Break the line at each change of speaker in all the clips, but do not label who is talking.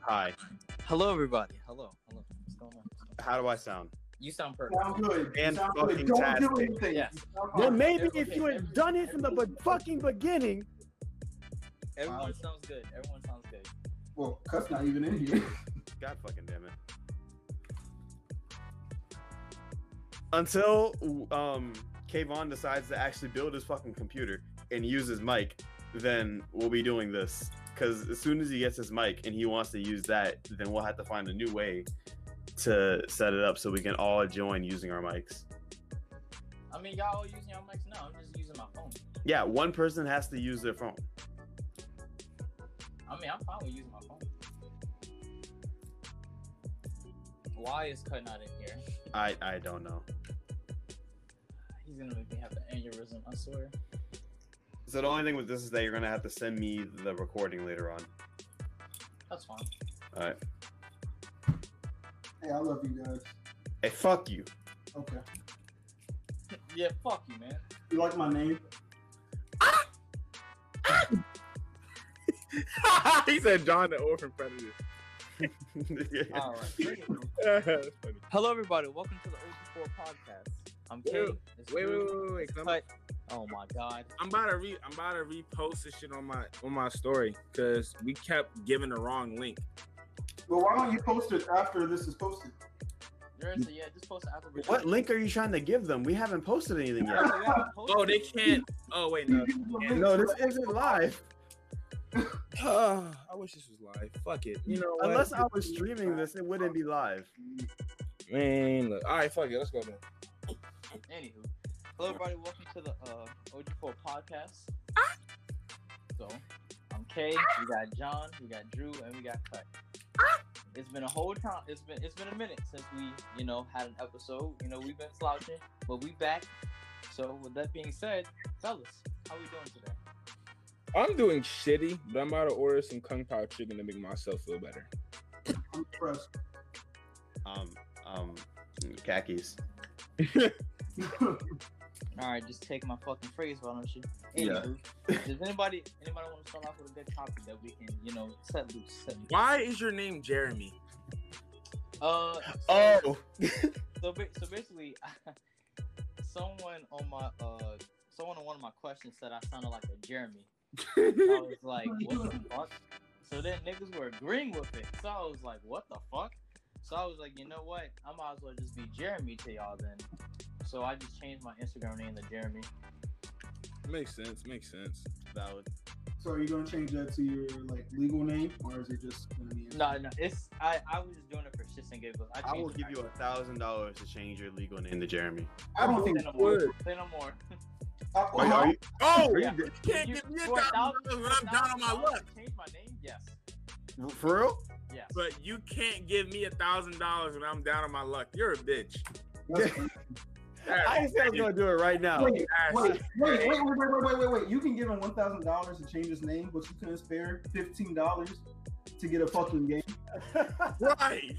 Hi.
Hello, everybody. Hello. Hello. What's going on?
How do I sound?
You sound perfect.
Sound good.
And
sound good. Don't do
fucking-tastic.
anything.
Yes.
Sound
Well,
good.
maybe
okay,
if you
okay.
had done it from the be- fucking beginning,
Everyone sounds good. Everyone sounds good.
Well, Cut's not even in here.
God fucking damn it. Until um Kayvon decides to actually build his fucking computer and use his mic, then we'll be doing this. Cause as soon as he gets his mic and he wants to use that, then we'll have to find a new way to set it up so we can all join using our mics.
I mean, y'all all using your mics now. I'm just using my phone.
Yeah, one person has to use their phone.
I mean, I'm fine with using my phone. Why is Cut not in here?
I I don't know.
He's gonna make me have an aneurysm. I swear.
So the only thing with this is that you're gonna have to send me the recording later on.
That's fine.
All right.
Hey, I love you guys.
Hey, fuck you.
Okay.
Yeah, fuck you, man.
You like my name?
he said John the Orphan Predator.
All right.
That's funny.
Hello, everybody. Welcome to the OG4 podcast. I'm Kay.
Ew.
It's
Wait, wait,
Rude.
wait, wait, wait. 'cause I'm,
Cut. Oh my God.
I'm about to re I'm about to repost this shit on my on my story because we kept giving the wrong link.
Well, why don't you post it after this is posted?
There's a, yeah, just post it after.
What link are you trying to give them? We haven't posted anything yet.
Oh, they can't. Oh wait, no.
No, this isn't live.
Uh, I wish this was live. Fuck it. You know, what?
Unless I was streaming this, it wouldn't be live.
man. Look. All right, fuck it. Let's go. Then.
Anywho, hello everybody. Welcome to the uh, OG4 podcast. So, I'm Kay. We got John. We got Drew, and we got Cut. It's been a whole time. It's been it's been a minute since we you know had an episode. You know we've been slouching, but we back. So with that being said, fellas, how we doing today?
I'm doing shitty, but I'm about to order some kung pao chicken to make myself feel better.
I'm impressed.
Um, um, khakis.
All right, just take my fucking phrase, why don't you?
Yeah.
Anywho, does anybody anybody want to start off with a good topic that we can you know set loose? Set loose?
Why is your name Jeremy?
Uh,
Oh,
so, ba- so basically, someone on my uh, someone on one of my questions said I sounded like a Jeremy. I was like, what the fuck? So then niggas were agreeing with it. So I was like, what the fuck? So I was like, you know what? I might as well just be Jeremy to y'all then. So I just changed my Instagram name to Jeremy.
Makes sense. Makes sense.
valid.
So are you gonna change that to your like legal name, or is it just gonna be?
No, no, it's I, I was just doing it for shits and giggles. I,
I will
changed
give
it.
you a thousand dollars to change your legal name to Jeremy.
I don't think.
Say no more.
Oh, Word.
Say no more.
I,
Wait, are you?
Oh,
Are
Yeah.
you
can't
You-
give me a
for a
thousand dollars
thousand-
when I'm down on my
$1,000
luck.
to Change my name? Yes.
for real?
Yes.
But you can't give me a thousand dollars when I'm down on my luck. You're a bitch.
I said I was gonna do it right now.
Wait, wait, wait, wait, wait, wait, wait, wait, wait, wait. You can give him one thousand dollars to change his name, but you couldn't spare fifteen dollars to get a fucking game.
Right.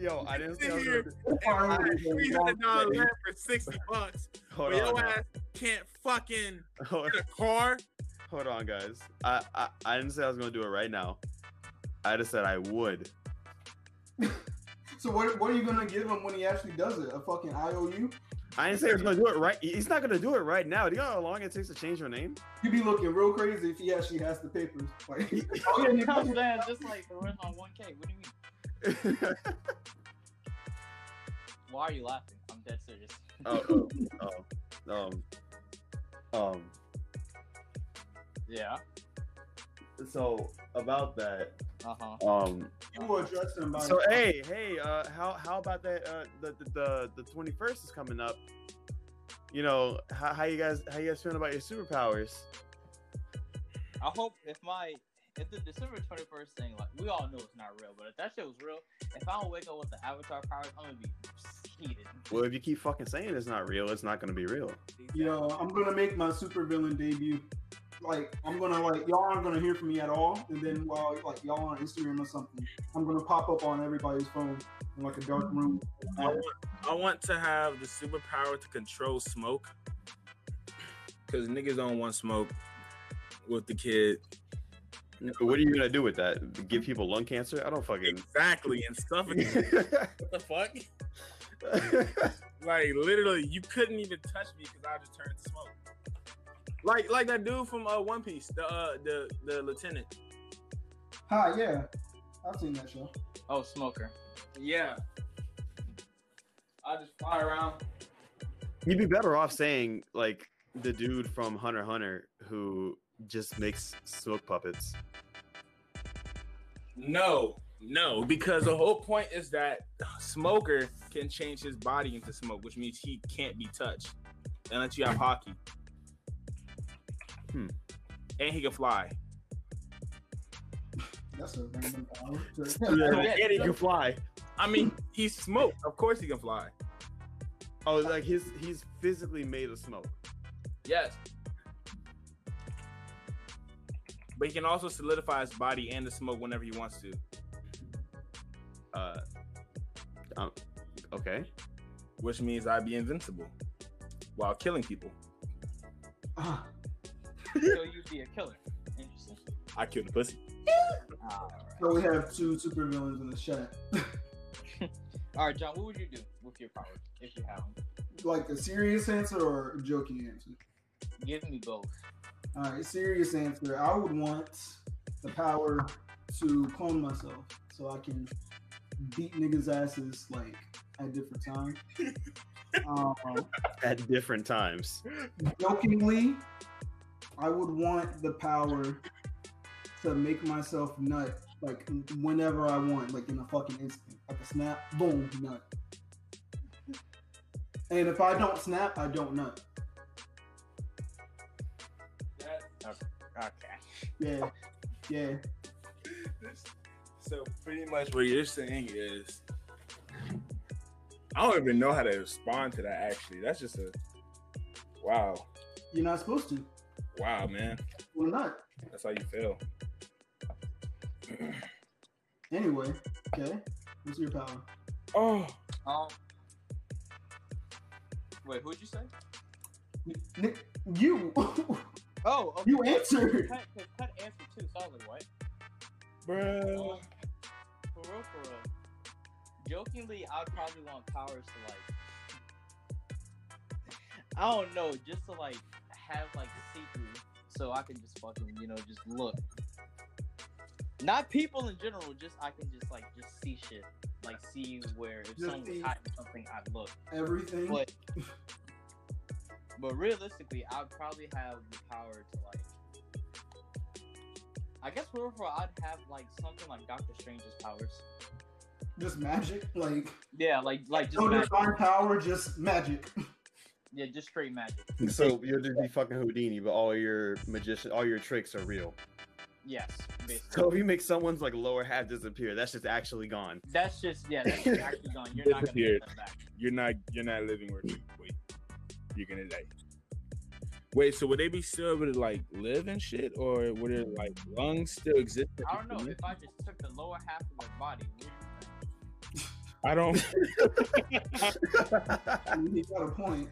Yo, I didn't say I was gonna do
Three hundred dollars for sixty bucks.
Hold
But
on,
your
now.
ass can't fucking
hold,
get a car.
hold on, guys. I, I I didn't say I was gonna do it right now. I just said I would.
So what, what are you gonna give him when he actually does it? A fucking IOU?
I didn't say I was gonna do it right. He's not gonna do it right now. Do you know how long it takes to change your name?
You'd be looking real crazy if he actually has the papers. Like, oh yeah,
Oh,
you
yeah,
fucking-
man, just like where's my one K? What do you mean? Why are you laughing? I'm dead serious.
oh, oh, oh, um, um.
Yeah.
So about that,
Uh huh.
um.
you will address him by
So hey, hey, uh, how how about that? Uh, the the the twenty first is coming up. You know how, how you guys how you guys feeling about your superpowers?
I hope if my if the December twenty first thing, like we all know it's not real, but if that shit was real, if I don't wake up with the Avatar powers, I'm gonna be heated.
Well, if you keep fucking saying it's not real, it's not gonna be real.
Yo, I'm gonna make my supervillain debut. Like, I'm gonna like y'all aren't gonna hear from me at all, and then while like y'all on Instagram or something, I'm gonna pop up on everybody's phone in like a dark
Mm-hmm.
room.
I
Mm.
want, I want to have the superpower to control smoke. Cause niggas don't want smoke with the kid.
What are you gonna do with that? Give people lung cancer? I don't fucking.
Exactly, and suffocate. what the fuck? Like literally, you couldn't even touch me because I just turned to smoke. Like like that dude from uh, One Piece, the uh, the the lieutenant.
Hi, yeah. I've seen that show.
Oh, smoker.
Yeah. I just fly around.
You'd be better off saying like the dude from Hunter x Hunter who just makes smoke puppets.
No, no, because the whole point is that smoker can change his body into smoke, which means he can't be touched unless you have hockey.
Hmm.
And he can fly.
That's a random hour.
Yeah.
and he can fly.
I mean, he's smoke. Of course, he can fly.
Oh, like his he's physically made of smoke.
Yes. But he can also solidify his body and the smoke whenever he wants to.
Uh, um, okay.
which means I'd be invincible while killing people.
Ah,
So you'd be a killer. Interesting.
I killed the pussy.
All
so we have two supervillains in the chat.
right. All right, John. What would you do with your powers if you have them?
Like a serious answer or a joking answer?
Give me both.
All right, serious answer. I would want the power to clone myself so I can beat niggas' asses like at different times. um,
At different times.
jokingly, I would want the power to make myself nut like whenever I want, like in a fucking instant, like a snap, boom, nut. And if I don't snap, I don't nut.
Okay.
Yeah, yeah.
So pretty much what you're saying is, I don't even know how to respond to that. Actually, that's just a wow,
You're not supposed to.
wow, man.
Well, nut.
That's how you feel.
Anyway, okay. What's your power?
Oh,
Um. Wait, who'd you say?
Nick, you,
Oh, okay.
you answered.
Cut, cut, cut answer too. So I was like, what?
bro.
Um, for real, for real. Jokingly, I'd probably want powers to like, I don't know, just to like have like see through, so I can just fucking you know just look. Not people in general, just I can just like just see shit, like see where if
Just
someone was
see.
hiding something, I'd look.
Everything.
But but realistically, I'd probably have the power to like. I guess for real, for real, I'd have like something like Doctor Strange's powers.
Just magic. Like
Yeah, like like just
no
magic.
divine power, just magic.
yeah, just straight magic.
So you'll just be fucking Houdini, but all your magician, all your tricks are real.
Yes, basically.
So if you make someone's like lower half disappear, that's just actually gone.
that's just yeah, that's just actually gone. You're not gonna
Disappeared.
get that back.
You're not. You're not living where. Wait, you're gonna die. Wait, so would they be still able to like live and shit, or would it like lungs still exist?
I don't know if I just took the lower half of their body. what do you think?
I don't.
I mean, he got a point.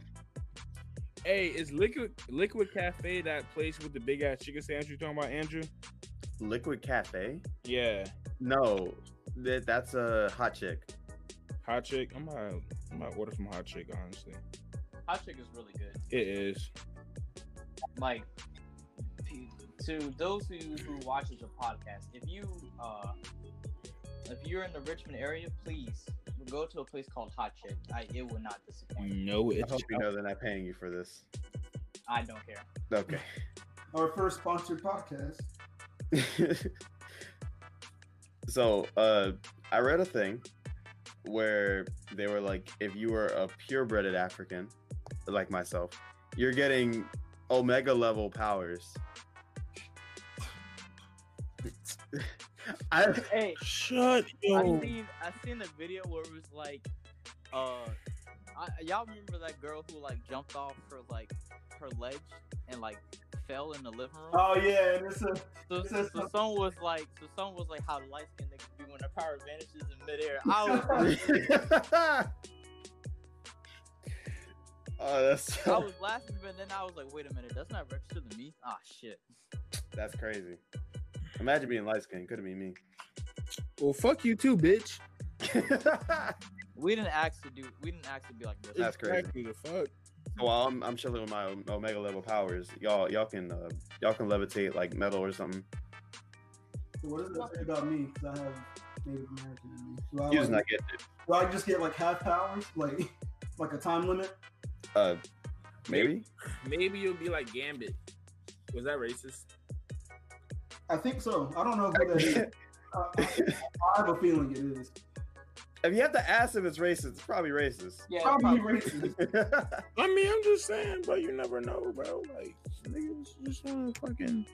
Hey, is liquid liquid cafe that place with the big ass chicken sandwich you talking about, Andrew?
Liquid Cafe?
Yeah,
No, that that's a hot chick.
hot chick. I'm gonna I'm gonna order from hot chick. Honestly,
Hot chick is really good.
it is.
Like to those who who watches the podcast, if you uh if you're in the Richmond area, please go to a place called Hot Chick. I, it will not disappoint.
No,
I
it's
hope you know they're not paying you for this.
I don't care.
Okay.
Our first sponsored podcast.
so uh, I read a thing where they were like, if you were a purebreded African, like myself, you're getting omega level powers. I
Hey,
shut
I
yo.
seen I seen a video where it was like, uh, I, y'all remember that girl who like jumped off her like her ledge and like fell in the living room?
Oh yeah, and it's a
so,
this
so,
is-
so someone was like, so someone was like, how light skinned niggas be when their power vanishes in midair. I was,
oh, that's
I was laughing, but then I was like, wait a minute, that's not registered to me. Ah shit.
that's crazy. Imagine being light skinned. Could have been me.
Well, fuck you too, bitch.
We didn't ask to do. We didn't ask to be like this.
That's crazy.
Exactly the fuck.
While I'm, I'm chilling with my omega level powers, y'all y'all can uh, y'all can levitate like metal or something.
So what does that say about me? Because I have Native American in me. Do Oh, I,
You just
like,
not getting it.
do I just get like half powers, like like a time limit?
Uh, maybe.
Maybe you'll be like Gambit. Was that racist?
I think so. I don't know who that is. I, I- I have a feeling it is.
If you have to ask if it's racist, it's probably racist.
Yeah,
Probably
probably.
racist.
I mean, I'm just saying, but you never know, bro. Like niggas just wanna fucking,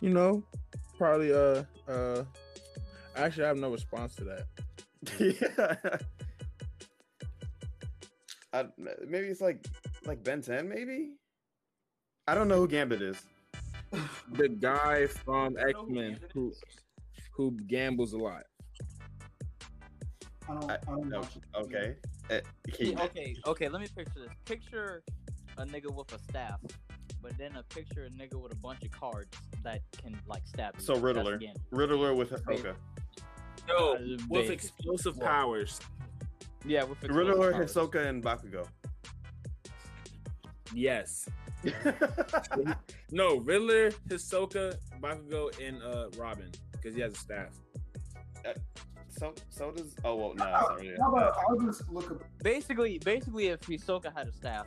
you know, probably uh uh. Actually, I have no response to that.
yeah. I, maybe it's like like Ben 10, maybe? I don't know who Gambit is.
The guy from
You
X
know who
Men
Gambit
who
is?
who gambles a lot.
I don't. I,
I-
don't
no,
watch it.
Okay. Eh, he-
Yeah, okay, okay, let me picture this. Picture a nigga with a staff, but then a picture a nigga with a bunch of cards that can like stab you.
So
That's
Riddler.
Gambit.
Riddler with Hisoka.
No,
Uh,
with
basic.
explosive
Whoa.
powers.
Yeah, with explosive
Riddler,
powers.
Hisoka, and Bakugo.
Yes. No, Riddler, Hisoka, Bakugo, and uh Robin because he has a staff.
so so does oh well no nah, sorry.
How about I'll just look up.
Basically, basically, if Hisoka had a staff,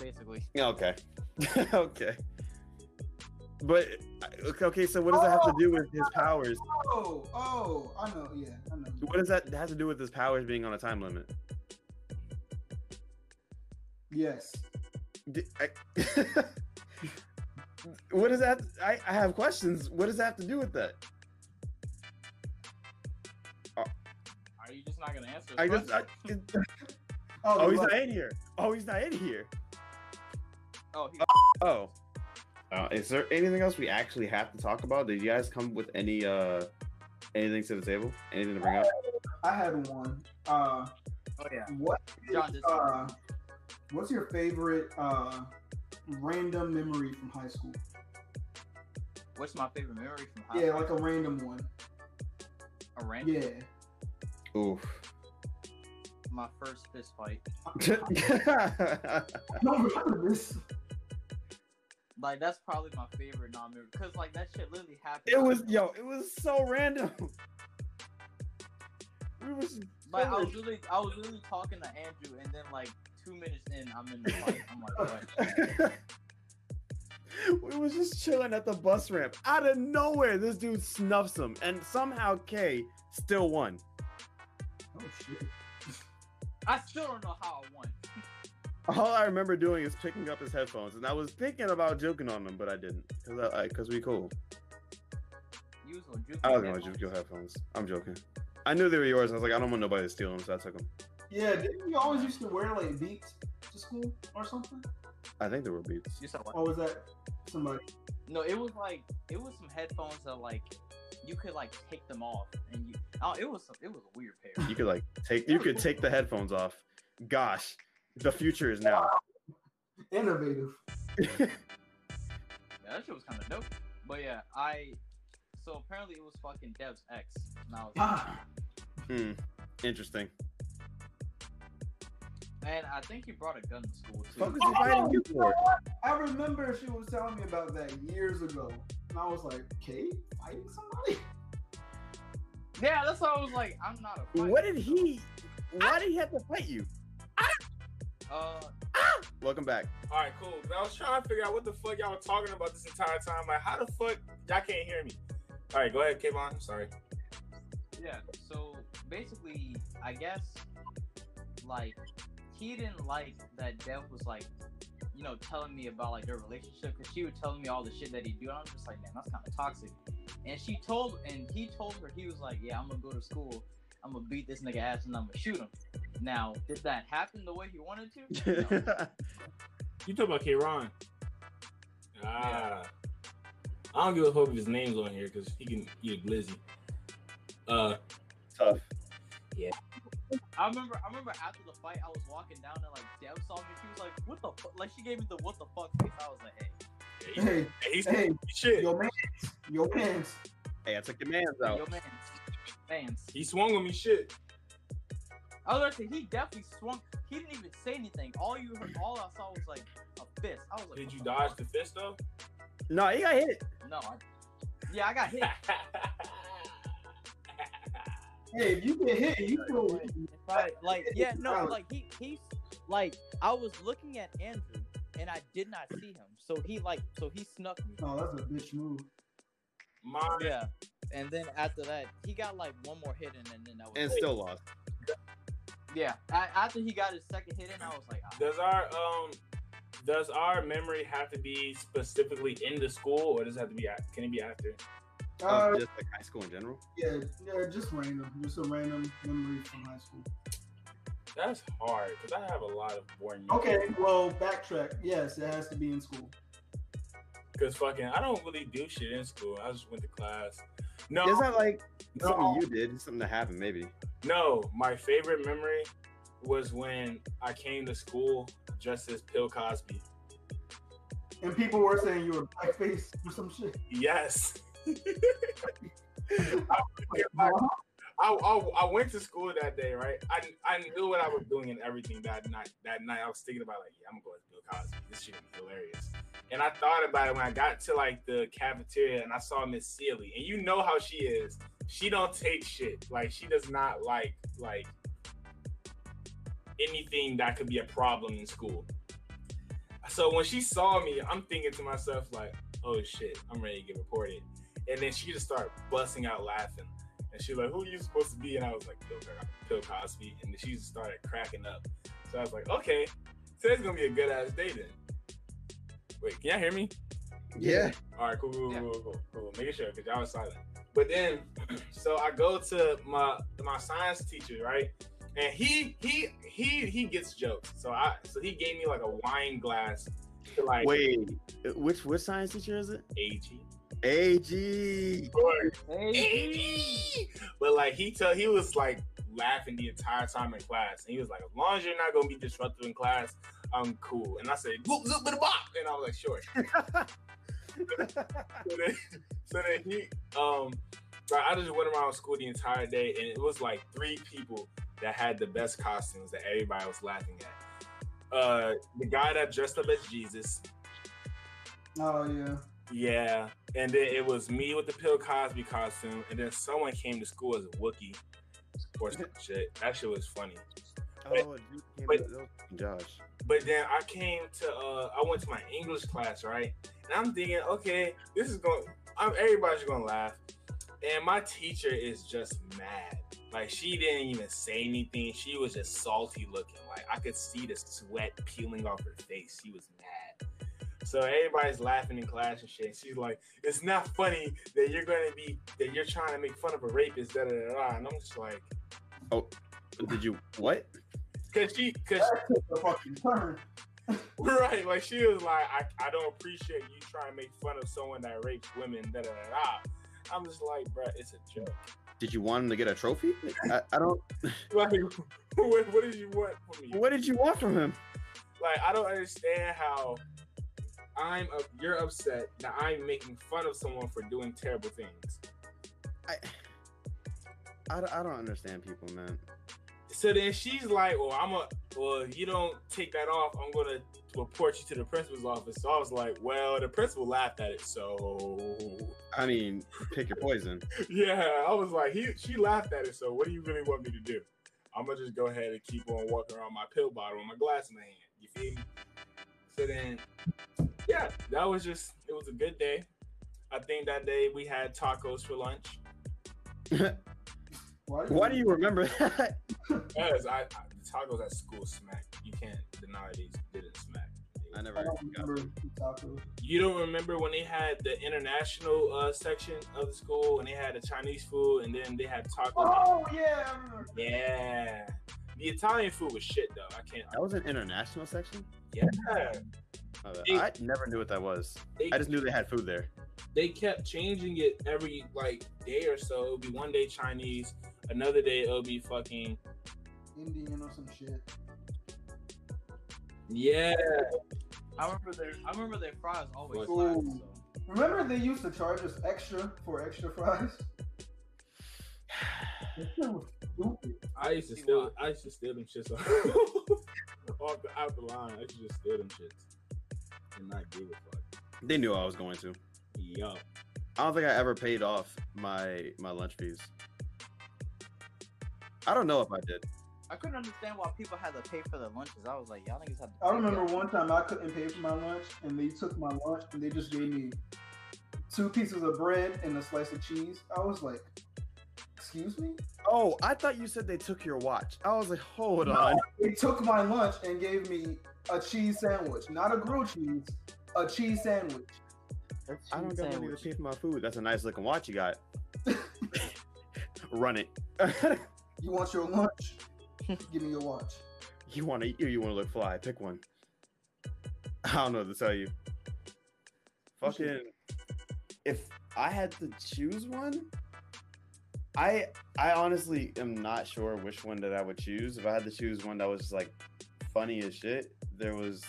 basically.
Yeah, okay. okay. But uh, okay, so what does that have to do with his powers?
Oh, oh, I know. Yeah, I know.
What does that have to do with his powers being on a time limit?
Yes.
D- I- what does that? I, I have questions. What does that have to do with that?
Are you just not gonna answer?
I just. I, oh, he's not in here. Oh, he's not in here.
oh, he,
Oh. Uh, is there anything else we actually have to talk about? Did you guys come with any uh anything to the table? Anything to bring up?
I had one. Uh,
oh yeah.
what? Is,
John, this-
uh, what's your favorite uh random memory from high school?
What's my favorite memory from high
Yeah,
school?
like a random one.
A random.
Yeah.
Oof.
My first fist fight.
yeah,
I don't remember this.
Like that's probably my favorite non-memory because like that shit literally happened.
it was yo. It was so random. We was
Like I was literally, I was literally talking to Andrew, and then like two minutes in, I'm in the fight. I'm like, what?
we was just chilling at the bus ramp. Out of nowhere, this dude snuffs him, and somehow K still won.
Oh shit.
I still don't know how I won.
All I remember doing is picking up his headphones, and I was thinking about joking on him, but I didn't, cause I, I cause we cool.
You was on Juke.
I was gonna juke your headphones. I'm joking. I knew they were yours. I was like, I don't want nobody to steal them, so I took them.
Yeah, didn't you always used to wear like beats to school or something?
I think they were beats.
You said what?
Or was that somebody?
No, it was like it was some headphones that like you could like take them off, and you. Oh, it was some, it was a weird pair.
You could like take you could take the headphones off. Gosh, the future is now.
Innovative.
Yeah, that shit was kind of dope. But yeah, I. So apparently it was fucking Dev's ex. And I was
Ah,
Hmm. Interesting.
man, I think he brought a gun to school too.
Fuck is he fighting you for?
I remember she was telling me about that years ago, and I was like, "Kate fighting somebody?"
Yeah, that's why I was like, I'm not a. fighter,
What did
so-
he? Why did he have to fight you?
Uh,
Welcome back.
All right, cool. 'Cause I was trying to figure out what the fuck y'all were talking about this entire time. Like, how the fuck y'all can't hear me? All right, go ahead, Kayvon. I'm sorry.
yeah. So basically, I guess like he didn't like that Dev was like, you know, telling me about like their relationship because she was telling me all the shit that he do. And I'm just like, man, that's kind of toxic. And she told, and he told her he was like, yeah, I'm gonna go to school. I'm gonna beat this nigga ass and I'm gonna shoot him. Now, did that happen the way he wanted to? No.
You talk about Kayron. Ah, I don't give a fuck if his name's on here because he can eat a glizzy. Uh,
Tough.
I remember, I remember after the fight, I was walking down and like Dev saw me. She was like, "What the fuck?" Like she gave me the "What the fuck" face. I was like, "Hey,
yeah,
Hey,
he- he's
hey,
shit.
your man, your man.
Hey, I took your man's out.
Yo, man. Fans.
He swung on me shit.
I was about to say, he definitely swung. He didn't even say anything. All you, heard, all I saw was like a fist. I was like,
Did
what
you
the
dodge
fuck?
the fist though?
No, he got hit.
No. I, yeah, I got hit.
Hey, if you get hit, you feel
Like, if I- like, yeah, no, like he, he's like, I was looking at Andrew and I did not see him. So he like, so he snuck me.
No, that's a bitch move.
Mine.
Yeah. And then after that, he got like one more hit in, and then that was.
And
it.
still lost.
yeah. I, after he got his second hit in, I was like, ah.
Does our um does our memory have to be specifically in the school or does it have to be at, can it be after?
Uh,
Oh, just like high school in general.
yeah, yeah, just random, just a random memory from high school.
That's hard because I have a lot of boring
Okay, well, backtrack. Yes, it has to be in school.
Because fucking I don't really do shit in school. I just went to class. No,
It's not like
no,
something you did, it's something that happened, maybe.
No, my favorite memory was when I came to school dressed as Bill Cosby.
And people were saying you were blackface or some shit.
Yes. I, I, I went to school that day, right? I, I knew what I was doing and everything that night. That night, I was thinking about like, yeah, I'm going to Bill Cosby. This shit is hilarious. And I thought about it when I got to like the cafeteria and I saw Miss Sealy, and you know how she is. She don't take shit. Like she does not like like anything that could be a problem in school. So when she saw me, I'm thinking to myself like, oh shit, I'm ready to get reported. And then she just started busting out laughing. And she was like, who are you supposed to be? And I was like, Bill, Co- Bill Cosby. And then she just started cracking up. So I was like, okay, today's gonna be a good ass day then. Wait, can y'all hear me?
Yeah.
All right, cool, cool,
Yeah.
cool, cool, cool, cool. Make sure because y'all was silent. But then, so I go to my my science teacher, right? And he he he he gets jokes. So I so he gave me like a wine glass to like
Wait, which which science teacher is it?
AG.
AG.
AG. But like he tell he was like laughing the entire time in class, and he was like, "As long as you're not gonna be disruptive in class, I'm cool." And I said, "Zoop zoop bada bop," and I was like, "Sure." so then, so then he, um, so I just went around school the entire day, and it was like three people that had the best costumes that everybody was laughing at. Uh, the guy that dressed up as Jesus,
Oh yeah.
yeah, and then it was me with the Bill Cosby costume, and then someone came to school as a Wookiee or some shit. That shit was funny.
Oh, dude came
Wait.
up- that was Josh.
But then I came to, uh, I went to my English class, right? And I'm thinking, okay, this is going, I'm everybody's gonna laugh. And my teacher is just mad. Like she didn't even say anything. She was just salty looking. Like I could see the sweat peeling off her face. She was mad. So everybody's laughing in class and shit. She's like, "It's not funny that you're gonna be that you're trying to make fun of a rapist." Da da da. da. And I'm just like,
Did you what?
"Cause she, cause
That took a fucking turn.
Right, like she was like, I, I don't appreciate you trying to make fun of someone that rapes women. Da da da. da. I'm just like, bruh, it's a joke.
Did you want him to get a trophy? I, I don't.
Like, what, what did you want from me?
What did you want from him?
Like, I don't understand how I'm up, you're upset that I'm making fun of someone for doing terrible things.
I, I, don't- I don't understand people, man.
So then she's like, well, I'm a, well, if you don't take that off, I'm gonna report you to the principal's office. So I was like, well, the principal laughed at it, so
I mean, pick your poison.
Yeah, I was like, he she laughed at it. So what do you really want me to do? I'm gonna just go ahead and keep on walking around my pill bottle with my glass in my hand. You feel me? So then, yeah, that was just it was a good day. I think that day we had tacos for lunch.
Why?
Why do you remember that?
Yes, I, I the tacos at school smack. You can't deny these didn't smack.
I never.
I
got
don't remember
them.
tacos.
You don't remember when they had the international uh, section of the school and they had the Chinese food and then they had tacos.
Oh yeah, I remember.
Yeah. The Italian food was shit though. I can't.
That was an international section.
Yeah.
Oh,
Hey.
I never knew what that was.
They,
I just knew they had food there.
they kept changing it every like day or so. It'll be one day Chinese, another day it'll be fucking
Indian or some shit.
yeah.
I remember their, I remember their fries always.
Ooh.
slapped, so.
Remember they used to charge us extra for extra fries? That shit was stupid.
I used to
See
steal.
why.
I used to steal them shits off, off the out the line. I used to just steal them shits and not give a fuck.
They knew I was going to.
Yo,
I don't think I ever paid off my my lunch fees. I don't know if I did.
I couldn't understand why people had to pay for their lunches. I was like, y'all niggas have to.
I
pay
remember
for-
one time I couldn't pay for my lunch, and they took my lunch and they just gave me two pieces of bread and a slice of cheese. I was like, "Excuse me?"
Oh, I thought you said they took your watch. I was like, hold on.
They took my lunch and gave me a cheese sandwich, not a grilled cheese, a cheese sandwich.
That's
I don't
cheese
got money to
sandwich.
pay for my food. That's a nice looking watch you got. Run it.
You want your lunch? Give me your watch.
you want to eat or you want to look fly? Pick one. I don't know what to tell you. Fucking. If I had to choose one, I I honestly am not sure which one that I would choose. If I had to choose one that was just like funny as shit, there was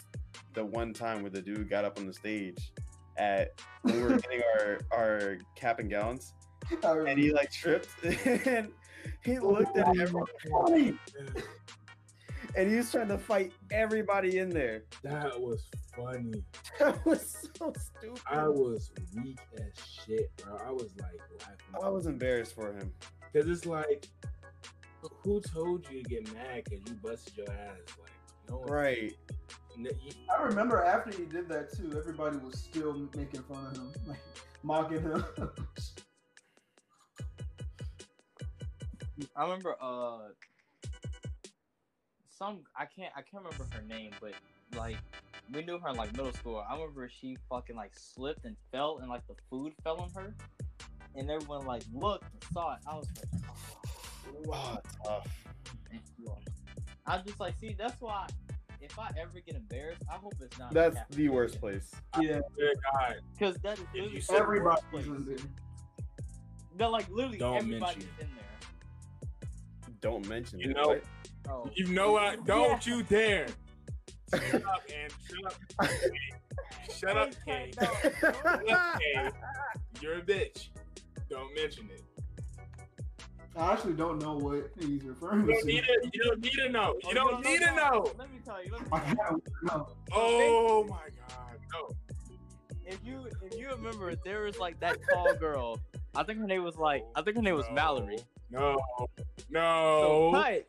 the one time where the dude got up on the stage at when we were getting our our cap and gowns,
I
and
remember.
he like tripped and he looked at everyone
Funny.
and he was trying to fight everybody in there.
that was funny.
That was so stupid.
I was weak as shit, bro. I was like laughing
I was embarrassed for him.
because it's like, who told you to get mad because you busted your ass? Like, no one.
Right.
n- you-
I remember after he did that too, everybody was still making fun of him, like mocking him.
I remember uh some I can't I can't remember her name, but like we knew her in like middle school. I remember she fucking like slipped and fell and like the food fell on her and everyone like looked and saw it. I was like,
Wow, Ah, tough.
oh. I just like see that's why if I ever get embarrassed, I hope it's not
That's the worst place.
yeah,
Dear God,
Because that is
you
literally
said
everybody
the
was
worst
in
place.
there.
They're like literally
Don't
everybody's
mention
in there.
Don't mention
You
it.
know-
right?
Oh.
you know what? Don't
Yeah.
you dare. Shut up and shut up. Shut up, Kay. Okay, you're a bitch. Don't mention it.
I actually don't know what he's referring
You don't need
to.
to. You don't need to know.
Oh,
You don't need to know.
Let me tell you. Let me
I
tell you.
don't know.
Oh my God, no.
if you if you remember, there was like that tall girl. I think her name was like I think her name was
No.
Mallory.
No,
So
no,
cut.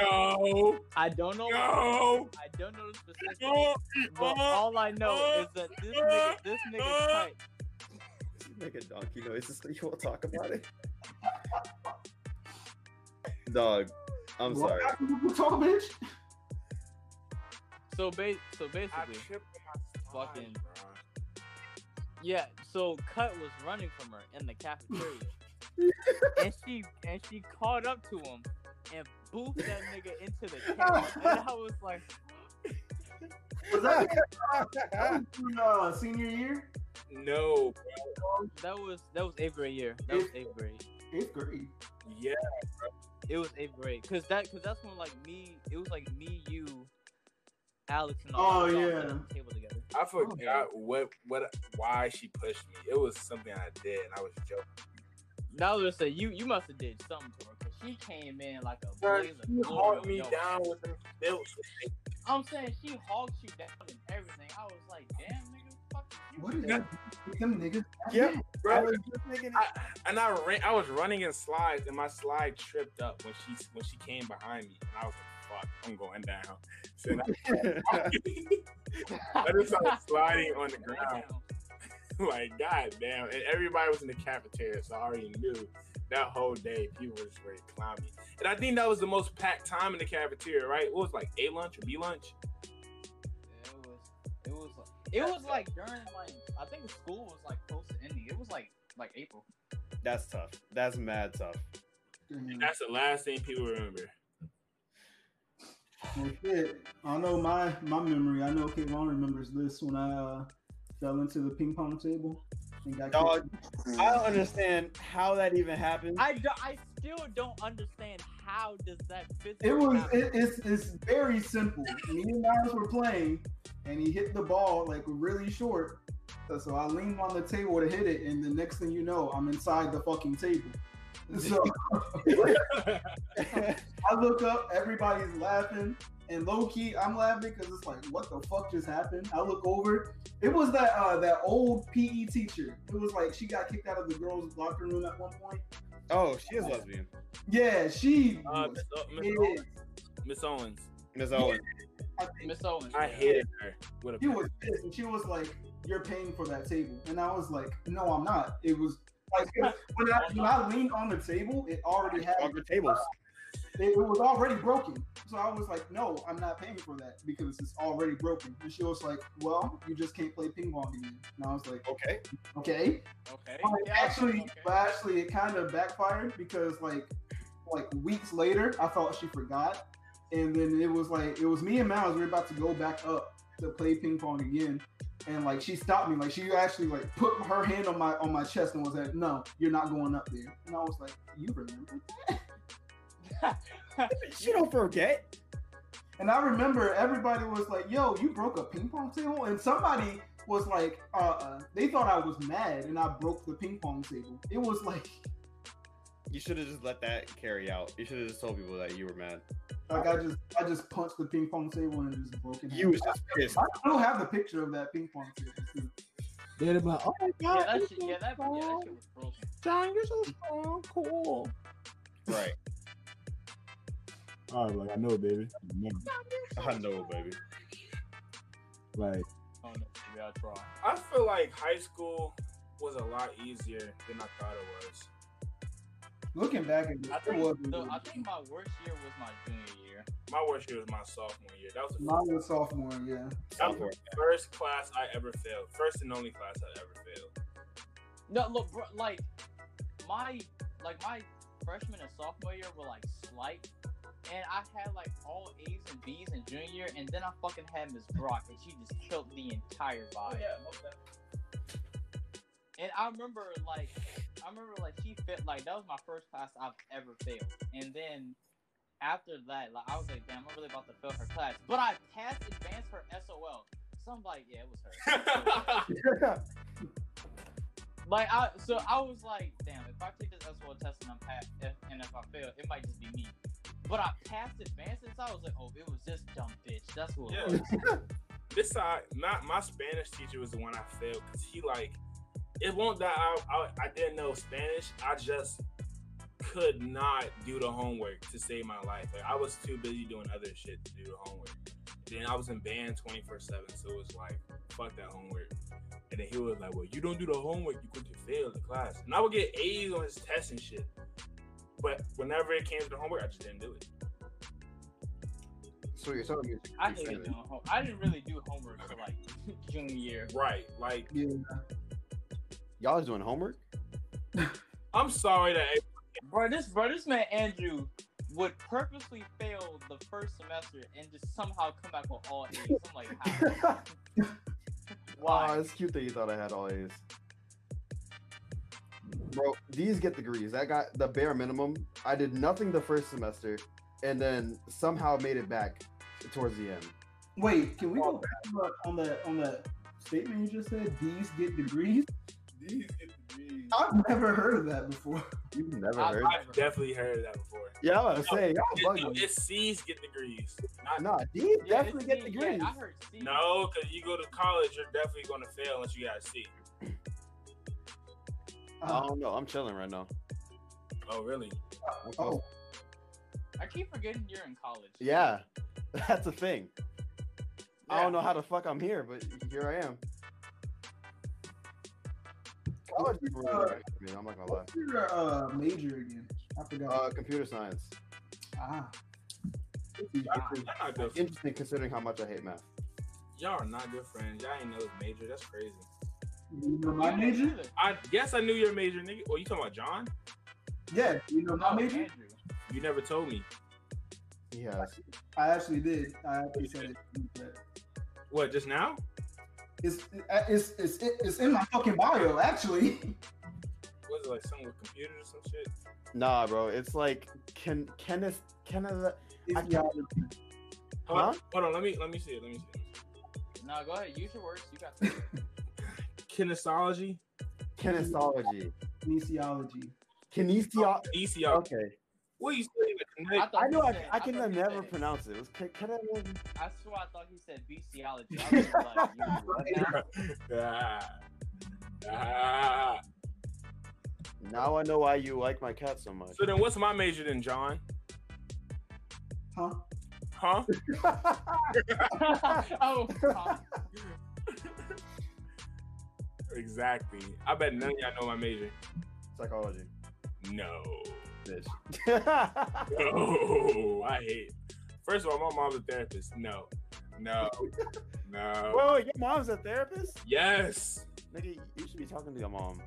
no,
I don't know.
no.
I don't know the specifics,
no.
but all I know is that this nigga, this nigga tight.
Make a donkey noise. Just, you will talk about it. Dog, I'm
What?
sorry.
You talk, bitch.
So ba- so
I
basically,
tripped on my slide,
Fucking-
bro.
yeah. So cut was running from her in the cafeteria, and she and she caught up to him and booped that nigga into the camera, and I was like,
Was that, that was in, uh, senior year?
No,
that was that was eighth grade year. That was eighth grade.
Eighth grade.
yeah,
It was eighth grade, cause that, cause that's when like me, it was like me, you, Alex, and
Oh,
all. us all
yeah.
sat at the table together.
I forgot what what why she pushed me. It was something I did, and I was joking.
Now let's say you, you must have did something to her, cause she came in like a
Bro,
blaze of
She
glory
hauled
on
me
y'all.
down with them stilts.
I'm saying she hauled you down and everything. I was like, damn, nigga, fuck you.
What is that? Them niggas.
Yep. I
Bro,
was just thinking
I, and I ran, I was running in slides, and my slide tripped up when she when she came behind me, and I was like, "Fuck, I'm going down." So then I, I just started sliding on the ground. like, god damn! And everybody was in the cafeteria, so I already knew that whole day people were just ready to clown me. And I think that was the most packed time in the cafeteria, right? What was it, like a lunch or b lunch?
It was, it was, like, it was like during like I think school was like close to ending. It was like like April.
That's tough. That's mad tough.
Damn.
That's the last thing people remember.
Well, shit. I know my my memory. I know Kayvon remembers this when I uh, fell into the ping pong table and got
Dog.
kicked.
I don't understand how that even happened.
I, do, I still don't understand how does that fit.
It was it, it's it's very simple. Me and Miles were playing, and he hit the ball like really short, So, so I leaned on the table to hit it, and the next thing you know, I'm inside the fucking table. So
Uh,
I look up, everybody's laughing, and low key I'm laughing because it's like, what the fuck just happened? I look over, it was that uh, that old PE teacher. It was like she got kicked out of the girls' locker room at one point.
Oh, she is lesbian.
Yeah, she.
Uh,
was
Miss O- Miss
pissed.
Owens.
Miss
Miss Owens.
Owens.
I think
Miss Owens.
I
yeah.
hated her. With a
She was pissed, and she was like, "You're paying for that table," and I was like, "No, I'm not." It was like when I when I leaned on the table, it already had
Fuck the tables.
it, it was already broken. So I was like, "No, I'm not paying for that because it's already broken." And she was like, "Well, you just can't play ping pong anymore." And I was like,
Okay.
"Okay."
Okay.
Well,
Yeah,
actually,
okay.
but actually, it kind of backfired because like like weeks later, I thought she forgot, and then it was like it was me and Miles. We were about to go back up to play ping pong again, and like she stopped me. Like she actually like put her hand on my on my chest and was like, "No, you're not going up there." And I was like, "You remember?"
She don't forget.
And I remember everybody was like, "Yo, you broke a ping pong table," and somebody was like, "Uh, uh they thought I was mad, and I broke the ping pong table." It was like.
You should have just let that carry out. You should have just told people that you were mad.
Like I just I just punched the ping pong table and just broke it.
You was just pissed.
I still have the picture of that ping pong table. too.
They're like, oh my
yeah,
god,
that
you're
shit,
so
yeah, that, yeah, that shit
strong.
was broken.
John, you're so strong, cool.
Right.
All right, like I know, baby.
I know, baby.
Like
Oh no, maybe I'll try.
I feel like high school was a lot easier than I thought it was.
Looking back at it,
I
it wasn't
think, the,
really
I
good.
think my worst year was my junior year.
My worst year was my sophomore year. That was the
mine was sophomore. Yeah,
Sophomore.
first class I ever failed. First and only class I ever failed.
No, look, bro, like my like my freshman and sophomore year were like slight, and I had like all A's and B's in junior, year, and then I fucking had Miss Brock, and she just killed the entire vibe. And I remember like I remember like she fit like that was my first class I've ever failed. And then after that, like I was like, damn, I'm really about to fail her class. But I passed advanced her SOL. So I'm like, yeah, it was her. like I so I was like, damn, if I take this SOL test and I'm pass if, and if I fail, it might just be me. But I passed advanced and so I was like, oh, it was this dumb bitch. That's what it
Yeah.
was.
This side, not my Spanish teacher was the one I failed because he like it won't that I, I I didn't know Spanish. I just could not do the homework to save my life. Like I was too busy doing other shit to do the homework. Then I was in band twenty four seven, so it was like fuck that homework. And then he was like, "Well, you don't do the homework, you could just fail the class." And I would get A's on his tests and shit. But whenever it came to the homework, I just didn't do it.
So you're telling me
I hated doing home. I didn't really do homework for like junior year.
Right, like
yeah.
Y'all is doing homework?
I'm sorry that
Bro, this bro, this man Andrew would purposely fail the first semester and just somehow come back with all A's. I'm like, how?
Aw,
Why?
Oh, it's cute that you thought I had all A's. Bro, these get degrees. I got the bare minimum. I did nothing the first semester and then somehow made it back towards the end.
Wait, can we go back to the- on that on that statement you just said? These get degrees.
these degrees.
I've never heard of that before.
You've never
I-
heard.
I-
I've definitely heard of that before.
yeah, I was saying, y'all
It's,
bugging.
it's C's get degrees. Not,
Nah, these
Yeah, it's
definitely get
C.
degrees.
Yeah, I heard C.
No, because you go to college, you're definitely going to fail unless you got a C.
I
Uh,
Uh-huh.
don't know. I'm chilling right now.
Oh, really?
oh,
I keep forgetting you're in college.
Yeah, that's a thing. I don't know
Yeah.
how the fuck I'm here, but here I am. College is really
Uh,
nice for me, I'm not gonna lie.
what's your uh, major again? I forgot.
Uh, computer science.
ah,
Y'all not good. friends.
Interesting considering how much I hate math.
Y'all are not good friends. Y'all ain't know his major. That's crazy.
you know
You
my
didn't
major?
either.
I guess I knew your major, nigga. Well, you talking about John?
Yeah, you know my
No,
major.
Oh, Andrew.
You never told me.
Yes.
I actually did. I actually said it.
What? Just now?
It's it's it's it's in my fucking bio actually.
Was it like something with computers or some shit?
Nah, bro. It's like Ken Kenneth Kenneth.
It's,
I
yeah,
Hold, on,
Huh?
hold on. Let me let me see it. Let me see it.
No, go ahead. Use your words. You got. This.
kinesiology,
Kinesiology.
kinesiology.
Kinesio.
ECR.
Okay.
What you saying? Connect-
thought
I
he
know I,
said-
I can
thought he
never
said-
pronounce it. It was K- Kinesiology.
I swear I thought he said bestiality. I was like, you what now?
Ah. Ah.
Now I know why you like my cat so much.
So then, what's my major then, John?
Huh?
Huh?
oh, fuck.
Exactly. I bet none of y'all know my major.
Psychology.
No.
Bitch.
No. I hate. First of all, my mom's a therapist. No. No. No.
wait, wait, your mom's a therapist?
Yes.
Nigga, you should be talking to your mom.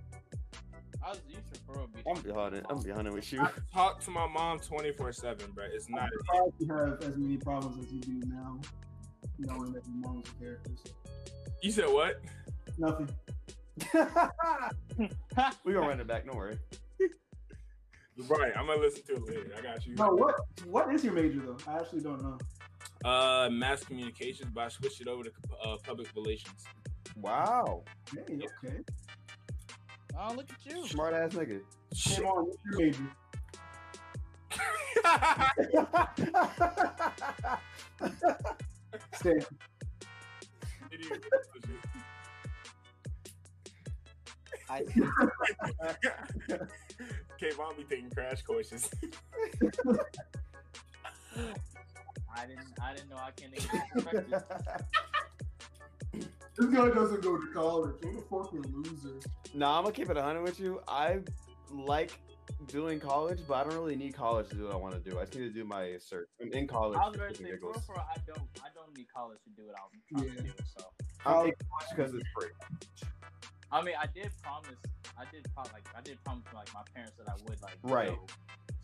I was used to for real be-
I'm behind it. I'm behind it with you.
I talk to my mom 24 7, bro. It's
I'm
not.
surprised you have as many problems as you do now, knowing that your mom's a therapist.
You said what?
Nothing.
we gonna run it back. Don't worry.
Right. I'm going to listen to it later. I got you.
No, what what is your major though? I actually don't know.
Uh, Mass communications, but I switched it over to uh, public relations.
Wow.
Hey, okay.
Oh, look at you.
Smart ass nigga.
Come on, what's your major? Stay.
I see.
Kayvon be taking crash courses.
I didn't. I didn't know I can expect this.
This guy doesn't go to college. What a fucking loser.
nah, I'm gonna keep it 100 with you. I like doing college, but I don't really need college to do what I want to do. I just need to do my cert. I'm in college.
I was
for
ready to
shits
say,
and
for, real,
giggles.
for real, I don't. I don't need college to do what I'm trying to do. So,
I'm in college because it's free.
I mean, I did promise. I did pro- like. I did promise like my parents that I would like.
Right.
go.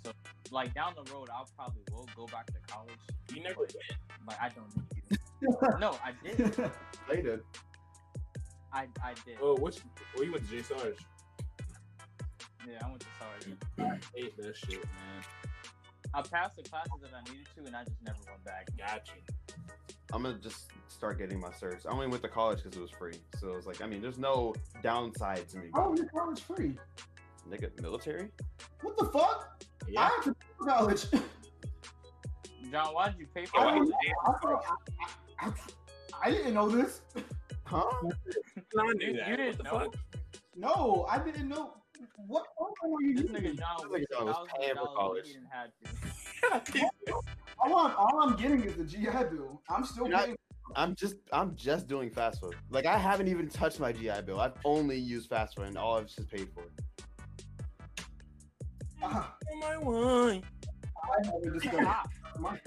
So, like down the road, I'll probably will go back to college.
You never
but, like I don't need it. no, I did.
Later.
I I did.
Oh, what? You, oh, you went to J Sarge.
Yeah, I went to sorry.
I hate that shit, man.
I passed the classes that I needed to, and I just never went back.
Got you.
I'm gonna just start getting my certs. I only went to college because it was free. So it's like, I mean, there's no downside to me.
Oh, you're college free.
Nigga, military?
What the fuck? I have to go to college.
John, why did you pay for
I,
it?
don't know. I, thought- I, I, I didn't know this.
Huh?
I
You, you
knew that. What the
didn't know.
fuck?
No, I didn't know. What program were you
This
using?
nigga
This
John
nigga
was
John was paying for college.
He didn't have to.
All I'm, all I'm getting is the GI Bill. I'm still
You're not-
getting.
I'm just I'm just doing FAFSA. Like I haven't even touched my GI Bill. I've only used FAFSA and all I've just paid for. it.
Uh,
Oh, my wine.
I haven't discovered.
Ah,
My-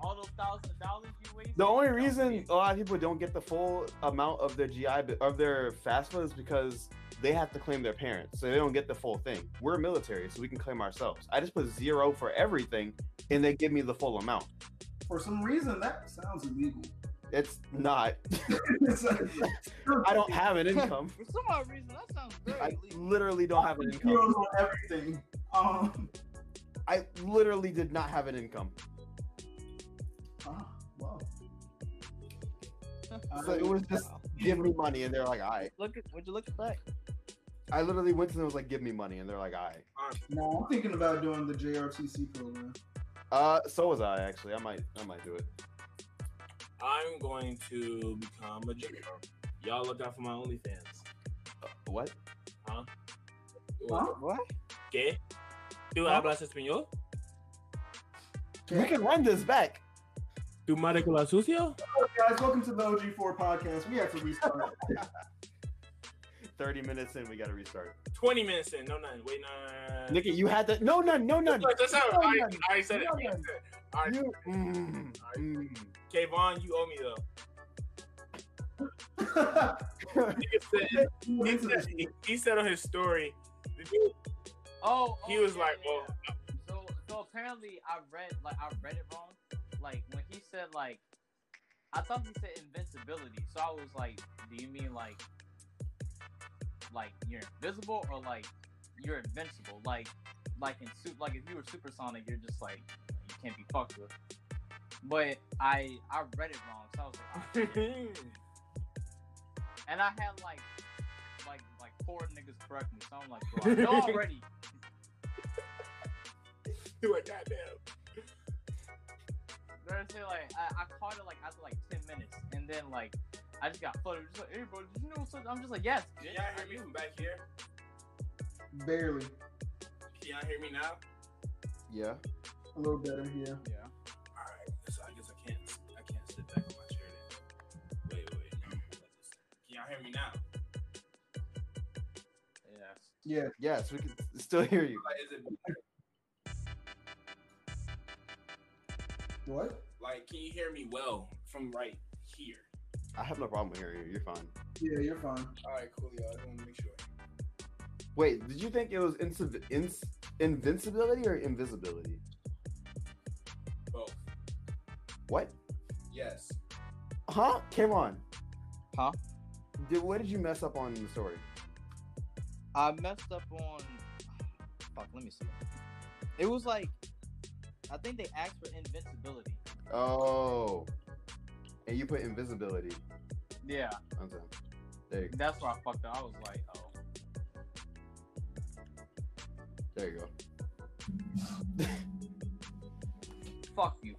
all those thousand dollars you wasted.
The only
Don't
reason
waste
a lot of people don't get the full amount of their GI Bill of their FAFSA is because they have to claim their parents, so they don't get the full thing. We're military, so we can claim ourselves. I just put zero for everything, and they give me the full amount.
For some reason, that sounds illegal.
It's not.
It's like-
I don't have an income.
it. For some odd reason, that sounds very
I
illegal.
literally don't have an income.
zeros on everything. Um,
I literally did not have an income.
ah, wow.
So it was just give me money, and they're like, "All right."
Look at, would you look at that?
I literally went to them and was like, "Give me money," and they're like, "All right."
No, I'm thinking about doing the JRTC program.
Uh, so was I actually. I might, I might do it.
I'm going to become a gym. Y'all look out for my OnlyFans.
What?
Huh?
What?
¿Qué? ¿Tú hablas español?
We can run this back.
¿Tú maricola sucio?
Guys, welcome to the OG4 podcast. We have to restart.
Thirty minutes in, we got to restart.
20 minutes in. No, nothing. Wait, no.
Nikki, you had to. No, none, no, none.
That's not.
No,
I,
no.
I already said it.
No,
I already
no.
said it. I already
You. Mm, mm.
Kayvon, you owe me though. He said, he, said,
Wait,
he said on his story, the dude-
Oh,
he
oh,
was
yeah,
like,
yeah,
"Well,
yeah. So, so apparently, I read like I read it wrong. Like when he said like, I thought he said invincibility. So I was like, do you mean like, like you're invisible or like you're invincible? Like, like in suit, like if you were supersonic, you're just like you can't be fucked with. But I I "Ah, read it wrong, so I was like, "Oh, shit." and I had like four niggas correct me, so I'm like, bro, I know already.
You a goddamn.
They're saying like I, I caught it like after like ten minutes, and then like I just got flooded. Just like, hey, bro, did you know something? I'm just like, yes.
Can
bitch,
y'all
I
hear me
do."
from back here?
Barely.
Can y'all hear me now?
Yeah.
A little better, yeah.
Yeah.
All right, so I guess I can't. I can't sit back on my chair. Then. Wait, wait. No. Can y'all hear me now?
Yes.
Yeah.
Yes, we can still hear you.
Like, is it
What?
like? Can you hear me well from right here?
I have no problem hearing you. You're fine.
Yeah, you're fine.
All right, cool, y'all. I just want to make sure.
Wait, did you think it was inci- ins- invincibility or invisibility?
Both.
What?
Yes.
Huh? Came on.
Huh?
Did, what did you mess up on in the story?
I messed up on. Fuck, let me see. It was like, I think they asked for invincibility.
Oh. And you put invisibility.
Yeah,
Okay. There you,
that's where I fucked up. I was like, oh,
there you go.
fuck you.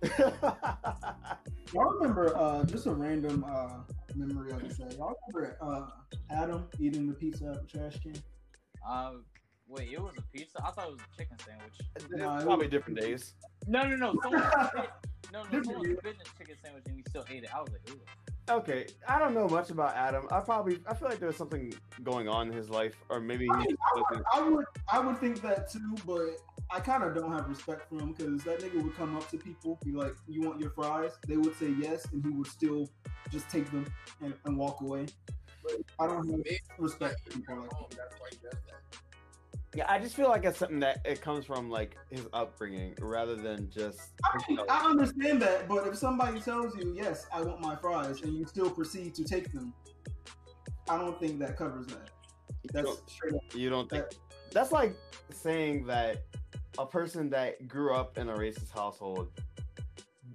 Y'all remember uh, just a random uh, memory I just had. Y'all remember uh, Adam eating the pizza out of the trash can?
Um, wait, it was a pizza. I thought it was a chicken sandwich.
Nah, it
probably
was-
different days.
No, no, no. Someone spit. No, no,
Different
someone
year.
spit in the chicken sandwich and you still ate it. I was like, ooh.
Okay, I don't know much about Adam. I probably I feel like there was something going on in his life, or maybe
I,
he
mean, I would, I would, I would think that too, but I kind of don't have respect for him because that nigga would come up to people, be like, "You want your fries?" They would say yes, and he would still just take them and, and walk away. But I don't have respect for people like that.
That's why he does that.
yeah, I just feel like it's something that it comes from like his upbringing rather than just.
I, mean, I understand that, but if somebody tells you, "Yes, I want my fries," and you still proceed to take them, I don't think that covers that. That's straight up.
You don't think that's like saying that a person that grew up in a racist household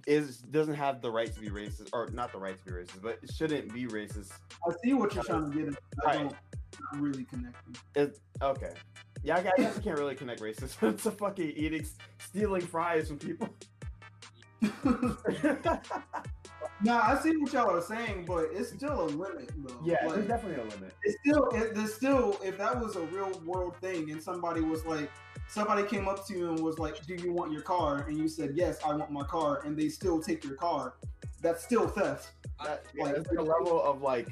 is doesn't have the right to be racist, or not the right to be racist, but shouldn't be racist.
I see what you're trying to get at. I
Right.
don't I'm really connecting.
It, okay, yeah, I gu- I guess you can't really connect racism to fucking eating, stealing fries from people.
Nah, I see what y'all are saying, but it's still a limit, though.
yeah,
like,
there's definitely a limit.
it's still, it, there's still, if that was a real world thing and somebody was like, somebody came up to you and was like, "Do you want your car?" and you said, "Yes, I want my car," and they still take your car, that's still theft.
that,
yeah,
like,
it's
the
like-
level of like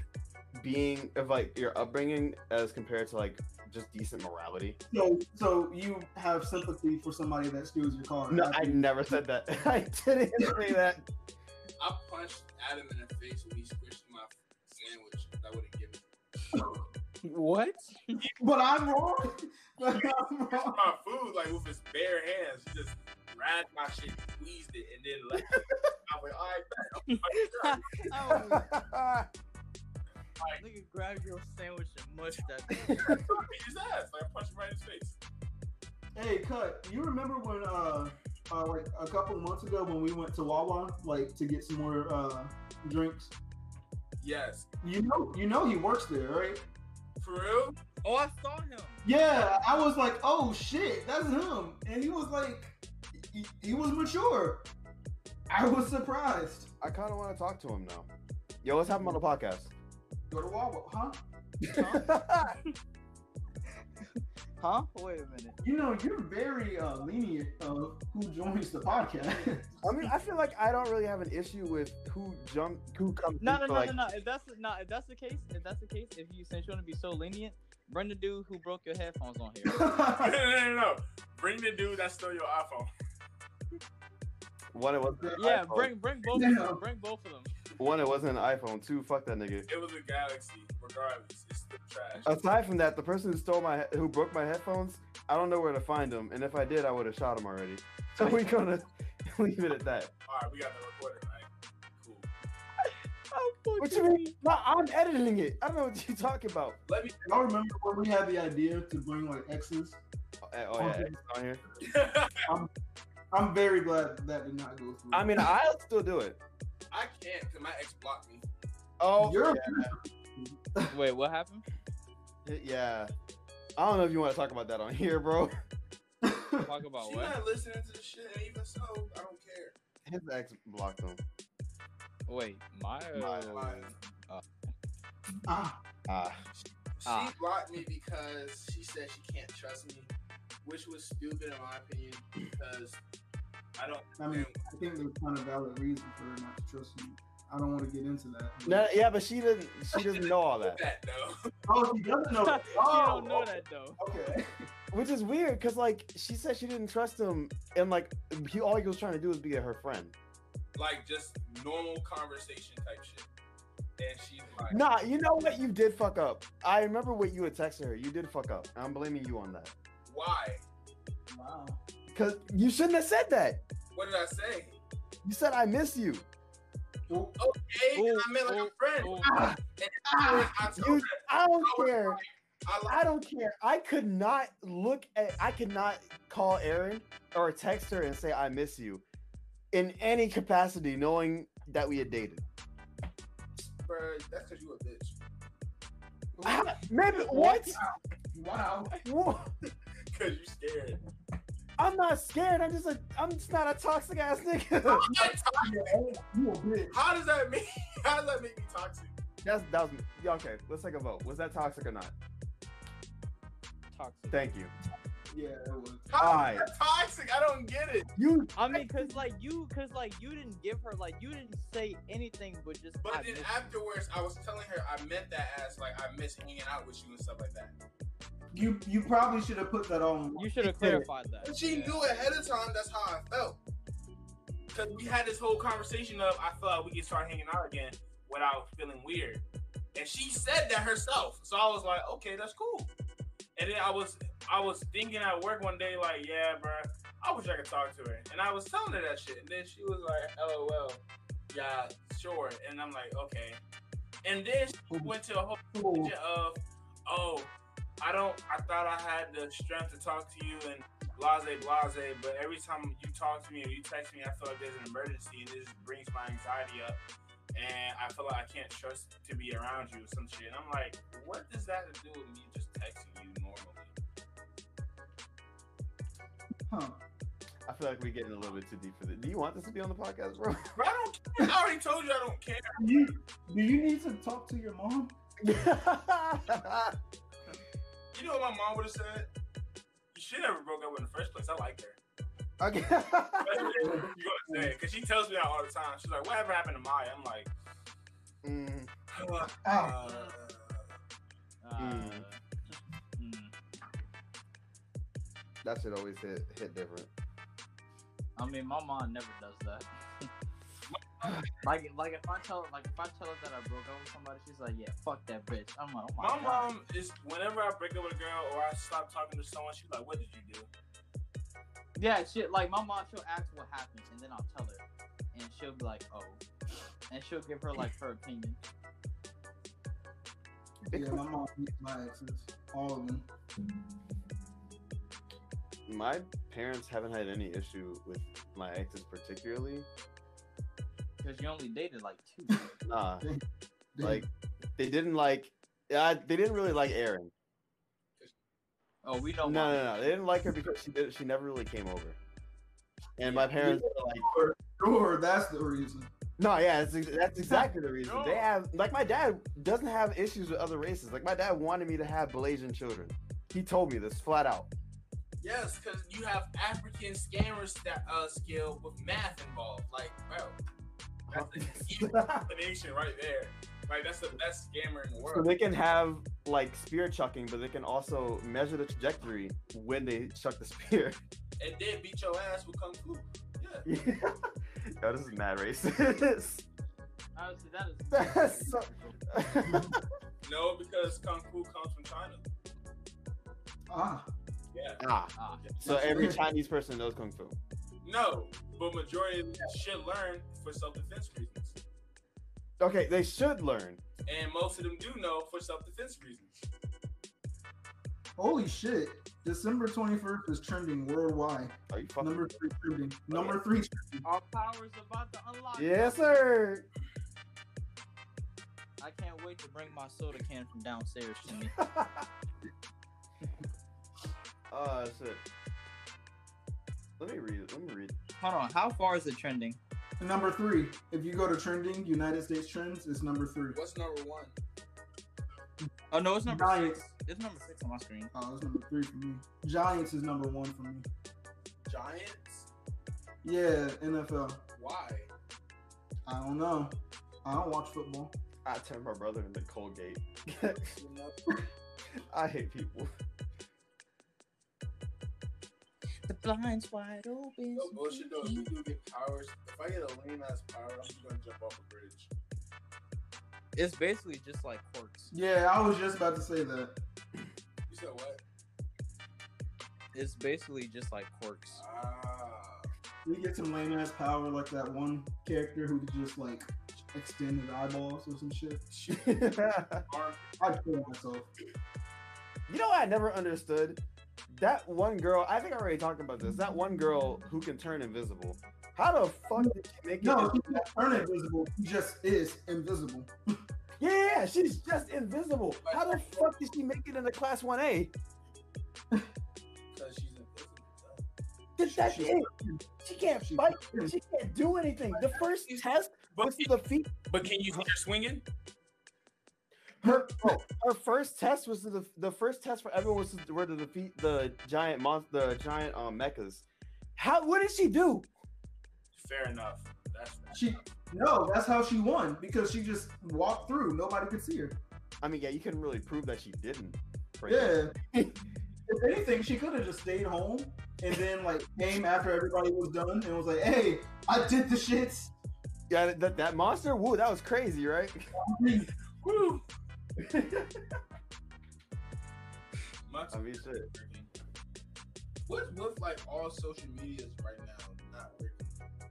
being of like your upbringing as compared to like just decent morality.
So, so you have sympathy for somebody that steals your car.
No, I never said that. I didn't say that.
I punched Adam in the face when he squished my sandwich. I would have given.
What?
but I'm wrong. but I'm
Squished
wrong.
my food like with his bare hands. He just grabbed my shit, squeezed it, and then left. it. I was like, all right,
Nigga grabbed your sandwich and mushed that.
I beat his ass. Like, I punched him right in his face.
Hey, cut. You remember when, uh, uh, like a couple months ago, when we went to Wawa, like to get some more uh drinks?
Yes.
You know, you know, he works there, right?
For real?
Oh, I saw him.
Yeah, I was like, oh shit, that's him, and he was like, he, he was mature. I was surprised.
I kind of want to talk to him now. Yo, let's have him on the podcast.
Go to Wawa, huh?
Huh? Wait a minute.
You know, you're very uh, lenient of who joins the podcast.
I mean, I feel like I don't really have an issue with who jump who comes.
No,
in
no,
for,
no,
like,
no, no. If that's no, if that's the case, if that's the case, if you since you want to be so lenient, bring the dude who broke your headphones on here.
no, no, no, no. Bring the dude that stole your iPhone.
One, it wasn't. an
Yeah,
iPhone.
bring bring both of them. Bring both of them.
One, it wasn't an iPhone. Two, fuck that nigga.
It was a Galaxy. Regardless, it's still trash.
Aside from that, the person who stole my who broke my headphones, I don't know where to find him, and if I did, I would have shot him already. So we're gonna leave it at that.
All right, we got the recorder, right? Cool.
What you mean? No, I'm editing it. I don't know what you're talking about.
Let me.
Y'all remember when we had the idea to bring like exes?
Oh, eh, oh, yeah, it's on here.
I'm very glad that did not go through.
I mean, I'll still do it.
I can't, cause my ex blocked me.
Oh,
you're
yeah.
Wait, what happened?
Yeah. I don't know if you want to talk about that on here, bro.
Talk about what?
She not listening to the shit, and even so, I don't care.
His ex blocked him.
Wait, my.
My
uh,
life.
Ah,
Ah.
She
Ah.
blocked me because she said she can't trust me, which was stupid in my opinion because I don't.
I mean, I think there's kind of valid reason for her not to trust me. I don't want to get into that.
No, yeah, but she doesn't. She doesn't know all that,
that though.
Oh, she doesn't know.
you
that. Oh,
don't know that though.
Okay.
which is weird, cause like she said she didn't trust him, and like he all he was trying to do was be her friend.
Like just normal conversation type shit, and she's like,
Nah, you know what? You did fuck up. I remember what you had texted her. You did fuck up. I'm blaming you on that,
"Why?
Wow.
cause you shouldn't have said that.
What did I say?
You said I miss you.
Well,
Hey,
Ooh,
I meant like
ooh,
a friend.
ooh.
I, I told
You,
her
I don't
I was
care.
right. I like
I don't care. I could not look at. I could not call Erin or text her and say I miss you, in any capacity, knowing that we had dated.
bro. That's because you a bitch.
Ah, Maybe what?
Wow.
Wha-
Because you scared.
I'm not scared. I'm just a. I'm just not a toxic ass nigga.
You a bitch.
How does that mean? How does that make me toxic?
That's that was yeah, okay. Let's take a vote. Was that toxic or not?
Toxic.
Thank you.
Yeah, that was.
How
Alright.
is that toxic? I don't get it.
You.
I mean, cause like you, cause like you didn't give her, like you didn't say anything, but just. I
But then
miss-
afterwards, I was telling her I meant that as like I miss hanging out with you and stuff like that.
You you probably should have put that on.
you should have clarified that.
But she
Yeah.
knew ahead of time that's how I felt. Because we had this whole conversation of I thought we could start hanging out again without feeling weird. And she said that herself. So I was like, okay, that's cool. And then I was I was thinking at work one day, like, yeah, bro, I wish I could talk to her. And I was telling her that shit. And then she was like, LOL, yeah, sure. And I'm like, okay. And then she went to a whole
Oh,
picture of, oh, I don't, I thought I had the strength to talk to you and blase blase, but every time you talk to me or you text me, I feel like there's an emergency and this brings my anxiety up. And I feel like I can't trust to be around you or some shit. And I'm like, what does that have to do with me just texting you normally?
huh.
I feel like we're getting a little bit too deep for this. Do you want this to be on the podcast, bro?
Bro, I don't care. I already told you I don't care.
You do you need to talk to your mom?
You know what my mom would have said? You should never broke up in the first place. I like her.
okay.
That's what you gonna say. Cause she tells me that all the time. She's like, whatever happened to Maya? I'm like,
Mm,
Oh.
uh,
Uh,
Mm.
mm.
that should always hit hit different.
I mean, my mom never does that. like, like if I tell, like if I tell her that I broke up with somebody, she's like, "Yeah, fuck that bitch." I'm like, "Oh my,
My
god."
mom is whenever I break up with a girl or I stop talking to someone, she's like, "What did you do?"
Yeah, shit. Like my mom, she'll ask what happened, and then I'll tell her, and she'll be like, "Oh," and she'll give her like her opinion.
Yeah, my mom hates my exes, all of them.
My parents haven't had any issue with my exes particularly.
Cause you only dated like two.
Nah,
They-
like they didn't like. Uh, they didn't really like Aaron.
Oh, we know.
No,
why.
no, no. They didn't like her because she did, she never really came over. And my parents were like,
sure, that's the reason.
no, yeah, that's, ex- that's exactly the reason. They
No.
have like my dad doesn't have issues with other races. Like my dad wanted me to have Malaysian children. He told me this flat out.
Yes, because you have African scammers that uh, skill with math involved. Like, bro, that's an evil
so
combination right there. Like, that's the best scammer in the world.
they can have like spear chucking, but they can also measure the trajectory when they chuck the spear.
And then beat your ass with kung fu. Yeah.
Yo, this is mad racist.
Honestly, that is.
That's so-
No, because kung fu comes from China.
Ah,
Yeah.
ah,
Ah,
so every Chinese person knows kung fu.
No, but majority of that shit learned for self defense reasons,
Okay, they should learn.
and most of them do know for self defense reasons.
holy shit! December twenty first is trending worldwide.
Are you fucking?
Number three trending. Number three.
our power is about to unlock.
Yes, sir.
I can't wait to bring my soda can from downstairs to me.
Oh, Uh, so let me read it. Let me read.
Hold on, how far is it trending?
Number three. If you go to trending, United States trends is number three.
What's number one?
Oh no, it's number
Giants.
six. It's number six on my screen.
Oh, it's number three for me. Giants is number one for me.
Giants?
Yeah, NFL.
Why?
I don't know. I don't watch football.
I turned my brother into Colgate.
You know?
I hate people.
The blind's wide open.
No bullshit though. If we do get powers, if I get a lame ass power, I'm just gonna jump off a bridge.
It's basically just like quirks.
Yeah, I was just about to say that.
You said what?
It's basically just like quirks.
Ah.
We get some lame ass power like that one character who could just like extend his eyeballs or some shit.
you know
I'd kill myself.
what I never understood? That one girl, I think I already talked about this. That one girl who can turn invisible. How the fuck did she make it?
No, he's not turn invisible. He just is invisible.
Yeah, yeah, she's just invisible. How the fuck did she make it into class 1A?
Because she's invisible. though.
Th- That's
She's-
it. She can't
she's-
fight. She can't do anything. The first test
But
was the feet.
but can you see her swinging?
Her,
Oh,
Her first test was the the first test for everyone was to, were to defeat the giant monster, the giant um, mechas.
how? What did she do?
Fair enough. That's
She no, that's how she won because she just walked through. Nobody could see her.
I mean, yeah, you couldn't really prove that she didn't. break it.
Yeah. if anything, she could have just stayed home and then like came after everybody was done and was like, "Hey, I did the shits."
Yeah, that, that monster, woo, that was crazy, right?
Woo!
Oh,
Much
I mean, shit.
What's with like all social medias right now not working?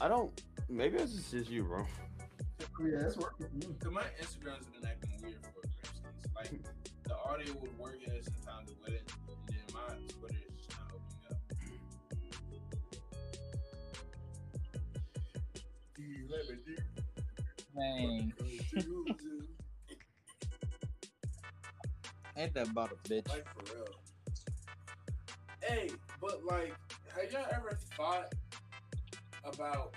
I don't. Maybe it's just, just you, bro.
Yeah, that's working for me.
Cause my Instagram's been acting weird for Grimsey's. Like the audio would work and then sometimes it wouldn't, and then my Twitter is just not opening up. Do you let me do?
Dang,
what you gonna do?
ain't that about a bitch?
Like for real. Hey, but like, have y'all ever thought about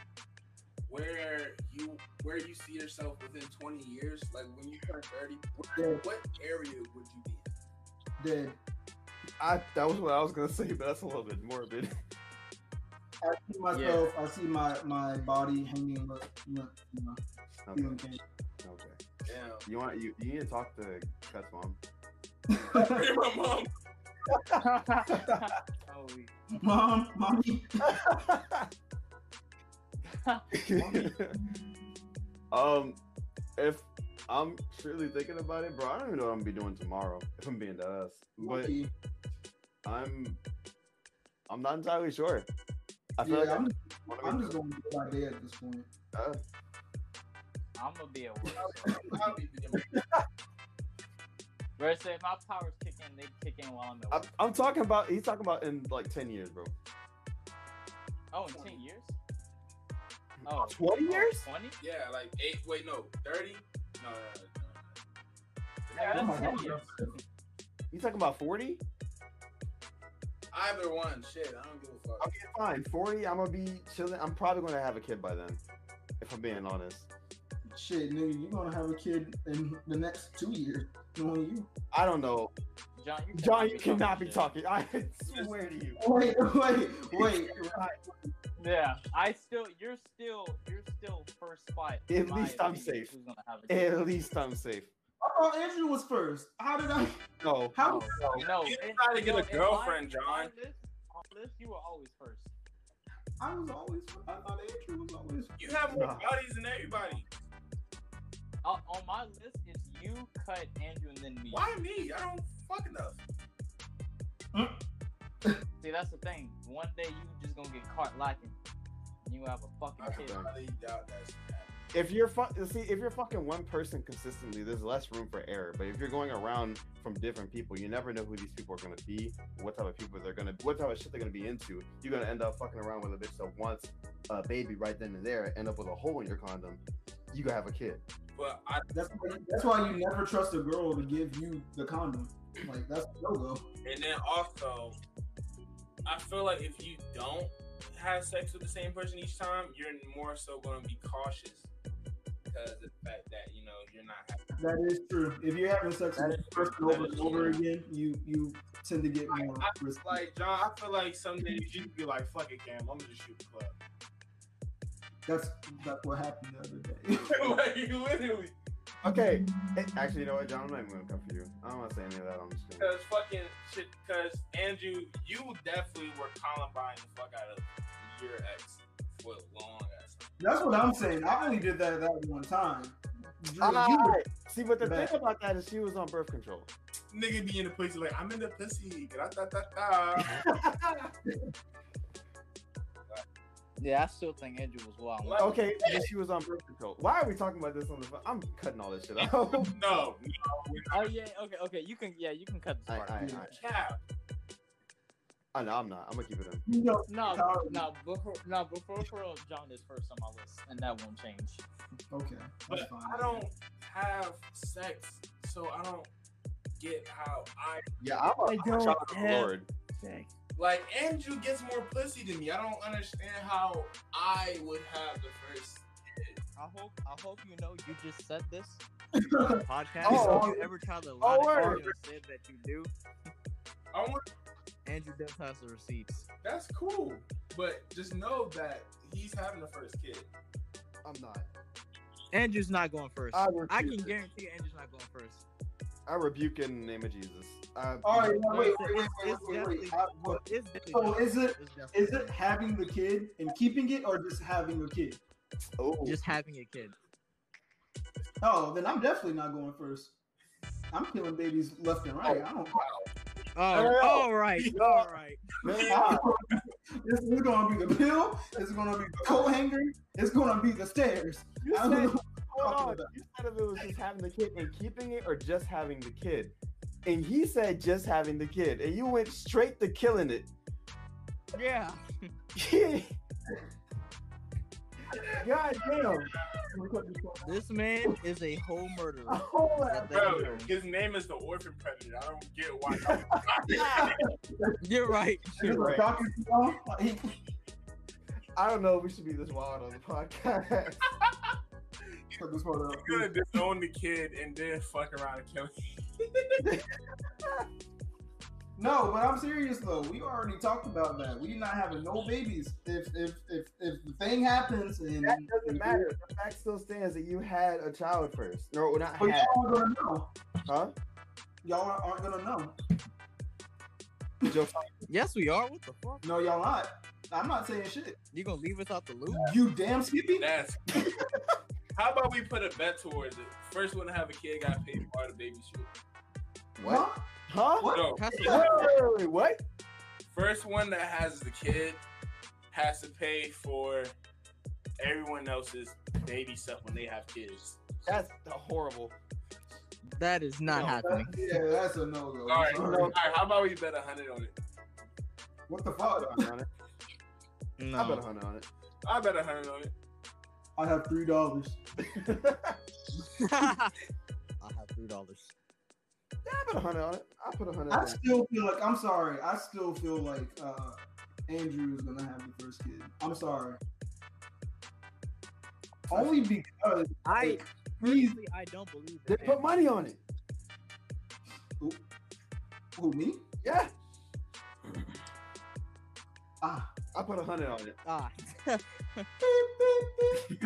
where you where you see yourself within 20 years? Like when you turn 30, where, what area would you be? in?
Dead.
I that was what I was gonna say, but that's a little bit morbid.
I see myself. I see my my body hanging. Look, look, you know,
Okay.
feeling pain.
okay.
Damn.
You want you you need to talk to Cut's mom.
my mom.
Oh, we-
Mom, mommy.
um, if I'm truly thinking about it, bro, I don't even know what I'm gonna be doing tomorrow. If I'm being deadass, but
Lucky.
I'm I'm not entirely sure. I feel
yeah,
like I
I'm,
wanna
I'm
be-
just going to day by day at this point.
uh,
I'm gonna be at work.
I'll be the
Where say if my powers kick in, they kick in while I'm at
I'm,
work.
I'm talking about. He's talking about in like ten years, bro.
Oh, in ten years? Oh,
20 years?
Twenty?
Yeah, like eight. Wait, no, thirty. No, no, no, no.
Yeah, that's
Oh my
ten
God.
years.
You talking about forty?
Either one. Shit, I don't give a fuck.
Okay, fine. Forty. I'm gonna be chilling. I'm probably gonna have a kid by then, if I'm being honest.
Shit, nigga, you're going to have a kid in the next two years. Knowing you.
I don't know.
John, you
John,
cannot
you cannot be
shit.
talking. I swear to you.
Wait, wait, wait.
Yeah, I still, you're still, you're still first spot. in
At
my
least I'm
opinion,
safe.
Who's gonna have a kid.
At least I'm safe.
I thought Andrew was first. How did I?
No.
How?
No,
You
in-
gotta get a
no, in
girlfriend,
my-
John.
On this, on this, you were always first.
I was always. I thought Andrew was always.
You have more bodies than everybody.
Uh, on my list, it's you, Cut, Andrew, and then me.
Why me? I don't fuck enough.
See, that's the thing. One day you just gonna get caught lacking. And you have a
I
fucking
can
kid.
highly doubt that's happening.
If you're fu- see, if you're fucking one person consistently, there's less room for error. But if you're going around from different people, you never know who these people are gonna be, what type of people they're gonna, what type of shit they're gonna be into. You're gonna end up fucking around with a bitch that wants a baby right then and there, end up with a hole in your condom. You gonna have a kid.
But I
That's why, that's why you never trust a girl to give you the condom. Like that's no go.
and then also, I feel like if you don't have sex with the same person each time, you're more so going to be cautious because of the fact that you know you're not having
That is true. If you're having sex
That
with
is
the person over
That
and
is
over again, you you tend to get
Like,
more
I
risky.
like John. I feel like some days you be like, "Fuck it, Cam. I'm gonna just shoot the club."
That's that's what happened the other day.
like literally,
Okay. Eh, Actually, you know what, John? I'm not even gonna come for you. I don't want to say any of that. I'm just gonna.
Uh,
because fucking shit. Because Andrew, you definitely were Columbine the fuck out of your ex for a long ass. time.
that's what I'm saying. I only did that that one time. Drew, you
Ah,
were-
see, but the
Back.
thing about that is she was on birth control.
Nigga be in the pussy like I'm in the pussy. Da, da, da, da.
Yeah, I still think Andrew was wild.
Like,
Okay, but she was on birth control. Why are we talking about this on the phone? I'm cutting all this shit out.
No, no,
Oh yeah, okay, okay. You can, yeah, you can cut this
I, I,
part.
I,
cap.
I know I'm not. I'm gonna keep it in.
you know,
No,
Sorry.
no, before, no, before for real, John is first on my list, and that won't change.
okay, that's
But
fine.
I don't have sex, so I don't get how I
Yeah, I'm a,
I
I'm a
don't
child of the
have-
Lord.
Like Andrew gets more pussy than me. I don't understand how I would have the first.
I hope, I hope you know you just said this podcast.
Oh.
if you ever try to lie to
word.
Andrew and said that you do,
I want
Andrew does have the receipts.
that's cool, but just know that he's having the first kid.
I'm not.
Andrew's not going first.
I
I,
refuse
can
it.
guarantee Andrew's not going first.
I rebuke in the name of Jesus. I,
All right,
No,
now, wait,
it's-
wait, wait, wait,
it's
wait, wait.
definitely-
I- look,
It's definitely
So
not.
is it
It's
is
definitely
it
not.
having the kid and keeping it, or just having a kid?
oh,
just having a kid?
Oh, then I'm definitely not going first. I'm killing babies left and right. I don't.
Oh,
no.
all right,
No.
all right.
no, no, no.
I don't- this is gonna be the pill. This is gonna be the coat hanger. It's gonna be the stairs.
You
I don't
said,
know.
hold on. You said if it was just having the kid and keeping it, or just having the kid, and he said just having the kid, and you went straight to killing it.
Yeah.
God damn.
This man is a whole murderer.
Oh,
That they
Bro,
know.
his name is the orphan predator. I don't get why.
You're right.
This
You're
is
right.
Dr. Phil. Like,
I don't know. if We should be this wild on the podcast.
put this photo up.
He's gonna disown the kid and then fuck around and kill him.
No, but I'm serious though. We already talked about that. We not having no babies. If if if if the thing happens and
that doesn't matter. The fact still stands that you had a child first. No, well, not
Oh,
but
had,
y'all aren't gonna know.
huh?
Y'all aren't gonna know.
Just-
Yes, we are. What the fuck?
No, y'all not. I'm not saying shit.
You gonna leave us out the loop?
You damn Skippy.
That's. How about we put a bet towards it? First one to have a kid got paid for the baby shit.
What?
Huh?
Huh?
What?
No,
That's
Wait, wait, wait, wait, what?
first one that has the kid has to pay for everyone else's baby stuff when they have kids.
That's horrible.
that is not
No,
happening.
That- Oh, yeah, that's a no go.
All right, all right. How about we bet a hundred on it?
What the
I
fuck?
bet a hundred on it. I bet a
No.
hundred on it.
I bet a hundred on it.
I have three dollars.
I have three dollars.
Yeah, I bet a hundred on it. I put a hundred
I
on it.
still feel like I'm sorry. I still feel like uh, Andrew is gonna have the first kid. I'm sorry. Only because
I
like, he's
honestly, I don't believe
They
it.
put money on it.
who me?
Yeah,
Ah,
I put a hundred on it.
Ah.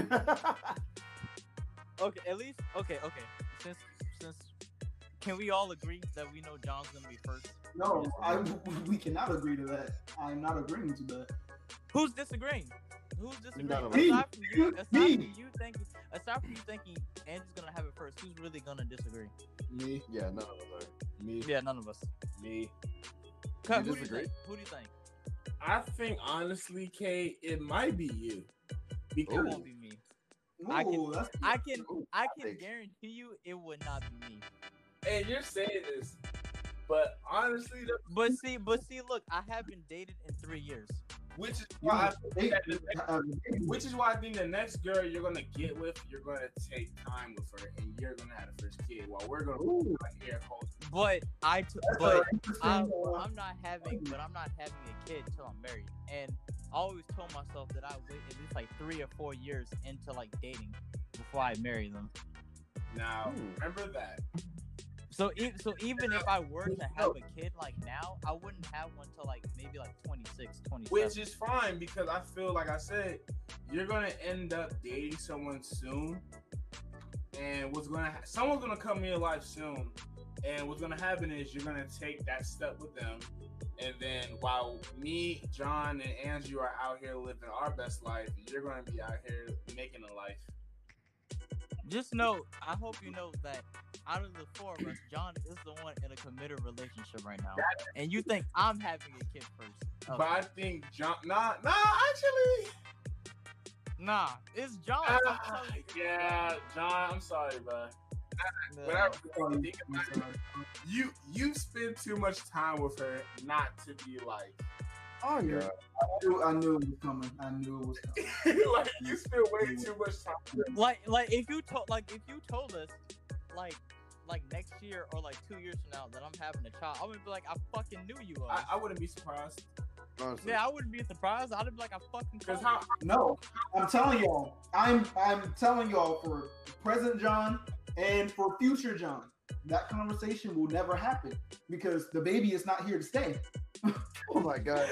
okay, at least okay, okay. Since since can we all agree that we know John's gonna be first?
no, I we cannot agree to that. I'm not agreeing to that.
Who's disagreeing? Who's disagreeing?
None of us.
aside from you,
Me.
aside
Me.
from you thinking, aside from you thinking, Andrew's gonna have it first. Who's really gonna disagree?
Me? Yeah, none of us
Me,
Yeah, none of us.
me.
Cut,
You
who do you
disagree?
think? Who do you think?
I think honestly, Kay, it might be you
It
because
won't be me.
Ooh,
I can-
that's
I can
are. Ooh,
I
think-
can guarantee you it would not be me.
and you're saying this, but honestly, the,
But see, but see, look, I haven't dated in three years.
Which is why I
Yeah,
think
they-
that the next-
uh,
which is why I think the next girl you're gonna get with, you're gonna take time with her, and you're gonna have the first kid, while we're gonna
Ooh.
like air hold.
But I, t-
that's
but
a interesting,
I'm,
uh,
I'm not having, but I'm not having a kid till I'm married. And I always told myself that I wait at least like three or four years into like dating before I marry them.
Now
Hmm.
remember that.
So, e- so even if I were to have a kid like now, I wouldn't have one till like maybe like 26, 27.
Which is fine because I feel like I said, you're gonna end up dating someone soon, and what's gonna ha- someone's gonna come in your life soon, and what's gonna happen is you're gonna take that step with them, and then while me, John, and Andrew are out here living our best life, you're gonna be out here making a life.
Just know, I hope you know that out of the four of us, John is the one in a committed relationship right now. And you think I'm having a kid first. Oh,
But I think John, nah, nah, actually,
Nah, it's John. I'm
ah,
telling you.
yeah, John, I'm sorry, bro.
Nah.
But I
sorry.
really think about it, you you spend too much time with her not to be like
oh yeah, I knew, I knew it was coming. I knew it was coming.
like you spend way too much time. With her.
like like if you told like if you told us like like next year or like two years from now that I'm having a child, I would be like, I fucking knew you. Was.
I, I wouldn't be surprised
Honestly.
yeah, I wouldn't be surprised. I'd be like, I fucking.
because
told
how
No, I'm telling y'all. I'm I'm telling y'all for present John and for future John. That conversation will never happen because the baby is not here to stay.
Oh my god.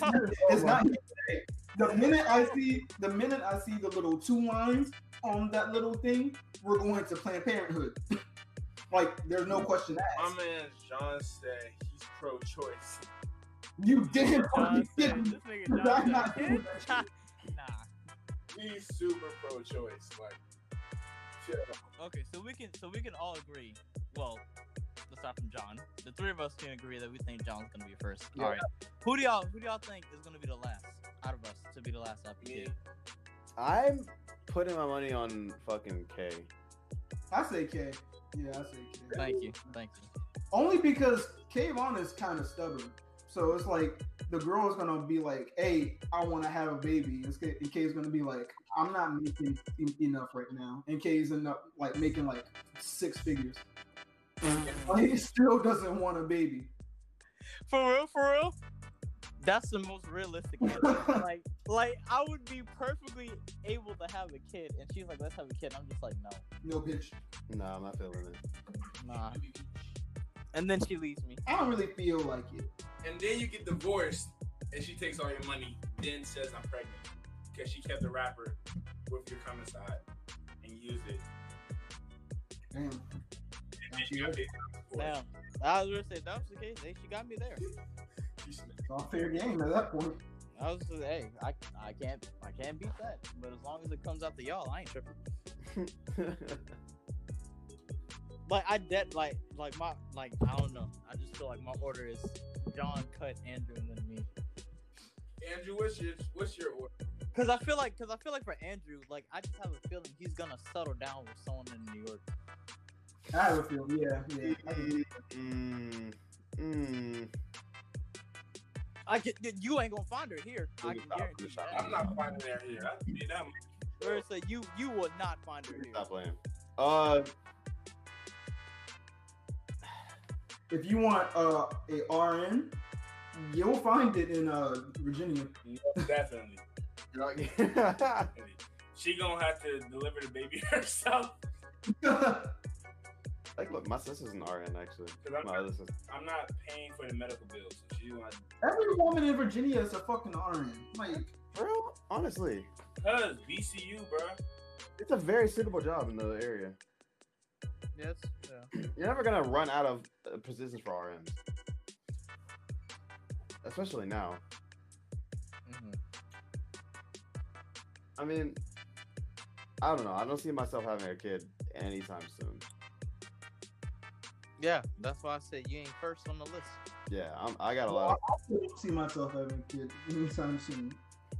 not.
Oh,
It's not here to stay. The minute I see the minute I see the little two lines on that little thing, we're going to Planned Parenthood. like there's no question
my
asked.
man John said he's pro-choice.
You didn't.
John
you
said,
didn't.
this nigga John
I'm not
said,
doing
nah,
that
He's super pro-choice. Like, chill.
Okay, so we can so we can all agree. Well, aside from John, the three of us can agree that we think John's gonna be first.
Yeah.
All right, who do y'all who do y'all think is gonna be the last out of us to be the last
Me.
applicant?
I'm putting my money on fucking K.
I say K. Yeah, I say K.
Thank you, thank you.
Only because Kayvon is kind of stubborn. So it's like the girl is gonna be like, "Hey, I want to have a baby," and Kay, and Kay's gonna be like, "I'm not making en- enough right now," and Kay's enough like making like six figures. Like, he still doesn't want a baby.
For real, for real. That's the most realistic. answer. like, like I would be perfectly able to have a kid, and she's like, "Let's have a kid." I'm just like, "No,
No bitch.
No, I'm not feeling it.
nah." And then she leaves me.
I don't really feel like it.
And then you get divorced, and she takes all your money, then says I'm pregnant because she kept the wrapper with your cum inside and used it.
Damn.
And she got paid for it.
Now, I was gonna say that was the case. Hey, she got me there.
She smacked.
It's all fair game at that point.
I was just, hey, I, I can't I can't beat that. But as long as it comes out to y'all, I ain't tripping. Like I dead like like my like I don't know. I just feel like my order is John, Cut, Andrew, and then me.
Andrew, what's your what's your order?
Cause I feel like cause I feel like for Andrew, like I just have a feeling he's gonna settle down with someone in New York.
I have a feel. Yeah, yeah. I can-
mm, mm.
I can, y- you ain't gonna find her here. I can guarantee you
I'm
that.
not finding her here. I mean, I'm
Whereas uh, you you will not find her here.
Stop playing. Uh,
If you want uh, a RN, you'll find it in uh, Virginia.
Definitely. She gonna have to deliver the baby herself.
like, look, my sister's an RN actually.
Cause I'm,
My
not,
other sister.
I'm not paying for the medical bills. So she's gonna.
Every woman in Virginia is a fucking RN. Like,
For real? Honestly,
Cause VCU, bro.
it's a very suitable job in the area.
Yes. Yeah.
You're never gonna run out of uh, positions for RNs, especially now.
Mm-hmm.
I mean, I don't know. I don't see myself having a kid anytime soon.
Yeah. That's why I said you ain't first on the list.
Yeah, I'm, I got a
I
lot.
don't see myself having a kid anytime soon.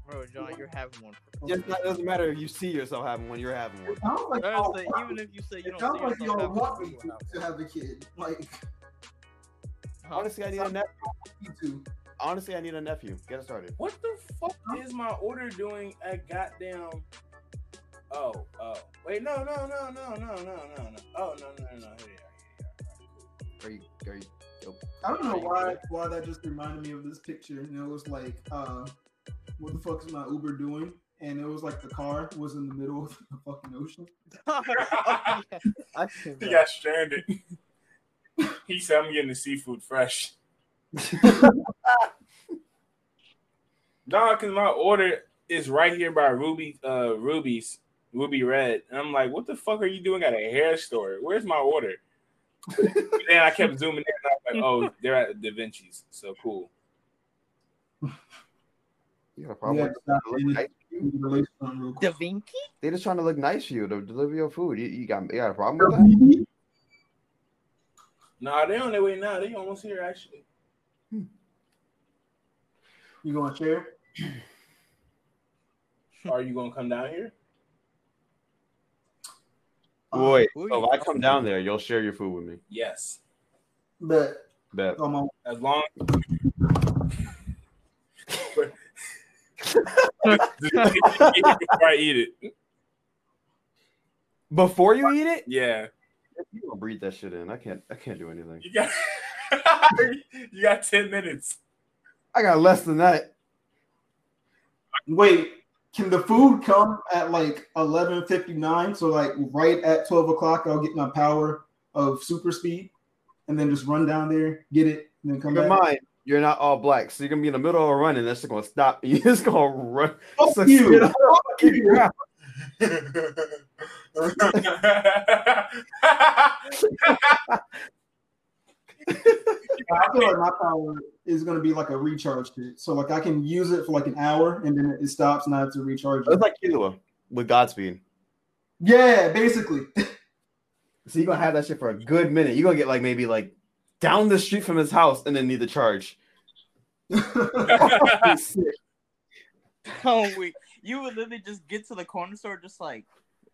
Bro, John, you're having one.
Of, it doesn't matter if you see yourself having one. You're having one.
It sounds like y'all
Honestly,
want-
even if you say you
it
don't
sounds
see
like
yourself
y'all
having
want
a
me
kid,
to, to have a kid. Like,
huh?
Honestly, I need a net.
you too.
honestly, I need a nephew. Get it started.
What the fuck is my order doing at goddamn? Oh, oh, wait, no, no, no, no, no, no, no, no. Oh, no, no, no, no. Here
Are you? Are you? oh,
I don't know
are you-
why why that just reminded me of this picture. And it was like, uh, what the fuck is my Uber doing? And it was like the car was in the middle of the fucking ocean.
yeah.
I seen
he
that.
got stranded. he said, "I'm getting the seafood fresh." nah, cause my order is right here by Ruby, uh, Ruby's Ruby Red, and I'm like, "What the fuck are you doing at a hair store? Where's my order?" then I kept zooming in, and I was like, "Oh, they're at Da Vinci's, so cool."
You got a
Yeah,
problem?
it's not-
Look nice.
you can release something real
Da
quick.
Vinci?
They just trying to look nice for you to deliver your food. You, you got you got a problem with that?
Airbnb?
Nah, they on their way now. They almost here actually.
You gonna share?
Are you gonna come down here?
Uh,
Wait,
Who are
so
you
if Oh, I come down there, you'll share your food with me.
Yes,
But oh,
Bet.
I'm on
as long. Before I eat it.
Before you eat it,
Yeah,
you gonna breathe that shit in. I can't. I can't do anything.
you got you got ten minutes.
I got less than that.
Wait, can the food come at like eleven fifty nine? So like right at twelve o'clock, I'll get my power of super speed, and then just run down there, get it, and then come
Keep in
back.
mind, you're not all black, so you're gonna be in the middle of running. That's just gonna stop. You're just gonna run.
Fuck
So-
you.
Fuck you.
I feel like my power is gonna be like a recharge kit. So like I can use it for like an hour, and then it stops, and I have to recharge it.
It's like Killua with Godspeed.
yeah, basically.
So you're gonna have that shit for a good minute. You're gonna get like maybe like down the street from his house and then need the charge.
Oh wait, you would literally just get to the corner store, just like,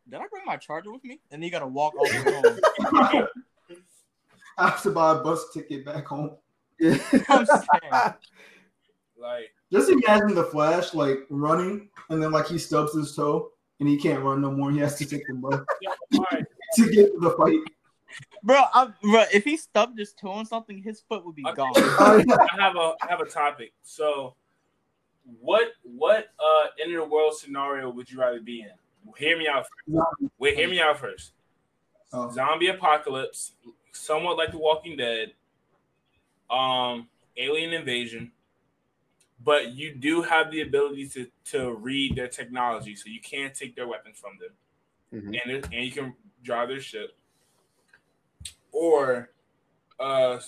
did I bring my charger with me? And then you gotta walk all the way home.
I have to buy a bus ticket back home.
I'm saying.
like
Just imagine the Flash like running, and then like he stubs his toe, and he can't run no more. He has to take the bus
alright,
to get to the fight.
bro, I'm, bro, if he stubbed his toe on something, his foot would be
Okay.
gone.
Uh,
I have a I have a topic. So, what what uh end of the world scenario would you rather be in? Hear me out. First. Wait, hear me out first.
Oh.
Zombie apocalypse, somewhat like The Walking Dead, um, alien invasion, but you do have the ability to to read their technology, so you can take their weapons from them,
Mhm.
and it- and you can drive their ship. Or, uh,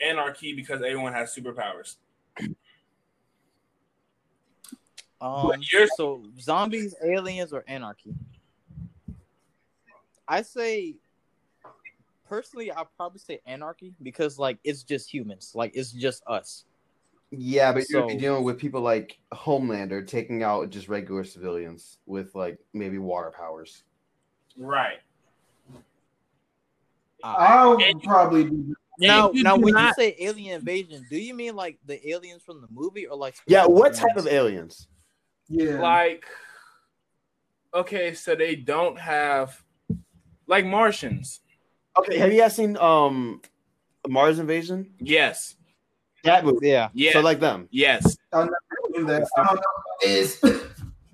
anarchy because everyone has superpowers.
Um,
you're-
so zombies, aliens, or anarchy? I say, personally, I'd probably say anarchy because like it's just humans, like it's just us.
Yeah, but you're gonna be
So-
dealing with people like Homelander taking out just regular civilians with like maybe water powers.
Right.
I'll probably do
Now,
And you
now,
do
when
not-
you say alien invasion, do you mean like the aliens from the movie or like?
Yeah, what type of aliens?
yeah.
like okay, so they don't have like Martians.
Okay, have you guys seen um Mars Invasion?
Yes.
That movie.
Yeah,
Yes.
So like them.
yes.
do that. I don't know what it is.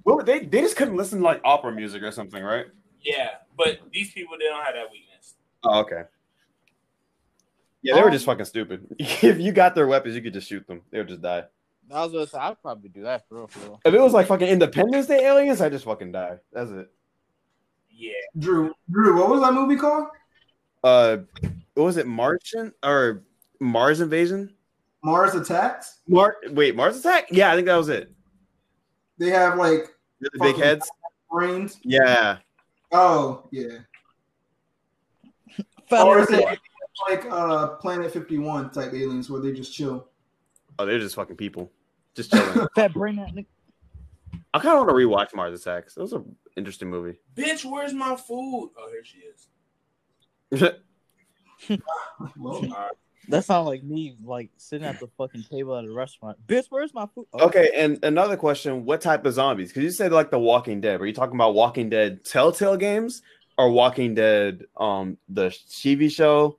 What would they they just couldn't listen to like opera music or something, right?
Yeah. But these people they don't have that weakness.
Oh, okay. Yeah, they were
Um,
just fucking stupid. if you got their weapons, you could just shoot them. They would just die.
I was gonna say I'd probably do that for real. For real.
If it was like fucking Independence Day aliens, I just fucking die. That's it.
Yeah.
Drew, Drew, what was that movie called?
Uh, what was it Martian or Mars Invasion?
Mars Attacks.
Mar- wait, Mars Attack? Yeah, I think that was it.
They have like
The big
Fucking-
heads.
brains.
Yeah.
Oh yeah. Or is it like uh, Planet Fifty One type aliens where they just chill?
Oh, they're just fucking people, just chilling.
Fat brain out nigga.
I kind of want to rewatch Mars Attacks. It was an interesting movie.
Bitch, where's my food? Oh, here she is.
Well,
Oh. All right.
That sounds like me, like sitting at the fucking table at a restaurant. Bitch, where's my food? Oh,
Okay, and another question: What type of zombies? Because you said like the Walking Dead. Were you talking about Walking Dead Telltale games or Walking Dead, um, the TV show?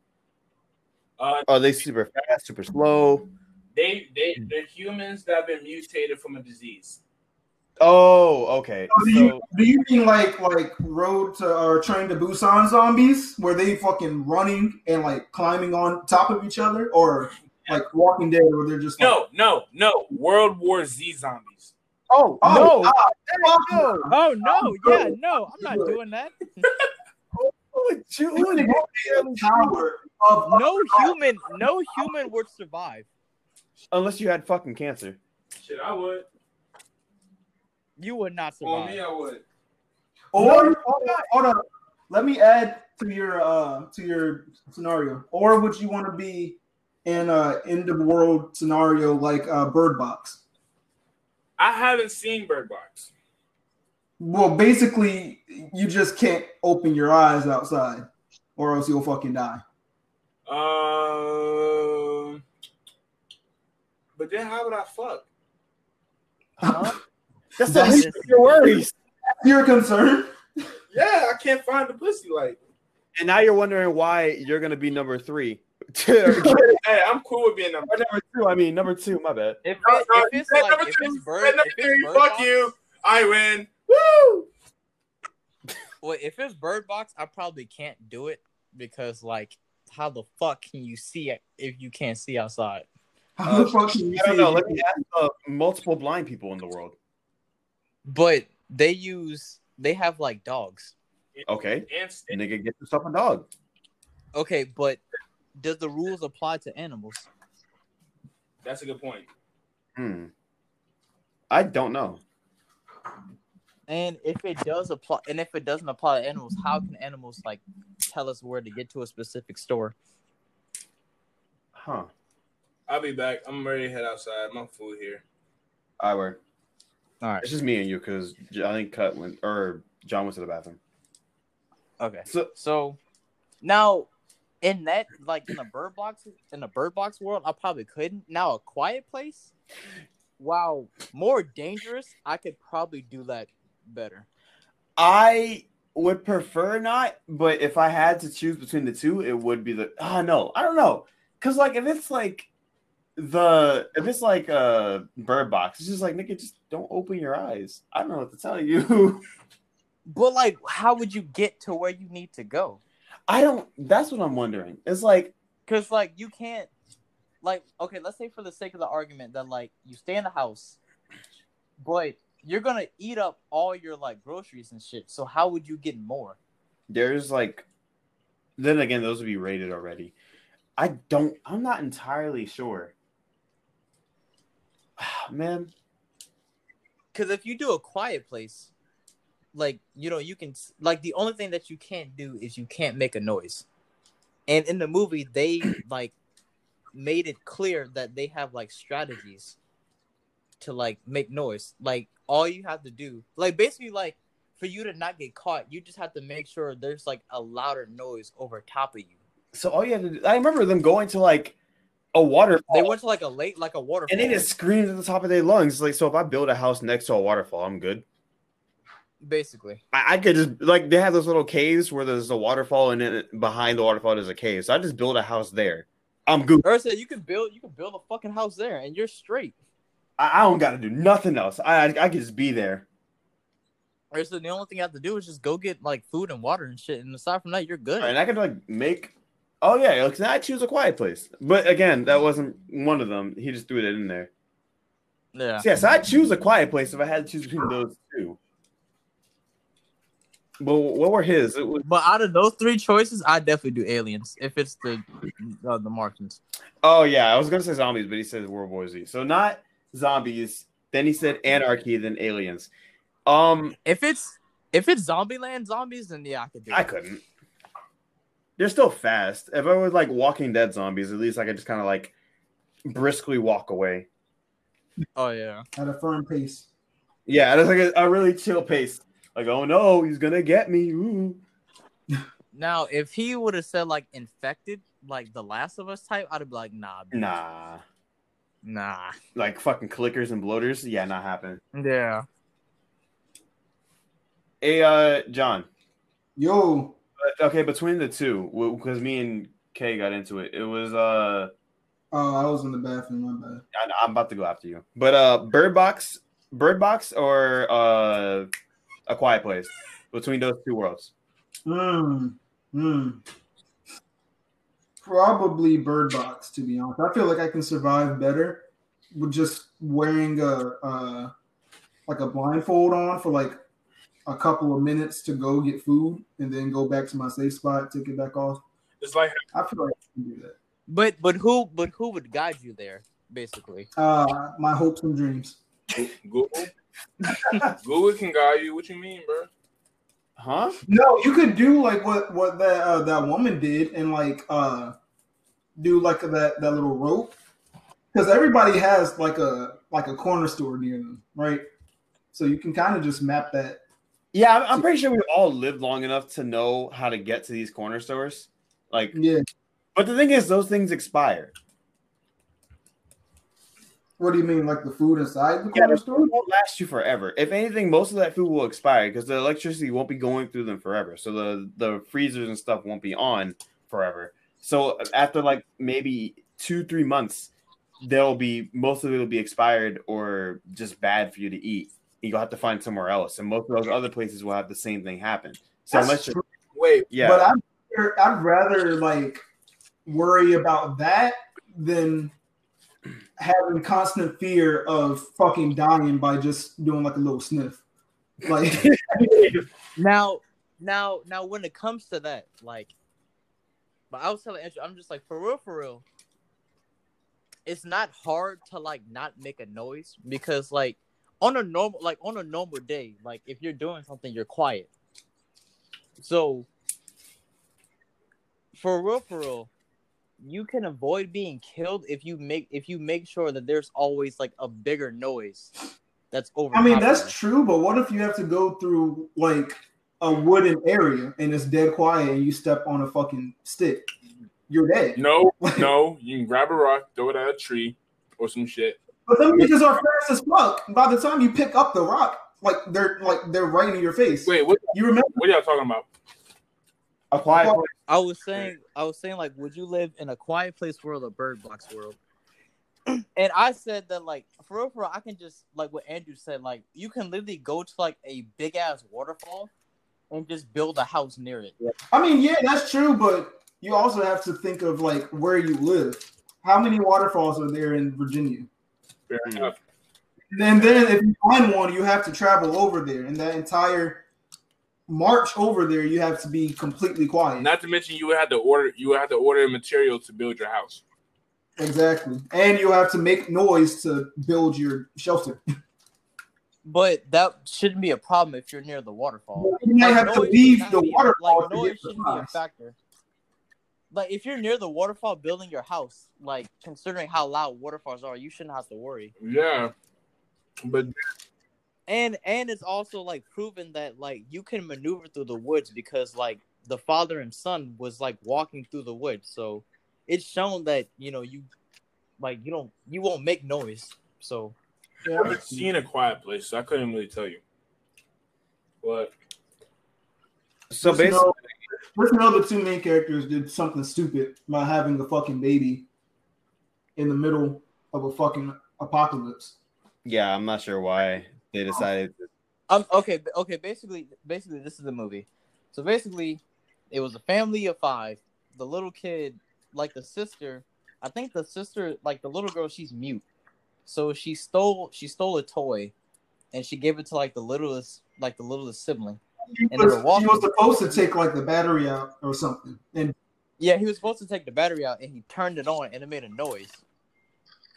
Uh,
Are they super fast, super slow?
they they they're humans that have been mutated from a disease.
Oh, okay.
Oh,
So,
Do you mean like like Road to or Train to Busan zombies, where they fucking running and like climbing on top of each other, or like Walking Dead, where they're just like,
No, no, no. World War Z zombies.
oh,
Oh,
no,
fuck
no.
oh no,
good.
yeah, no, I'm not
good.
doing that.
Who would you? Who
you
would
can
you?
have the power of
No human, no human would survive.
unless you had fucking cancer.
Shit, I would.
You would not
On me,
survive.
I would.
Or hold on, hold on. Let me add to your uh to your scenario. Or would you want to be in a end of world scenario like uh, Bird Box?
I haven't seen Bird Box.
Well, basically, you just can't open your eyes outside, or else you'll fucking die.
Um, but then how would I fuck?
Huh?
That's the
That
least
is-
of your worries.
Your concern?
Yeah, I can't find the pussy. Like,
And now you're wondering why you're gonna be number three. or
hey, I'm cool with being number.
number two. I mean, number two. My bad.
If,
No,
it,
no,
if
you
it's
said
like,
number
if
two,
it's
you said
bird,
number
if
three,
it's bird
fuck
box,
you. I win.
Woo!
Well, if it's bird box, I probably can't do it because like, how the fuck can you see it if you can't see outside?
How the fuck can you
Uh, I don't
say-
know. Let me ask uh, multiple blind people in the world.
But they use, they have like dogs.
Okay,
And
nigga, get yourself a dog.
Okay, but does the rules apply to animals?
that's a good point.
Hmm. I don't know.
And if it does apply, and if it doesn't apply to animals, how can animals like tell us where to get to a specific store?
Huh.
I'll be back. I'm ready to head outside. My food here.
I were.
All right.
It's just me and you because I think Cut went or John went to the bathroom.
Okay.
So
So now, in that like in the bird box in the bird box world, I probably couldn't. Now a quiet place, wow, more dangerous. I could probably do that better.
I would prefer not, but if I had to choose between the two, it would be the. Ah, no, I don't know. Cause like if it's like the if it's like uh bird box, it's just like nigga, just don't open your eyes. I don't know what to tell you.
But like, how would you get to where you need to go?
I don't. That's what I'm wondering. It's like
Because like you can't, like okay, let's say for the sake of the argument that like you stay in the house, but you're gonna eat up all your like groceries and shit. So how would you get more?
there's like then again those would be rated already i don't i'm not entirely sure man
Because if you do a quiet place, like you know, you can like the only thing that you can't do is you can't make a noise. And in the movie, they like made it clear that they have like strategies to like make noise. Like all you have to do, like basically, like for you to not get caught, you just have to make sure there's like a louder noise over top of you.
so all you had to do i remember them going to like a waterfall
They went to like a lake, like a waterfall.
Oh. and they just screamed at the top of their lungs like so if i build a house next to a waterfall i'm good
basically.
I, I could just like they have those little caves where there's a waterfall and then behind the waterfall there's a cave so i just build a house there i'm good
Ursa, you can build, you can build a fucking house there, and you're straight.
i, I don't gotta do nothing else i i, I could just be there
Or so the only thing you have to do is just go get like food and water and shit, and aside from that, you're good.
and I could like make. Oh yeah, like now I choose a quiet place. But again, that wasn't one of them. He just threw that in there.
yeah.
So, yeah, so I choose a quiet place if I had to choose between those two. But what were his? It was,
But out of those three choices, I definitely do aliens if it's the uh, the Martians.
oh yeah, I was gonna say zombies, but he said World War Z. So not zombies. Then he said anarchy. Then aliens. Um,
If it's if it's Zombieland zombies, then yeah, I could do
I
it.
couldn't. They're still fast. If I was like Walking Dead zombies, at least I could just kind of like briskly walk away.
Oh yeah,
At a firm pace.
Yeah, that's like a, a really chill pace. Like, oh no, he's gonna get me. Ooh.
Now, if he would have said like infected, like The Last of Us type, I'd be like, nah, bitch.
Nah.
nah,
Like fucking clickers and bloaters? Yeah, not happening.
yeah.
Hey, uh, John.
Yo,
Uh, Okay, between the two, because me and Kay got into it, it was, uh,
oh, I was in the bathroom. My bad.
I, I'm about to go after you. But, uh, Bird Box, Bird Box or, uh, A Quiet Place? Between those two worlds.
Mm, mm. Probably Bird Box, to be honest. I feel like I can survive better with just wearing a uh, like a blindfold on for like a couple of minutes to go get food and then go back to my safe spot, take it back off.
It's like
I feel like I can do that.
But but who but who would guide you there basically?
Uh, my hopes and dreams.
Google. Google can guide you. What you mean, bro?
Huh?
No, you could do like what what that uh, that woman did and like uh do like that that little rope because everybody has like a like a corner store near them, right? So you can kind of just map that.
Yeah, I'm, I'm pretty sure we all lived long enough to know how to get to these corner stores. Like,
Yeah.
but the thing is, those things expire.
What do you mean, like the food inside the
Yeah,
corner
the
store?
food won't last you forever. If anything, most of that food will expire because the electricity won't be going through them forever. So the the freezers and stuff won't be on forever. So uh, after like maybe two three months, there'll be most of it will be expired or just bad for you to eat. You'll have to find somewhere else, and most of those other places will have the same thing happen. So
That's
unless you're,
true,
Wait,
yeah,
But I'd rather, I'd rather like worry about that than having constant fear of fucking dying by just doing like a little sniff. Like
Now now now when it comes to that, like, but I was telling Andrew, I'm just like for real for real. It's not hard to like not make a noise because like on a normal like on a normal day, like if you're doing something, you're quiet. So for real for real, you can avoid being killed if you make if you make sure that there's always like a bigger noise that's over.
I mean, that's true, but what if you have to go through like a wooden area and it's dead quiet and you step on a fucking stick? You're dead.
no, no. You can grab a rock, throw it at a tree or some shit.
But them niggas are fast as fuck. By the time you pick up the rock, like they're like they're right in your face.
Wait, what?
You remember?
What are y'all talking about?
a quiet
Well,
I was saying, I was saying, like, would you live in a quiet place world or bird box world? and I said that, like, for real, for real, I can just like what Andrew said, like, you can literally go to like a big ass waterfall and just build a house near it.
I mean, yeah, that's true, but you also have to think of like where you live. How many waterfalls are there in Virginia?
Fair
Mm.
enough.
And then if you find one, you have to travel over there, and that entire march over there, you have to be completely quiet.
Not to mention you would have to order. You would have to order material to build your house.
Exactly. And you have to make noise to build your shelter.
But that shouldn't be a problem if you're near the waterfall.
You might
Like,
have to
noise
leave
should not
the
be-
waterfall
Like,
to
noise
get
shouldn't be a
supplies.
factor. Like, if you're near the waterfall building your house, like, considering how loud waterfalls are, you shouldn't have to worry.
Yeah, but
and and it's also like proven that like you can maneuver through the woods because like the father and son was like walking through the woods so it's shown that you know you like you don't you won't make noise so
I haven't seen a quiet place, so I couldn't really tell you. But
So
Just
basically,
know- just know the two main characters did something stupid by having a fucking baby in the middle of a fucking apocalypse.
yeah, I'm not sure why
Oh,
they decided.
um okay b- okay basically basically this is the movie so basically it was a family of five the little kid like the sister i think the sister like the little girl she's mute so she stole she stole a toy and she gave it to like the littlest like the littlest sibling
He
And they
was,
were walking.
he was supposed to take like the battery out or something. And
Yeah, he was supposed to take the battery out and he turned it on and it made a noise.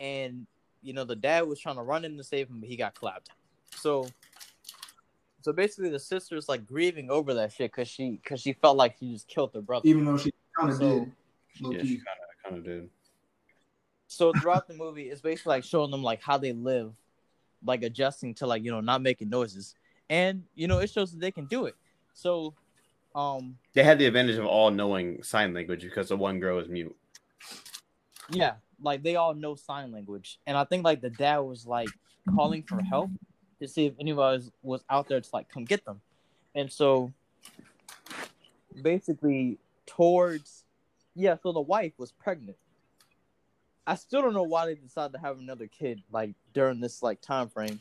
And you know, the dad was trying to run in to save him, but he got clapped. So so basically the sister's like grieving over that shit cuz she cuz she felt like she just killed her brother.
even though she kind of
So-
did. low
Yeah,
key.
she kind of kind of did.
So throughout the movie it's basically like showing them like how they live, like adjusting to like, you know, not making noises. And you know, it shows that they can do it. So um
They had the advantage of all knowing sign language because the one girl is mute.
Yeah, like they all know sign language, and I think like the dad was like calling for help to see if anybody was, was out there to like come get them, and so basically towards yeah, so the wife was pregnant. I still don't know why they decided to have another kid like during this like time frame.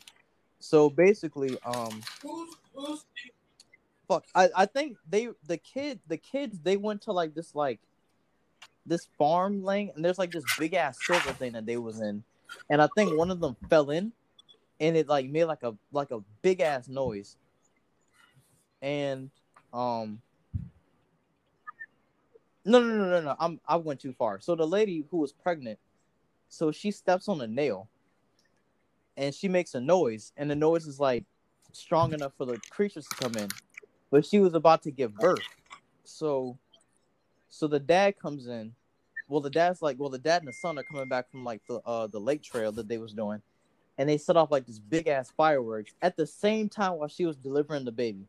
So basically, um,
Who's who's
fuck I, I think they the kid the kids they went to like this like this farm lane and there's like this big ass silver thing that they was in and i think one of them fell in and it like made like a like a big ass noise and um no no no no no i'm i went too far so the lady who was pregnant so she steps on a nail and she makes a noise and the noise is like strong enough for the creatures to come in but she was about to give birth. So, so the dad comes in. Well, the dad's like, well, the dad and the son are coming back from like the uh the lake trail that they was doing, and they set off like this big ass fireworks at the same time while she was delivering the baby.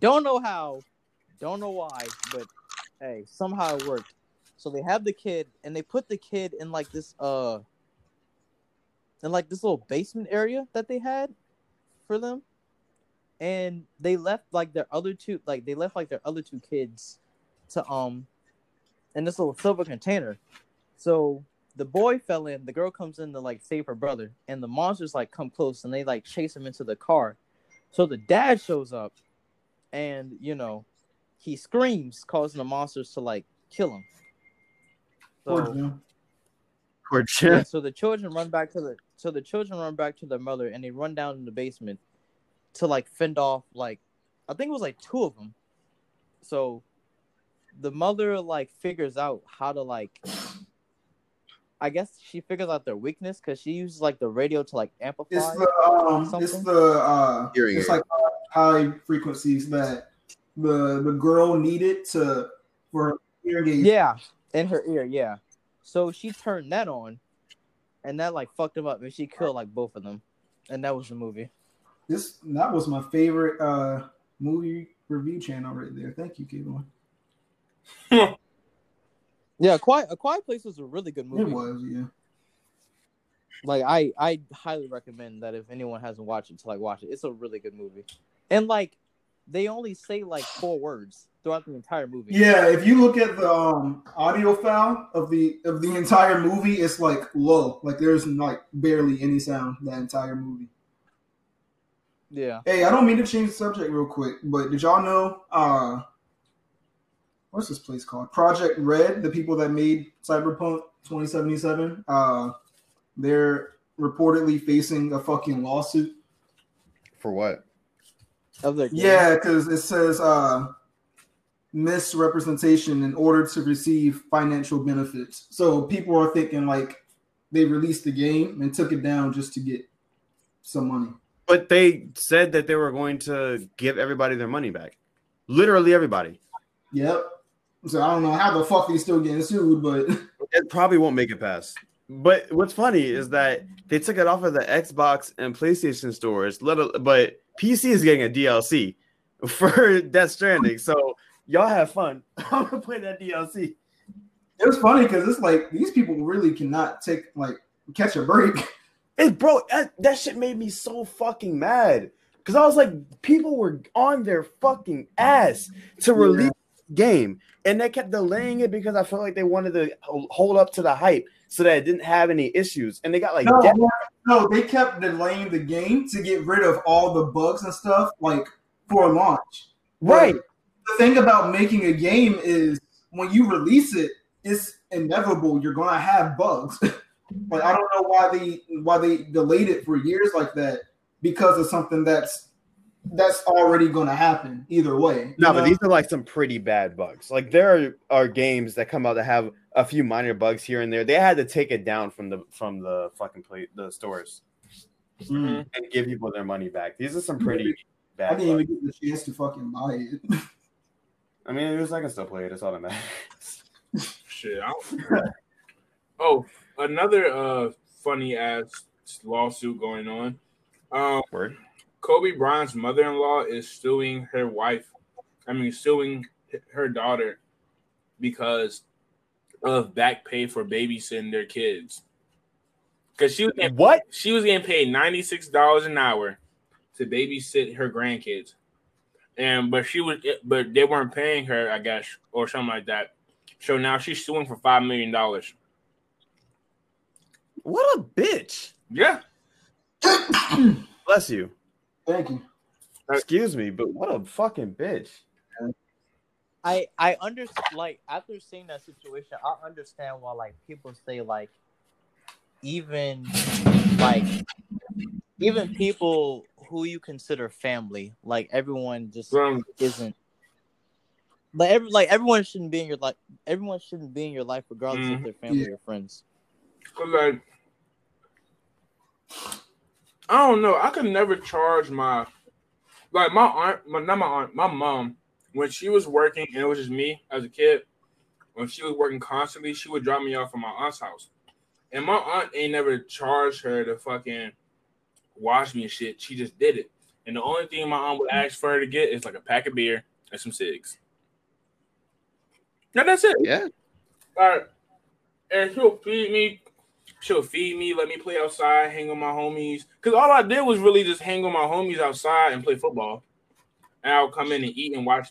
Don't know how, don't know why, but hey, somehow it worked. So they have the kid and they put the kid in like this uh in like this little basement area that they had for them and they left like their other two like they left like their other two kids to um in this little silver container so the boy fell in the girl comes in to like save her brother and the monsters like come close and they like chase him into the car so the dad shows up and you know he screams causing the monsters to like kill him
Poor
so,
Jim.
Poor
yeah,
Jim.
so the children run back to the so the children run back to their mother and they run down in the basement to like fend off like I think it was like two of them. So the mother like figures out how to like I guess she figures out their weakness because she uses like the radio to like amplify.
It's the um,
Something?
it's the uh,
Hearing
it's
aid.
like uh, high frequencies that the the girl needed to for her hearing aid.
Yeah, in her ear. Yeah. So she turned that on, and that like fucked them up, and she killed like both of them, and that was the movie.
This that was my favorite uh movie review channel right there. Thank you, Kevin.
Yeah, a quiet. A Quiet Place was a really good
It
movie.
was yeah.
like I I highly recommend that if anyone hasn't watched it to like watch it. It's a really good movie. And like they only say like four words throughout the entire movie.
Yeah, if you look at the um, audio file of the of the entire movie, it's like low, like there's like barely any sound that entire movie.
Yeah.
Hey, I don't mean to change the subject real quick, but did y'all know? uh What's this place called? Project Red, the people that made Cyberpunk 2077, uh, they're reportedly facing a fucking lawsuit.
For what?
Of their game.
Yeah, because it says uh, misrepresentation in order to receive financial benefits. So people are thinking like they released the game and took it down just to get some money.
But they said that they were going to give everybody their money back. Literally everybody.
Yep. So I don't know how the fuck they still getting sued, but
It probably won't make it past. But what's funny is that they took it off of the Xbox and PlayStation stores. Let al- but PC is getting a DLC for Death Stranding. So y'all have fun. I'm gonna play that DLC.
it was funny because it's like these people really cannot take like catch a break.
It bro, that, that shit made me so fucking mad because I was like, people were on their fucking ass to
Yeah.
release the game, and they kept delaying it because I felt like they wanted to ho- hold up to the hype so that it didn't have any issues, and they got like
No,
dead-
no, they kept delaying the game to get rid of all the bugs and stuff like for launch.
right.
the thing about making a game is when you release it, it's inevitable. You're gonna have bugs. like I don't know why they why they delayed it for years like that because of something that's that's already gonna happen either way. you
No, but
know?
these are like some pretty bad bugs. Like there are, are games that come out that have a few minor bugs here and there. They had to take it down from the from the fucking play, the stores
Mm.
and give people their money back. These are some pretty
I
bad.
didn't
bugs.
even get the chance to fucking buy it.
I mean, it was I can still play it. It's all that matters.
Shit. I don't- oh, another uh funny ass lawsuit going on. Um,
Word.
Kobe Bryant's mother-in-law is suing her wife. I mean, suing her daughter because of back pay for babysitting their kids. Cause she was getting,
What?
she was getting paid ninety six dollars an hour to babysit her grandkids, and but she was but they weren't paying her, I guess, or something like that. So now she's suing for five million dollars.
What a bitch.
Yeah,
Bless you.
Thank you.
Excuse me, but what a fucking bitch.
I I under like after seeing that situation, I understand why like people say like even like even people who you consider family, like everyone just
Um,
isn't. Like every like everyone shouldn't be in your life. Everyone shouldn't be in your life regardless if
Mm-hmm.
Mhm.
they're family or friends.
Cause like, I don't know. I could never charge my, like my aunt, my not my aunt, my mom. When she was working and it was just me as a kid, when she was working constantly, she would drop me off at my aunt's house, and my aunt ain't never charged her to fucking wash me and shit. She just did it, and the only thing my aunt would ask for her to get is like a pack of beer and some cigs. No, that's it.
Yeah.
Like, and she'll feed me. She'll feed me, let me play outside, hang with my homies. Cause all I did was really just hang with my homies outside and play football. And I'll come in and eat and watch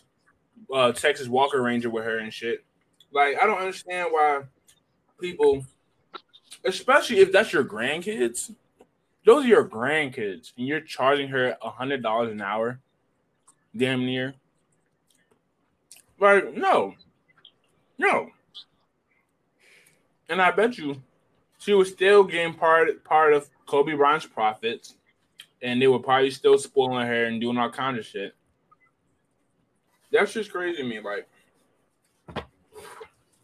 uh, Texas Walker Ranger with her and shit. Like I don't understand why people, especially if that's your grandkids, those are your grandkids, and you're charging her a hundred dollars an hour, damn near. Like no, no. And I bet you she was still getting part part of Kobe Bryant's profits, and they were probably still spoiling her and doing all kinds of shit. That's just crazy to me. Like,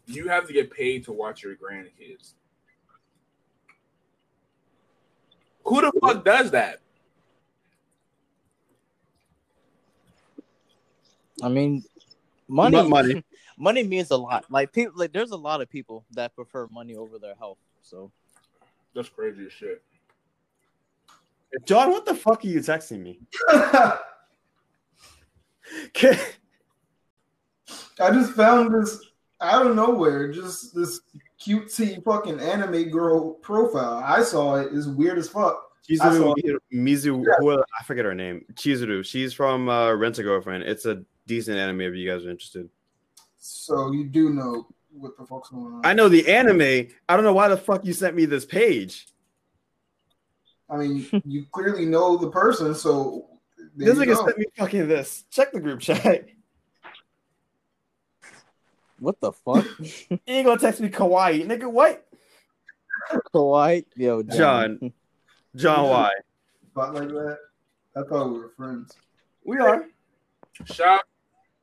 you have to get paid to watch your grandkids. Who the fuck does that?
I mean, money
Not money.
money means a lot. Like people like there's a lot of people that prefer money over their health. So
That's crazy as shit.
John, what the fuck are you texting me?
I just found this out of nowhere, just this cutesy fucking anime girl profile. I saw it. It's weird as fuck. I
Chizuru
saw-
Mizu, who- I forget her name. Chizuru. She's from uh, Rent a Girlfriend. It's a decent anime if you guys are interested.
So you do know what the fuck's going on.
I know the anime. I don't know why the fuck you sent me this page.
I mean, you clearly know the person, so there
this
you
nigga
go.
sent me fucking this. Check the group chat.
what the fuck,
You ain't gonna text me kawaii, nigga. What?
Kawhi? Yo,
John. John, why?
Spot like that. I thought we were friends.
We are.
Shout,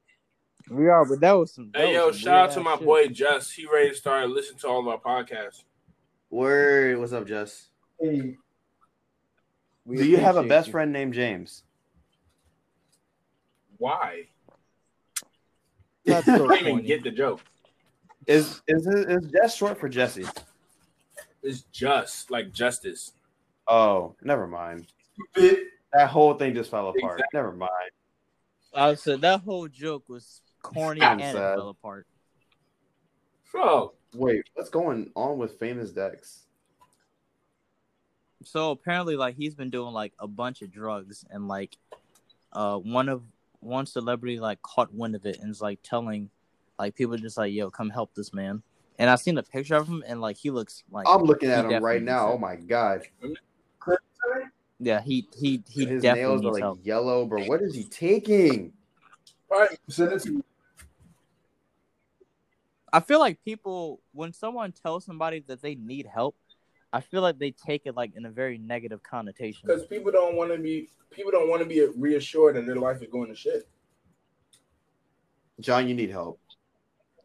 we are, but that was some. that
hey
was
yo,
some
shout out to
weird-ass
my
shit.
boy Just. He ready to start listening to all of our podcasts.
Word. What's up, Jess?
Hey,
We
Do you have a
appreciate
best
you.
friend named James?
Why?
That's so
I don't even
corny.
get the joke.
Is is is Jess short for Jesse?
It's just like justice.
Oh, never mind.
bit.
That whole thing just fell apart. Never mind.
I said that whole joke was corny
I'm
and it
sad.
fell apart.
Bro,
Wait, what's going on with famous Dex?
So apparently, like he's been doing like a bunch of drugs, and like uh one of one celebrity like caught wind of it and is like telling like people just like yo come help this man. And I've seen a picture of him, and like he looks like
I'm looking
He
at him
definitely
right
needs
now.
help.
Oh my god,
yeah he he he
his
definitely
nails
needs
are like
help.
yellow, bro. What is he taking?
Send it to me.
I feel like people when someone tells somebody that they need help, I feel like they take it like in a very negative connotation.
because people don't want to be people don't want to be reassured that their life is going to shit.
John, you need help.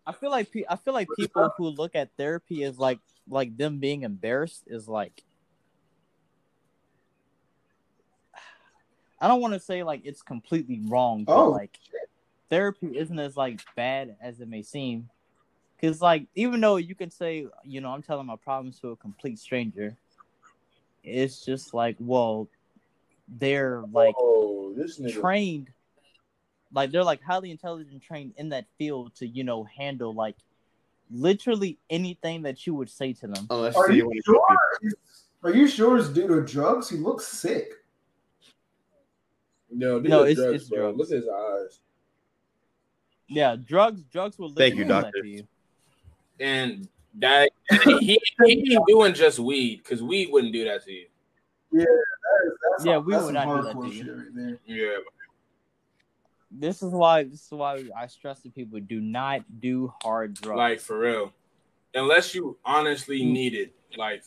I feel like pe- I feel like people who look at therapy as like like them being embarrassed is like I don't want to say like it's completely wrong, but
Oh,
like therapy isn't as like bad as it may seem. Cause like even though you can say you know I'm telling my problems to a complete stranger, it's just like well they're like
oh, this nigga.
trained like they're like highly intelligent trained in that field to you know handle like literally anything that you would say to them.
Unless
Are
you
you
want to
sure? Are you sure it's due to drugs? He looks sick.
No, these
No,
are
it's-
drugs,
it's
bro.
drugs.
Look at his eyes.
Yeah, drugs, drugs will
Thank
literally
you,
do that
doctor.
to you.
And that he, he ain't doing just weed because weed wouldn't do that to you.
That is- that's-
Yeah, we
that's
would
some
not do that
hardcore
to you.
shit right there.
Yeah.
This is why this is why I stress to people do not do hard drugs.
Like for real. Unless you honestly
Mm.
need it. Like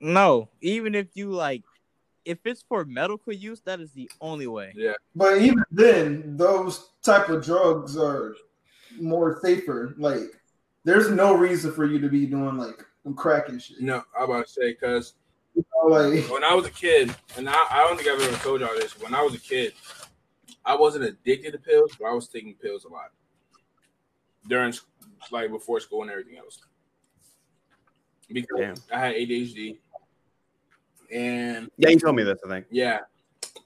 no, even if you like if it's for medical use, that is the only way.
But even then, those type of drugs are more safer. Like, there's no reason for you to be doing like crack and shit.
no, I'm about to say because
Like,
when I was a kid, and I, I don't think I've ever told y'all this. When I was a kid, I wasn't addicted to pills, but I was taking pills a lot during, sc- like, before school and everything else. Because
Damn.
I had ADHD, and
Yeah, you told me this, I think.
yeah,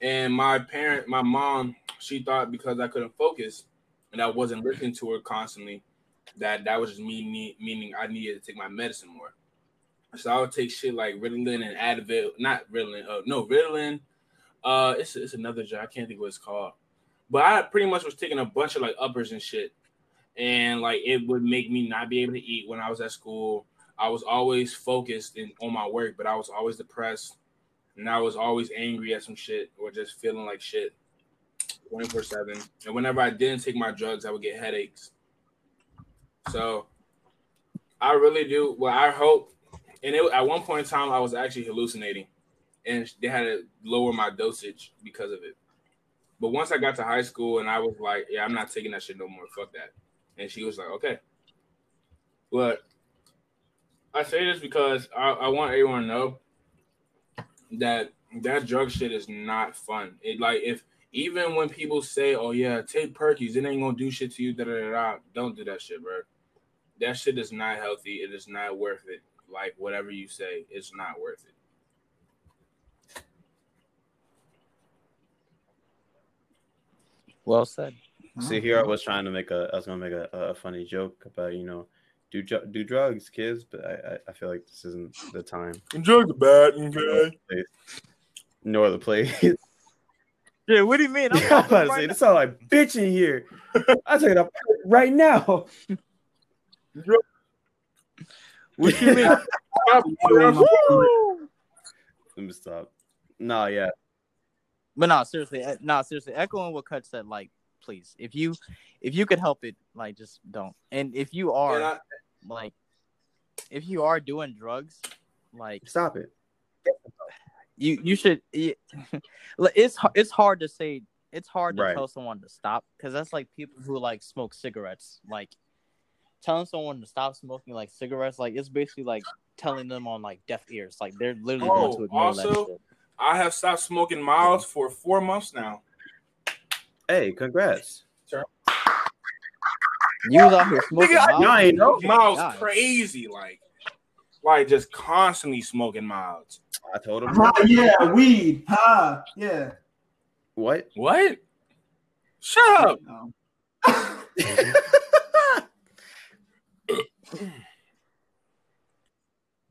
and my parent, my mom, she thought because I couldn't focus and I wasn't listening to her constantly, that that was just me, me meaning I needed to take my medicine more. So I would take shit like Ritalin and Advil, not Ritalin, uh, no Ritalin. Uh, it's it's another drug. I can't think what it's called, but I pretty much was taking a bunch of like uppers and shit, and like it would make me not be able to eat when I was at school. I was always focused in, on my work, but I was always depressed, and I was always angry at some shit or just feeling like shit, twenty four seven. And whenever I didn't take my drugs, I would get headaches. So, I really do. Well, I hope and it, at one point in time, I was actually hallucinating, and they had to lower my dosage because of it. But once I got to high school, and I was like, "Yeah, I'm not taking that shit no more. Fuck that." And she was like, "Okay." But I say this because I, I want everyone to know that that drug shit is not fun. It like if even when people say, "Oh yeah, take Perkies," it ain't gonna do shit to you. Da da da. da. Don't do that shit, bro. That shit is not healthy. It is not worth it like whatever you say, it's not worth it.
Well said.
See, here I was trying to make a, I was gonna make a, a funny joke about you know, do ju- do drugs, kids, but I, I I feel like this isn't the time,
Enjoy the bad,
nor the place.
Yeah, what do you mean?
I'm about to say this sound like bitching here. I take it up right now.
What you mean?
Let me stop. Nah, yeah,
But no, seriously, eh, no, seriously, echoing what Cut said, like, please, if you if you could help it, like, just don't. And if you are
And I,
like, if you are doing drugs, like,
stop it.
you you should. It, like, it's har- it's hard to say. It's hard to
Right.
tell someone to stop because that's like people who like smoke cigarettes. Like, telling someone to stop smoking like cigarettes, like, it's basically like telling them on like deaf ears. Like, they're literally going
Oh,
to ignore that
also-
shit.
I have stopped smoking miles for four months now.
Hey, congrats.
You was out here smoking. Oh
Nigga, I-
miles.
Y'all ain't know.
Miles
God.
crazy, like, like just constantly smoking miles.
I told him
ha, yeah, weed. Ha, yeah.
what.
What? Shut
Oh.
up.
Um,
Mm-hmm.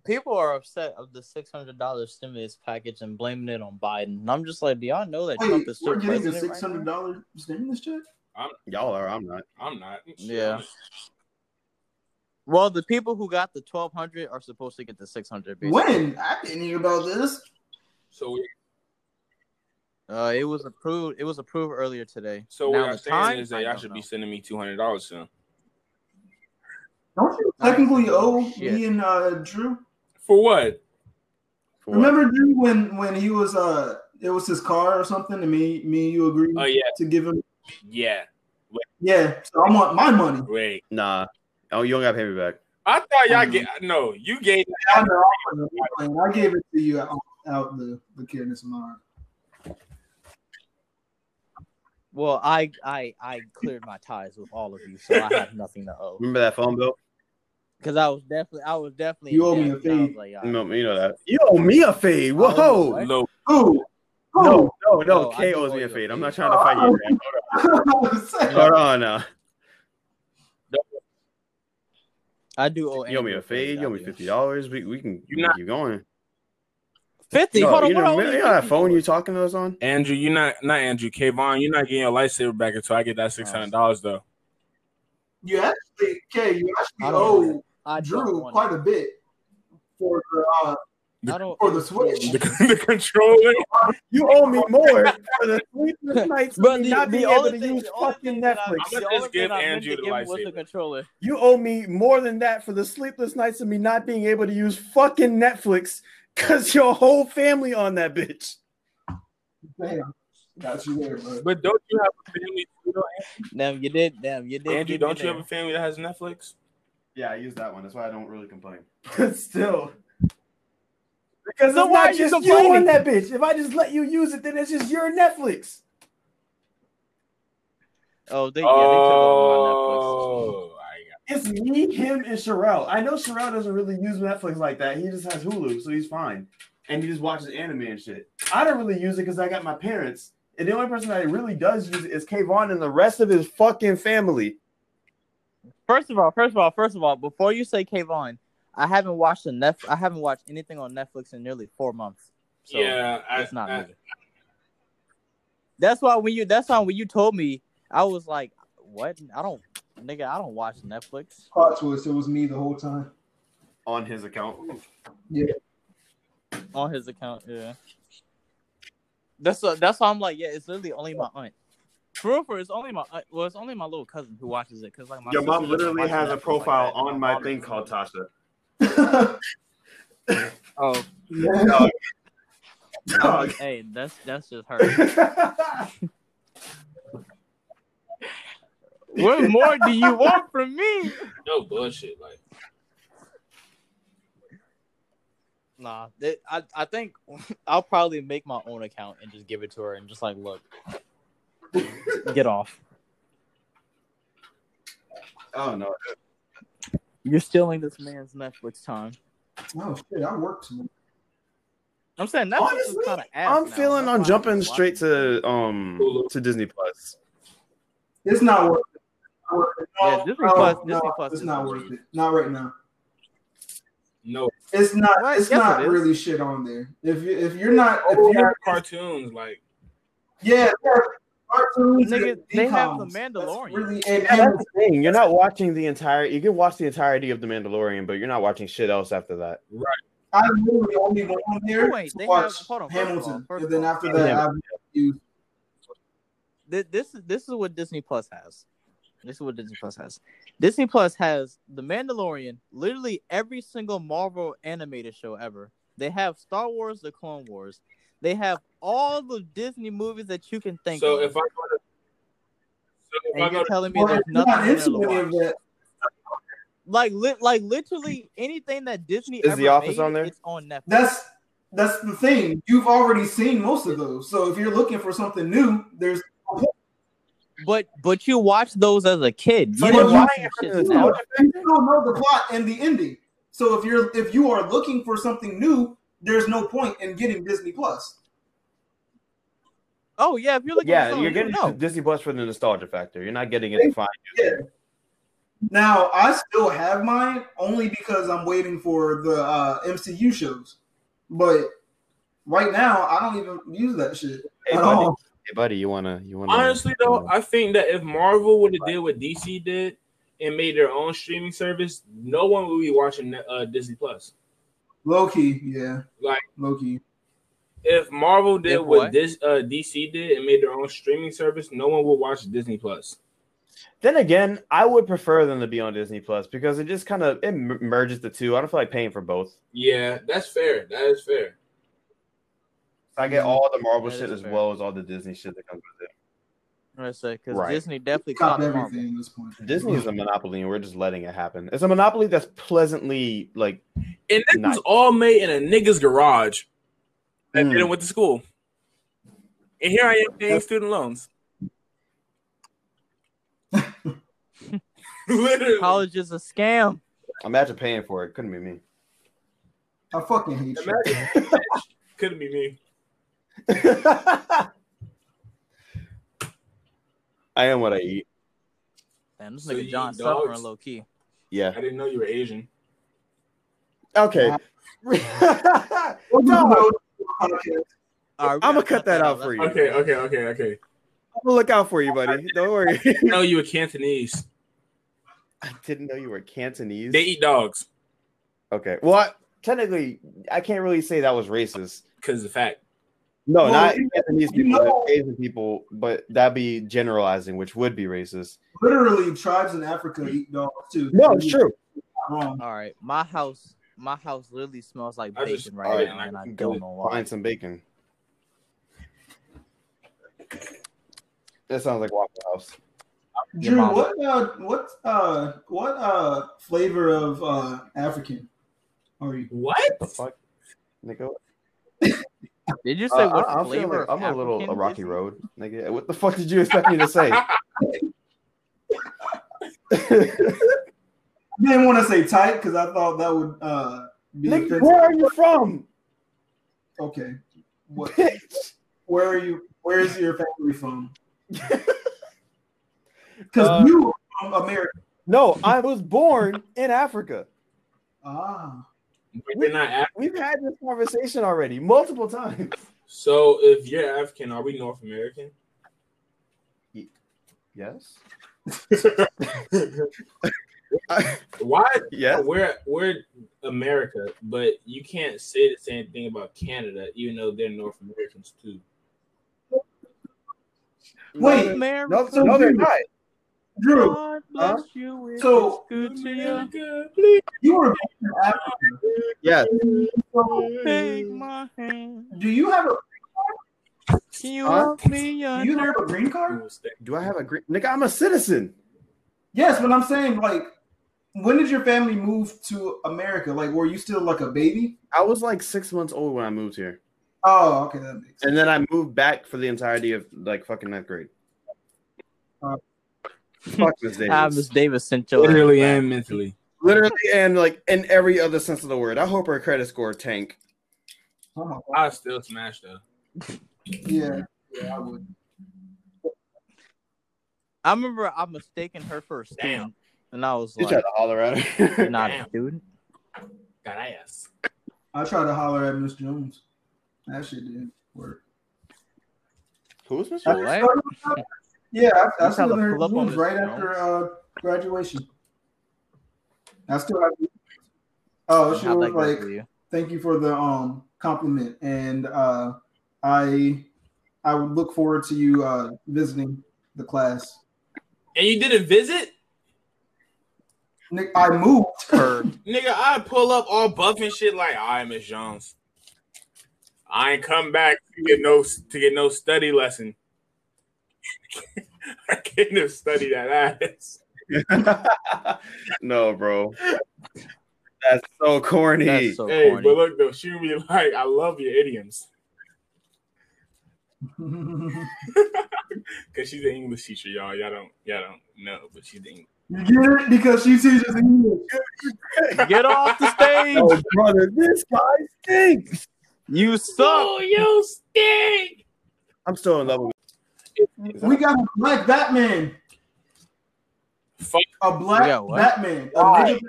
people are upset of the six hundred dollars stimulus package and blaming it on Biden. And I'm just like, do y'all know that
wait,
Trump is still
we're getting a
president?
six
right
hundred
now?
dollar stimulus check.
Y'all are. I'm not.
I'm not.
Yeah. Well, the people who got the twelve hundred are supposed to get the six hundred.
When I didn't hear about this.
So,
Uh, it was approved. It was approved earlier today.
so
Now
what I'm
the
saying
time,
is
I
that y'all
don't
should
know.
be sending me two hundred dollars soon
Don't you technically
Oh,
owe
shit.
me and uh, Drew?
for what?
For what?
Remember Drew when when he was uh it was his car or something, and me me and you agreed
Oh yeah,
to give him.
yeah.
Yeah, so I want my money.
Wait,
Nah. Oh, you don't gotta pay me back.
I thought y'all get
Mm-hmm.
no. You gave
I, know, I know, I know. I gave it to you out, out the the kindness of my heart.
Well, I I I cleared my ties with all of you, so I have nothing to owe.
Remember that phone bill?
Because I was definitely, I was definitely.
You owe
yeah,
me a
I was
fee.
like,
You
y'all-
know, you know that. You owe me a fade. Whoa.
Oh, What?
low
Who? Who?
No, no,
No,
no.
I
K
do
owes
owe
me
you
a
a
fade.
Oh. fade.
I'm not trying to fight you. man.
I was saying,
Hold on now.
I do owe
You owe me
Andrew
a fade. You owe me
$50.
fifty dollars. We we can we
You're
can
not-
keep going.
50?
Yo,
Hold on,
you
what
know,
I owe
you
you
know that
50
phone
for?
you talking to us on?
Andrew, you're not not Andrew Kayvon. You're not getting your lightsaber back until I get
Oh.
that six hundred dollars though.
You actually, Kay, you
I
actually
don't want
owe
I don't
Drew
want
quite a bit for the uh,
it. I don't.
for the Switch.
The, the controller.
You owe me more for the sleepless nights of
But
me
the-
not
the
being
only
able to
thing-
use
the only
fucking
thing that I-
Netflix.
I'm gonna
the only
just give
thing I meant
Andrew
to
the
give was
lightsaber.
controller.
You owe me more than that for the sleepless nights of me not being able to use fucking Netflix because your whole family on that bitch.
Damn, got you there, bro.
But don't you have a family?
Damn, you did. Damn, you did.
Andrew,
give me
don't you
there.
have a family that has Netflix?
Yeah, I use that one. That's why I don't really complain.
But still. Because
So
it's
why are
not
you
just you
complaining?
on that bitch. If I just let you use it, then it's just your Netflix.
Oh, they, yeah, they took over my Netflix.
Oh, I got
It's
Me, him, and Sherelle. I know Sherelle doesn't really use Netflix like that. He just has Hulu, so he's fine. And he just watches anime and shit. I don't really use it because I got my parents. And the only person that really does use it is Kayvon and the rest of his fucking family.
First of all, first of all, first of all, before you say Kayvon, I haven't watched a Netf- I haven't watched anything on Netflix in nearly four months. So
yeah, I,
it's not
I-
moving. That's why when you that's why when you told me, I was like, "What? I don't, nigga, I don't watch Netflix."
Plot twist, it was me the whole time.
On his account.
on his account. Yeah. That's uh, that's why I'm like, yeah, it's literally only my aunt. For real, for real, it's only my aunt, well, it's only my little cousin who watches it because like my
Your
sister
mom
doesn't
literally
watch
has a
Netflix
profile
like that.
on my thing called Tasha.
Oh,
Dog.
hey, that's that's just her. what more do you want from me?
no bullshit. Like
Nah, that- I I think I'll probably make my own account and just give it to her and just like, look, get off.
Oh no.
You're stealing this man's Netflix time.
Oh shit, I worked. tomorrow.
I'm saying Netflix
Honestly,
is kind of.
I'm feeling on jumping straight to um
Hulu.
to Disney Plus.
It's not worth it. Not worth it. No,
Yeah, Disney Plus-
no,
Disney Plus
It's
is
not
the
worth
shit.
it. Not right now.
no
It's not.
Well,
it's
yes,
not
it is. Oh,
really shit on there. If you if you're not if
old
you're
cartoons. Like
yeah. Cartoons
Nigga,
and
they have The
DComs.
Mandalorian.
That's really, and,
Yeah,
and
that's the thing. You're not watching the entire. You can watch the entirety of The Mandalorian, but you're not watching shit else after that.
I literally only went on there
Wait,
to
they have-
watch
hold on, first of all,
Hamilton,
first
and then
of all.
after that,
Yeah.
I've used
Th- this is this is what Disney Plus has. This is what Disney Plus has. Disney Plus has The Mandalorian, literally every single Marvel animated show ever. They have Star Wars, The Clone Wars. They have all the Disney movies that you can think
so,
of.
if I go to so if I
and
go
you're
to
telling me
Well,
there's
if you're
nothing in
into
there to
any of
watch.
that,
Like, li- like literally anything that Disney
Is
ever
The Office
made,
on there?
It's on Netflix.
that's that's the thing. You've already seen most of those. So if you're looking for something new, there's
But but you watched those as a kid.
So
You
you're
didn't watch
lying
them
for
shits
the
now.
nostalgia
you still know the plot and the ending. So if you're if you are looking for something new, there's no point in getting Disney Plus.
Oh yeah, if you're looking.
Yeah,
for
you're getting
no.
Disney Plus for the nostalgia factor. You're not getting it to find.
Now I still have mine only because I'm waiting for the uh, MCU shows. But right now, I don't even use that shit
Hey
at
buddy,
all.
hey buddy, you wanna you wanna
honestly though,
you
I think that if Marvel would have did what DC did and made their own streaming service, no one would be watching uh, Disney Plus.
Low key, yeah.
Like-
low key.
If Marvel did
If
what,
what?
this uh, DC did and made their own streaming service, no one would watch Disney Plus.
Then again, I would prefer them to be on Disney Plus because it just kind of it m- merges the two. I don't feel like paying for both.
Yeah, that's fair. That is fair.
I get all the Marvel
That
shit
is
as
fair.
well as all the Disney shit that comes with
Because right.
Right.
Disney definitely
Stop
copied Marvel.
everything at this point.
it. Disney is a monopoly, and we're just letting it happen. It's a monopoly that's pleasantly like
And that
Nice.
was all made in a nigga's garage that
Mm.
didn't went to school. And here I am paying student loans. Literally.
College is a scam.
imagine paying for it. Couldn't be me.
I fucking hate you.
Imagine- Couldn't be me.
I am what I eat.
Damn, this
So you
nigga John
eat
suffering
dogs?
low key.
Yeah.
I didn't know you were Asian.
Okay.
No,
All right, we
I'ma
gotta
cut that out for
Let's-
you.
Okay, okay, okay, okay.
I'm gonna look out for you, buddy. Don't worry.
I didn't know you were Cantonese.
I didn't know you were Cantonese.
They eat dogs
okay. Well, I- technically, I can't really say that was racist.
because the fact.
No,
Well,
not
you-
Cantonese people,
know-
but Asian people, but that'd be generalizing, which would be racist.
Literally, tribes in Africa eat dogs too.
No, it's true.
You're not Wrong.
All right, my house, my house literally smells like
I
bacon
just-
all right,
right now, and I
Go
don't know why.
Find some bacon. That sounds like Waffle House.
Your
Drew,
mama.
what uh, what uh, what uh, flavor of uh, African are you?
What?
The fuck, nigga?
Did you
Uh,
say what
I, am
flavor?
I'm a little
African
a rocky
is it?
road, nigga. What the fuck did you expect me to say?
I didn't want to say tight because I thought that would uh, be
Nigga,
offensive.
where are you from?
Okay, what?
Bitch.
Where are you? Where is your family from? Because
Uh,
you are from America.
No, I was born in Africa.
Ah,
But they're not Af-
We've had this conversation already multiple times.
so if you're African, are we North American?
yes.
Why?
Yes.
We're we're America, but you can't say the same thing about Canada, even though they're North Americans too.
wait,
America,
No, no, they're not.
Drew,
God
Huh?
bless you. it
So-
is good to you.
America, please.
you were born in Africa.
Yes.
So,
Take my hand.
do you have a
Can you
Huh?
help me?
do you have a green card?
Do I have a green nigga? I'm a citizen.
Yes, but I'm saying like, when did your family move to America? Like, were you still like a baby?
I was like six months old when I moved here,
Oh, okay, that makes sense.
and then I moved back for the entirety of like fucking ninth grade.
Uh,
Fuck this day.
Ah, Miss Davis sent your
Literally
ass
and mentally.
Literally and like in every other sense of the word. I hope her credit score tank.
Oh my god.
I still smash though.
Yeah, yeah, I would.
back. I remember I mistaken her for a student,
Damn.
and I was
You tried
like,
to holler at her.
"You're not
Damn.
a student."
God ass.
I tried to holler at Miss Jones. That shit didn't work.
Who's Miss
What?
Jones?
Yeah, I, I
You tried
still
to
her
pull up on
Jones
Miss
right
Jones?
after uh, graduation. I still have. Oh, she
How'd
was
that go
like,
for you?
"Thank you for the um compliment, and uh, I I would look forward to you uh, visiting the class."
And you did a visit?
Nick, I moved.
Nigga, I pull up all buff and shit like I am Miss Jones. I ain't come back to get no to get no study lesson. I couldn't have studied that ass.
no, bro. That's so corny.
That's so
Hey,
corny.
but look though, she would be like, I love your idioms.
you
Cause she's an English teacher, y'all. Y'all don't y'all don't know, but she's the English.
get it because she teaches English.
Get off the stage!
Oh, brother, this guy stinks.
You suck.
Oh, you stink!
I'm still in love with
We got a black Batman.
Fuck
A black
We got what?
Batman. A
Why?
nigga-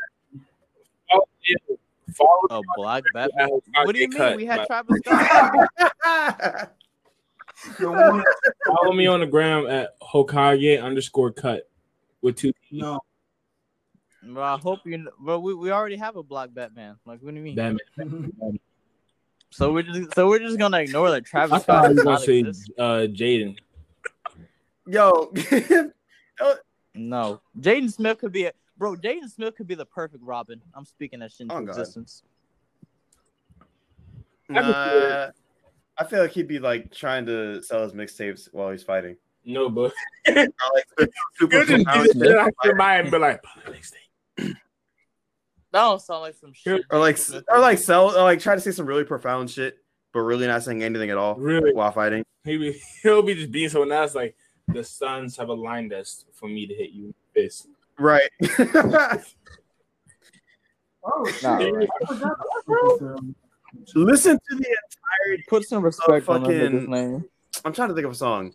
you.
A
Follow
black bat.
I hope I
Oh, What do you
get
mean?
cut,
we
but
had Travis Scott.
Yo, what-
follow me on the gram at Hokage underscore cut with two
no,
bro, I hope you. kn- Bro, we, we already have a black Batman. Like, what do you mean?
damn it.
So we're just so we're just gonna ignore that
I
Travis
thought
Scott
you
does
were gonna
not
say
exist.
uh, Jaden.
Yo,
No, Jaden Smith could be a bro. Jaden Smith could be the perfect Robin. I'm speaking that shit into
Oh, God.
existence.
Nah, I feel like he'd be like trying to sell his mixtapes while he's fighting.
No, but
Super
You'll just be out your mind and be like,
That don't sound like some shit.
or like or like sell or like try to say some really profound shit, but really not saying anything at all
really?
while fighting.
He be, he'll be just being someone else. Like the Suns have aligned us for me to hit you in the face.
Right.
oh shit!
Nah,
I
right.
forgot about this, um,
listen to the entirety.
Put some respect on that
fucking-
nigga's name.
I'm trying to think of a song.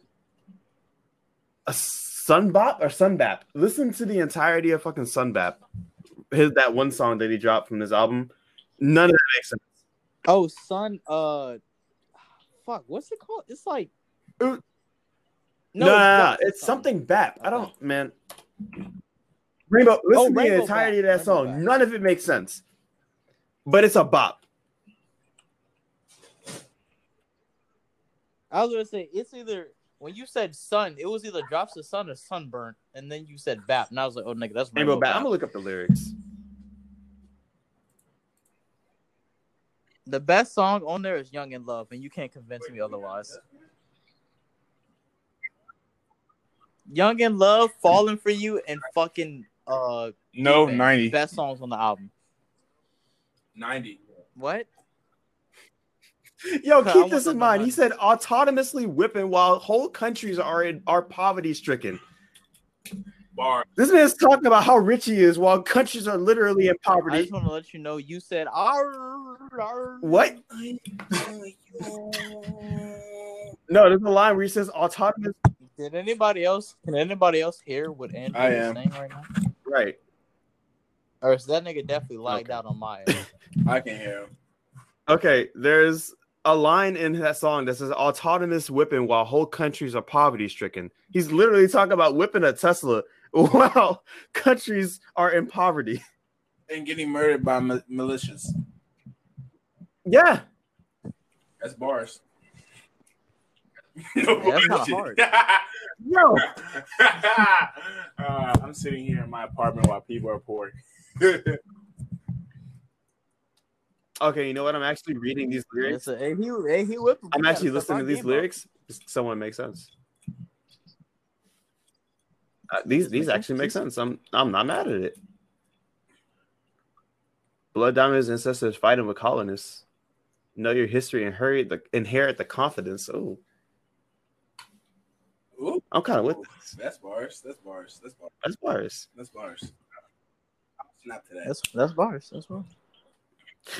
A sunbop or sunbap. Listen to the entirety of fucking sunbap his that one song that he dropped from his album. None of that makes sense.
Oh, son. Uh, fuck. What's it called? It's like.
Ooh. No,
No,
no, no,
not
no,
that
it's
song.
something BAP. I
Okay.
don't, man. Rainbow, listen to
Rainbow
the entirety
Bap,
of that
Rainbow
song.
Bap.
None of it makes sense, but it's a bop.
I was gonna say it's either when you said sun, it was either drops of sun or sunburn, and then you said bap, and I was like, oh nigga, that's
Rainbow,
rainbow
BAP.
bap.
I'm gonna look up the lyrics.
The best song on there is Young in Love, and you can't convince me otherwise. Young in Love, Falling for You, and fucking uh
No,
Bang.
90.
best songs on the album.
90.
What?
Yo,
Okay, I
keep
want
this
the
in mind.
money.
He said autonomously whipping while whole countries are in, are poverty stricken.
Bar.
This man's talking about how rich he is while countries are literally in
I
poverty.
just want to let you know you said "Arr, arr."
What? No, there's a line where he says autonomous.
Did anybody else? Can anybody else hear what Andrew
I
is
am.
saying right now?
Right.
Or is that nigga definitely lagged
Okay.
out on my? end?
I can hear him.
Okay. There's a line in that song that says autonomous whipping while whole countries are poverty stricken. He's literally talking about whipping a Tesla while countries are in poverty.
And getting murdered by mi- militias.
Yeah.
That's bars.
that's kinda hard.
Yo.
uh, I'm sitting here in my apartment while people are poor.
Okay. You know what? I'm actually reading these lyrics.
It's a, hey, he, hey, he whipped- we
I'm
gotta
actually
step
listening
our
to these
game up.
lyrics. Someone makes sense. Uh, these these actually make sense. I'm I'm not mad at it. Blood Diamond's ancestors fighting with colonists. Know your history and hurry the inherit the confidence. Oh,
Ooh,
I'm kind of with this.
that's bars. That's bars. That's bars.
That's bars.
That's bars. I'll snap to that.
That's that's bars. That's bars.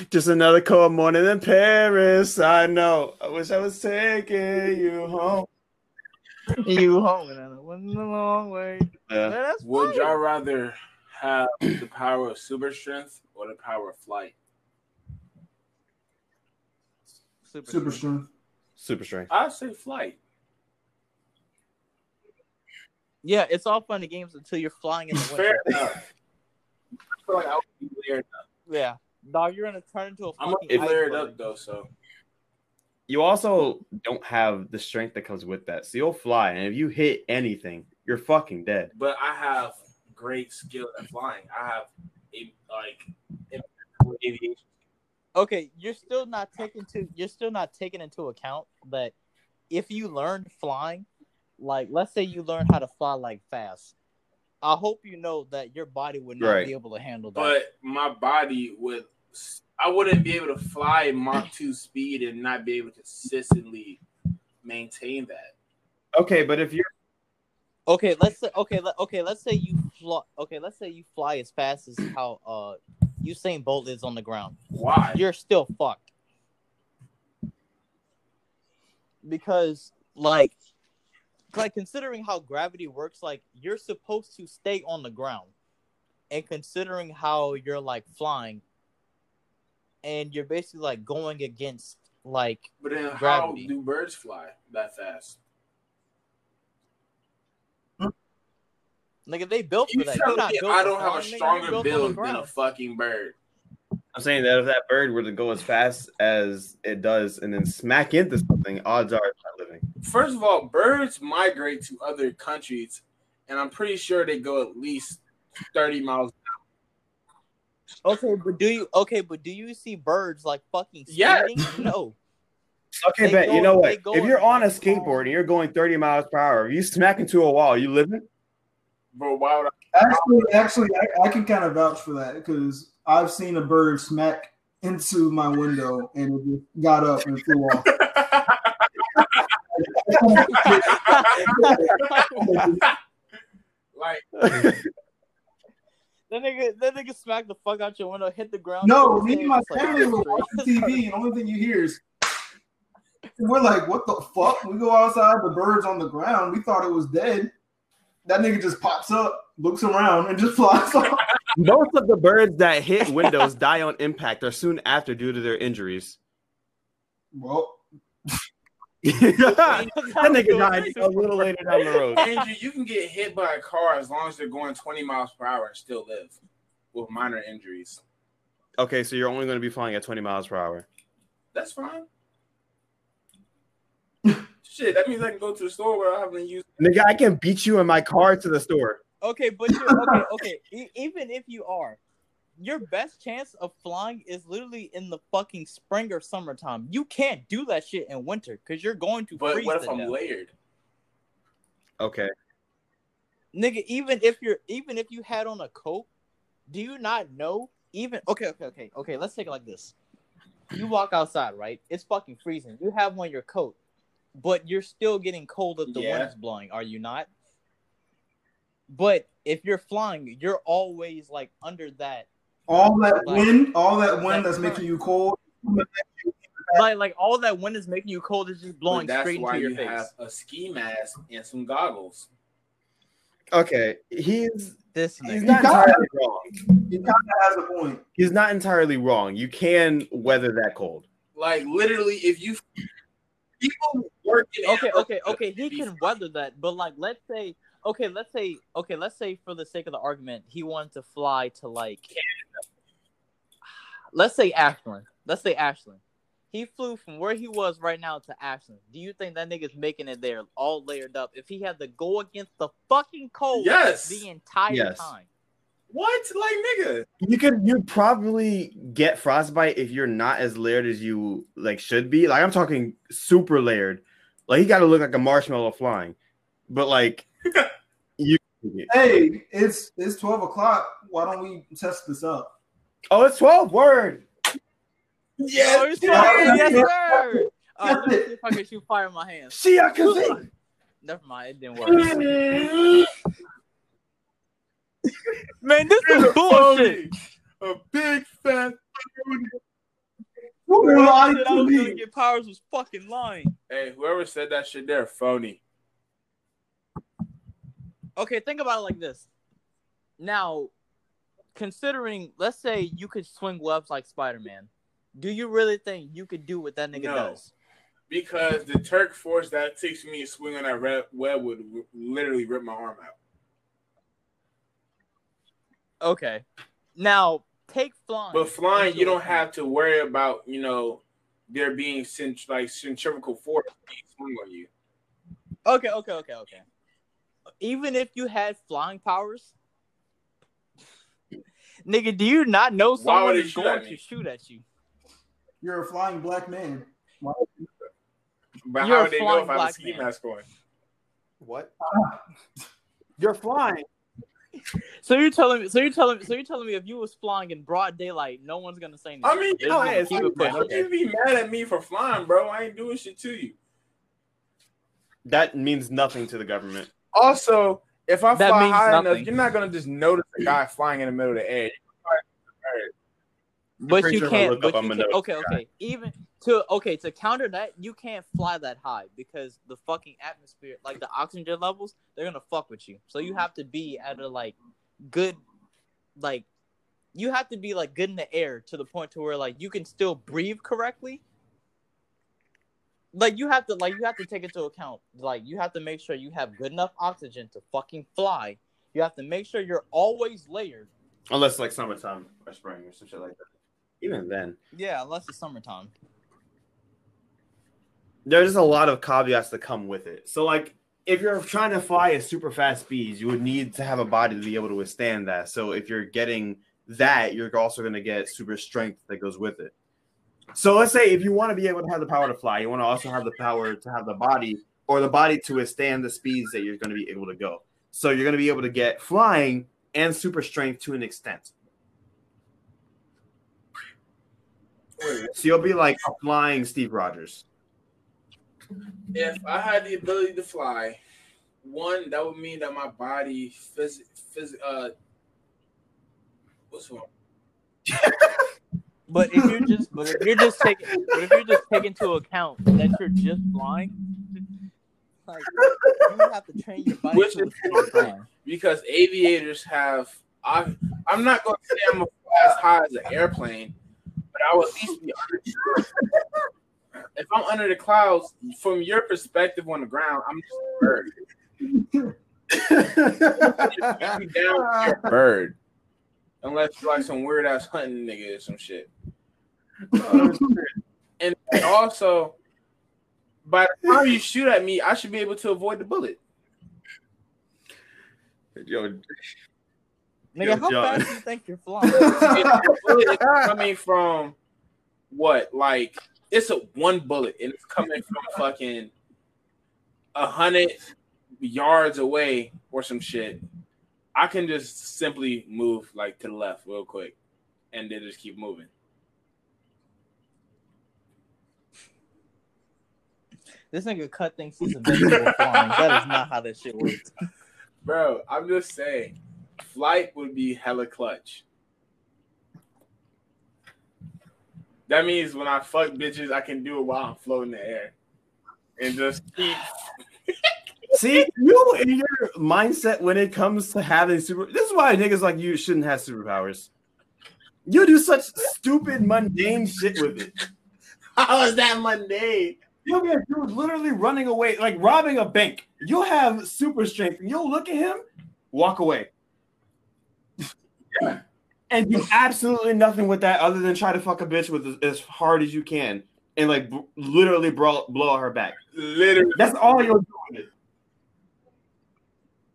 Just another cold morning in Paris. I know. I wish I was taking you home.
you home and I went a long way. Man,
Yeah.
that's
Would
fire.
y'all rather have the power of super strength or the power of flight?
Super.
Super strength.
Super strength.
I say flight.
Yeah, it's all fun and games until you're flying in the wind.
Fair enough. I feel like I would be layered up.
Yeah, dog, you're gonna turn into a
I'm gonna
fucking
be layered
iceberg.
up though, so
you also don't have the strength that comes with that. So you'll fly, and if you hit anything, you're fucking dead.
but I have great skill at flying. I have a like impeccable aviation.
Okay, you're still not taking to you're still not taking into account that if you learn flying, like let's say you learn how to fly like fast. I hope you know that your body would not
Right.
be able to handle that.
But my body would I wouldn't be able to fly at Mach 2 speed and not be able to consistently maintain that.
Okay, but if you're
Okay, let's say okay, let, okay, let's say you fly. Okay, let's say you fly as fast as how uh Usain Bolt is on the ground.
Why?
You're still fucked because like like considering how gravity works, like you're supposed to stay on the ground, and considering how you're like flying, and you're basically like going against like
But then how
Gravity.
do birds fly that fast?
like if they built for
You
that, you're
telling
not
me
built
I
to
don't
fly,
have a
nigga. You're built
stronger
on the
build than a
ground.
fucking bird.
I'm saying that if that bird were to go as fast as it does and then smack into something, odds are it's not living.
First of all, birds migrate to other countries, and I'm pretty sure they go at least 30 miles.
Okay, but do you okay, but do you see birds like fucking
Yeah.
skating? No.
Okay,
They
bet
go-
you know
they
what?
go
If you're on a
as fast.
skateboard and you're going 30 miles per hour, if you smack into a wall, you living?
Bro, why would I?
Actually, actually, I, I can kind of vouch for that because I've seen a bird smack into my window and it just got up and flew off.
like,
That nigga that nigga smacked the fuck out your window, hit the ground.
No,
hit
me
the
and my
stage,
family were
it's like,
watching TV, and the only thing you hear is we're like, "What the fuck?" We go outside, the bird's on the ground. We thought it was dead. That nigga just pops up, looks around, and just flies off.
Most of the birds that hit windows die on impact or soon after due to their injuries.
Well,
that
That nigga died a little later down the road.
Andrew, you can get hit by a car as long as they're going 20 miles per hour and still live with minor injuries.
Okay, so you're only going to be flying at 20 miles per hour.
That's fine. Shit, that means I can go to the store where I haven't used.
Nigga, I can beat you in my car to the store.
Okay, but you're, okay, okay. E- even if you are, your best chance of flying is literally in the fucking spring or summertime. You can't do that shit in winter because you're going to
But
freeze.
what if
to
I'm
death.
layered?
Okay.
Nigga, even if you're, even if you had on a coat, do you not know? Even okay, okay, okay, okay. Let's take it like this. You walk outside, right? It's fucking freezing. You have on your coat, but you're still getting cold if the
Yeah.
wind's blowing. Are you not? But if you're flying, you're always like under that
all that
Like-
wind, all that wind
Like-
that's making you cold.
like like all that wind is making you cold is just blowing
But that's
straight
why
into your
you
face.
have a ski mask and some goggles.
Okay. He's
This
He's
nigga.
not entirely
wrong.
It kind of has a point.
He's not entirely wrong. You can weather that cold.
Like literally, if you people work in
Okay,
Africa,
okay, okay. He
be
can weather that, but like let's say okay, let's say okay, let's say for the sake of the argument, he wanted to fly to like let's say Ashland. Let's say Ashland. He flew from where he was right now to Ashland. Do you think that nigga's making it there all layered up if he had to go against the fucking cold
Yes.
the entire
Yes.
time?
What? Like nigga,
You could you probably get frostbite if you're not as layered as you like should be. Like I'm talking super layered. Like he got to look like a marshmallow flying. But like you
Hey, it's it's twelve o'clock. Why don't we test this out?
Oh, it's 12 word.
Oh,
yeah,
he's flying, yes, sir. All right, let me see if I can shoot fire in my hands.
See, I can see.
Never mind, it didn't work. Man, this is bullshit.
a big fat.
Who
Whoever
lied
said I
to
was gonna
me?
get powers was fucking lying.
Hey, whoever said that shit, they're phony.
Okay, think about it like this. Now, considering, let's say you could swing webs like Spider Man, do you really think you could do what that nigga
No.
does?
Because the Turk force that takes me to swing on that red web would w- literally rip my arm out.
Okay. Now, take flying.
But flying,
into
you don't
account.
have to worry about you know there being cent- like centrifugal force being swung on you.
Okay, okay, okay, okay. Even if you had flying powers, nigga, do you not know
Why
someone
would they
is
shoot at
going
me?
to shoot at you?
You're a flying black man. Why-
But
You're
how
a
would they know
flying
if I have a
black
ski
man.
mask on?
What?
Ah.
You're flying.
So you're telling me? So you're telling me? So you're telling me if you was flying in broad daylight, no one's gonna say
I
nothing.
mean,
oh,
They're just gonna
yeah, it's
keep it
like-
pushing.
How would you be mad at me for flying, bro? I ain't doing shit to you.
That means nothing to the government.
Also, if I
That
fly
means
high
nothing.
enough, you're not gonna just notice a guy flying in the middle of the air.
But
pretty sure
you
if I
can't.
look
But
up,
you
I'ma
can't.
know.
Okay, okay. Even to okay to counter that, you can't fly that high because the fucking atmosphere, like the oxygen levels, they're gonna fuck with you. So
Mm-hmm.
you have to be at a like good, like you have to be like good in the air to the point to where like you can still breathe correctly. Like you have to like you have to take into account like you have to make sure you have good enough oxygen to fucking fly. You have to make sure you're always layered.
Unless like summertime or spring or some shit like that. Even then.
Yeah, unless it's summertime.
there's a lot of caveats that come with it. So like if you're trying to fly at super fast speeds, you would need to have a body to be able to withstand that. So if you're getting that, you're also going to get super strength that goes with it. So let's say if you want to be able to have the power to fly, you want to also have the power to have the body or the body to withstand the speeds that you're going to be able to go. So you're going to be able to get flying and super strength to an extent. So you'll be like a flying Steve Rogers.
If I had the ability to fly, one that would mean that my body phys, phys uh what's wrong?
But if you're just, but if you're just taking, but if you're just taking into account that you're just flying, like you have to train your body
Which
to
is-
withstand flying.
because aviators have I, I'm not going to say I'm as high as an airplane, but I will at least be under the clouds. If I'm under the clouds, from your perspective on the ground, I'm just a bird. You down, you're a bird. Unless you're like some weird ass hunting nigga or some shit. Uh, and also, by the time you shoot at me, I should be able to avoid the bullet.
Yo,
Nigga,
Yo,
how
John.
fast do you think you're flying?
The bullet is coming from what? Like it's a one bullet, and it's coming from fucking a hundred yards away or some shit. I can just simply move like to the left real quick, and then just keep moving.
this nigga cut thinks he's invincible flying. That is not how that shit works.
Bro, I'm just saying, flight would be hella clutch. That means when I fuck bitches, I can do it while I'm floating in the air, and just keep
See, you and your mindset when it comes to having super. This is why niggas like you shouldn't have superpowers. You do such stupid, mundane shit with it.
How is that mundane?
You'll be a dude literally running away, like robbing a bank. You'll have super strength. and You'll look at him, walk away. And do absolutely nothing with that other than try to fuck a bitch with as, as hard as you can and like b- literally brawl, blow out her back.
Literally,
That's all you'll do. with it.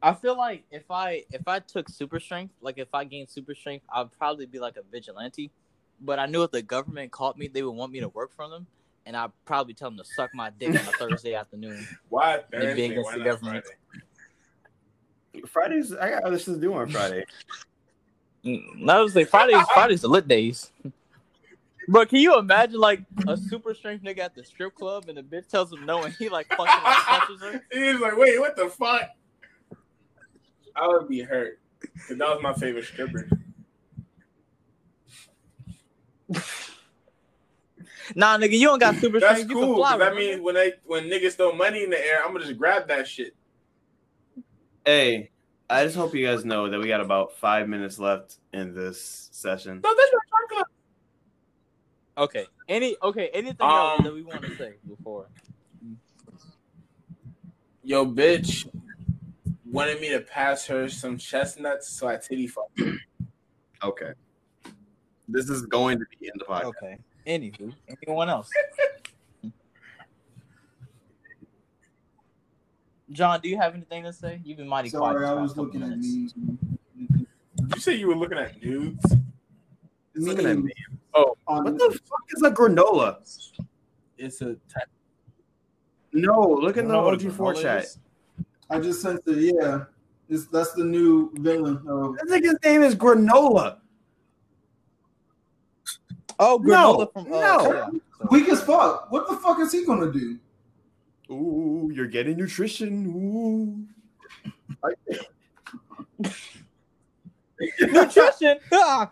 I feel like if I if I took super strength, like if I gained super strength, I'd probably be like a vigilante. But I knew if the government caught me, they would want me to work for them, and I'd probably tell them to suck my dick on a Thursday afternoon.
why
Maybe
Thursday?
against
Why
the
not
government.
Friday?
Fridays, I got other shit to do on Friday.
Mm, That was like Fridays. Fridays are lit days. Bro, can you imagine like a super strength nigga at the strip club and the bitch tells him no, and he like fucking like, punches her?
He's like, wait, what the fuck? I would be hurt. 'cause that was my favorite stripper.
Nah, nigga, you don't got super
That's
strength. You
cool.
can fly.
'cause that
remember?
means when they when niggas throw money in the air, I'm gonna just grab that shit.
Hey, I just hope you guys know that we got about five minutes left in this session.
No, that's not chocolate.
Okay. Any okay, anything else
Um,
that we want to say before?
Yo, bitch wanted me to pass her some chestnuts, so I titty fucked. her.
Okay. This is going to be in the podcast.
Okay. Anywho, anyone else? John, do you have anything to say? You've been mighty quiet.
Sorry,
these
I
past
was
couple
looking at
minutes.
memes.
You said you were looking at nudes.
Looking at me.
On
Oh. What the fuck is a granola?
It's a type.
No, look in the
Granola,
OG4 chat.
I just sent the yeah. It's, that's the new villain of
That nigga's name is Granola.
Oh,
No,
granola from uh,
no.
yeah.
weak as fuck. What the fuck is he gonna do?
Ooh, you're getting nutrition. Ooh.
nutrition. Ah.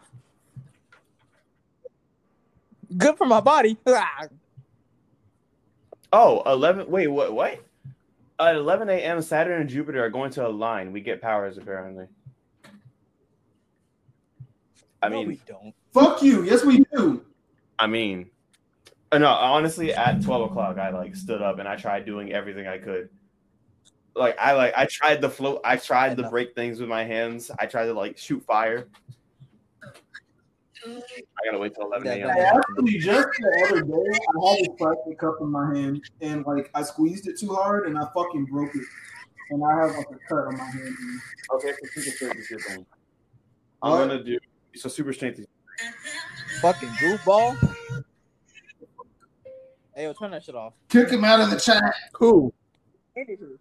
Good for my body. Ah.
Oh, 11. Wait, what? What? At 11 a.m., Saturn and Jupiter are going to align. We get powers, apparently. I
No,
mean,
we don't.
Fuck you. Yes, we do.
I mean, uh, no, honestly, at twelve o'clock, I like stood up and I tried doing everything I could. Like I like I tried to float. I tried to break things with my hands. I tried to like shoot fire. I gotta wait till eleven
That
a.m.
don't
I
happen.
actually just the other day I had a plastic cup in my hand and like I squeezed it too hard and I fucking broke it. And I have like a cut on my hand.
Okay, so super strength is your thing.
What?
I'm gonna do so. Super strength is
Fucking goofball. Hey, yo, turn that shit off.
Kick him out of the chat.
Cool.
Anywho.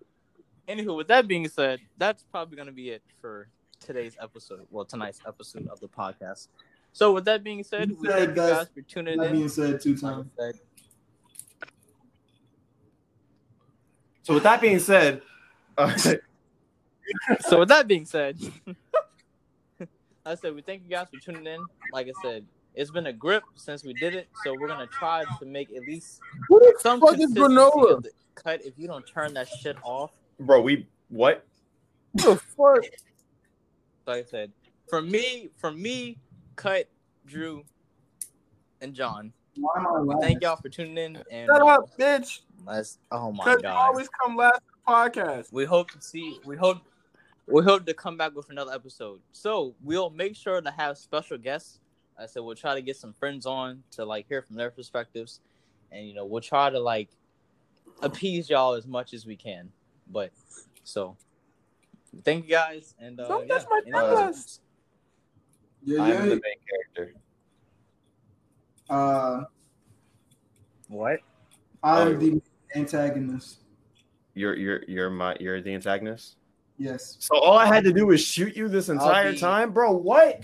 Anywho, with that being said, that's probably going to be it for today's episode. Well, tonight's episode of the podcast. So, with that being said,
You
we
said
thank you
that's-
guys for tuning
That
in.
being said, two times.
Like I said,
So with that being said, uh,
so, with that being said, I said we thank you guys for tuning in. Like I said, it's been a grip since we did it, so we're gonna try to make at least
Who the
some
fuck is
consistency
granola?
of the cut. If you don't turn that shit off,
bro, we what?
What the fuck?
like I said, for me, for me, cut Drew and John.
Why am I laughing?
Thank y'all for tuning in. And
Shut up, bitch.
Let's, oh my
Cause you
god.
always come last to the podcast.
we hope to see we hope we hope to come back with another episode so we'll make sure to have special guests i said we'll try to get some friends on to like hear from their perspectives and you know we'll try to like appease y'all as much as we can but so thank you guys and uh,
Don't
yeah,
touch my
any other-
necklace.
Yeah,
I'm
yeah.
the main character.
Uh,
what
I'm the antagonist.
You're you're you're my you're the antagonist.
Yes.
So all I had to do was shoot you this entire
be-
time, bro. What?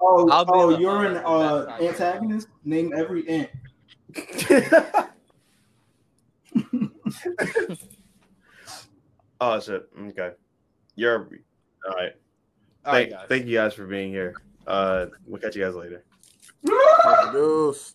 Oh,
I'll be
oh,
the,
you're
uh,
an
the
uh,
best guy.
antagonist. Name every ant.
Oh shit. Okay. You're all right.
All right,
thank,
guys.
thank you guys for being here. Uh, we'll catch you guys later.
Deuce.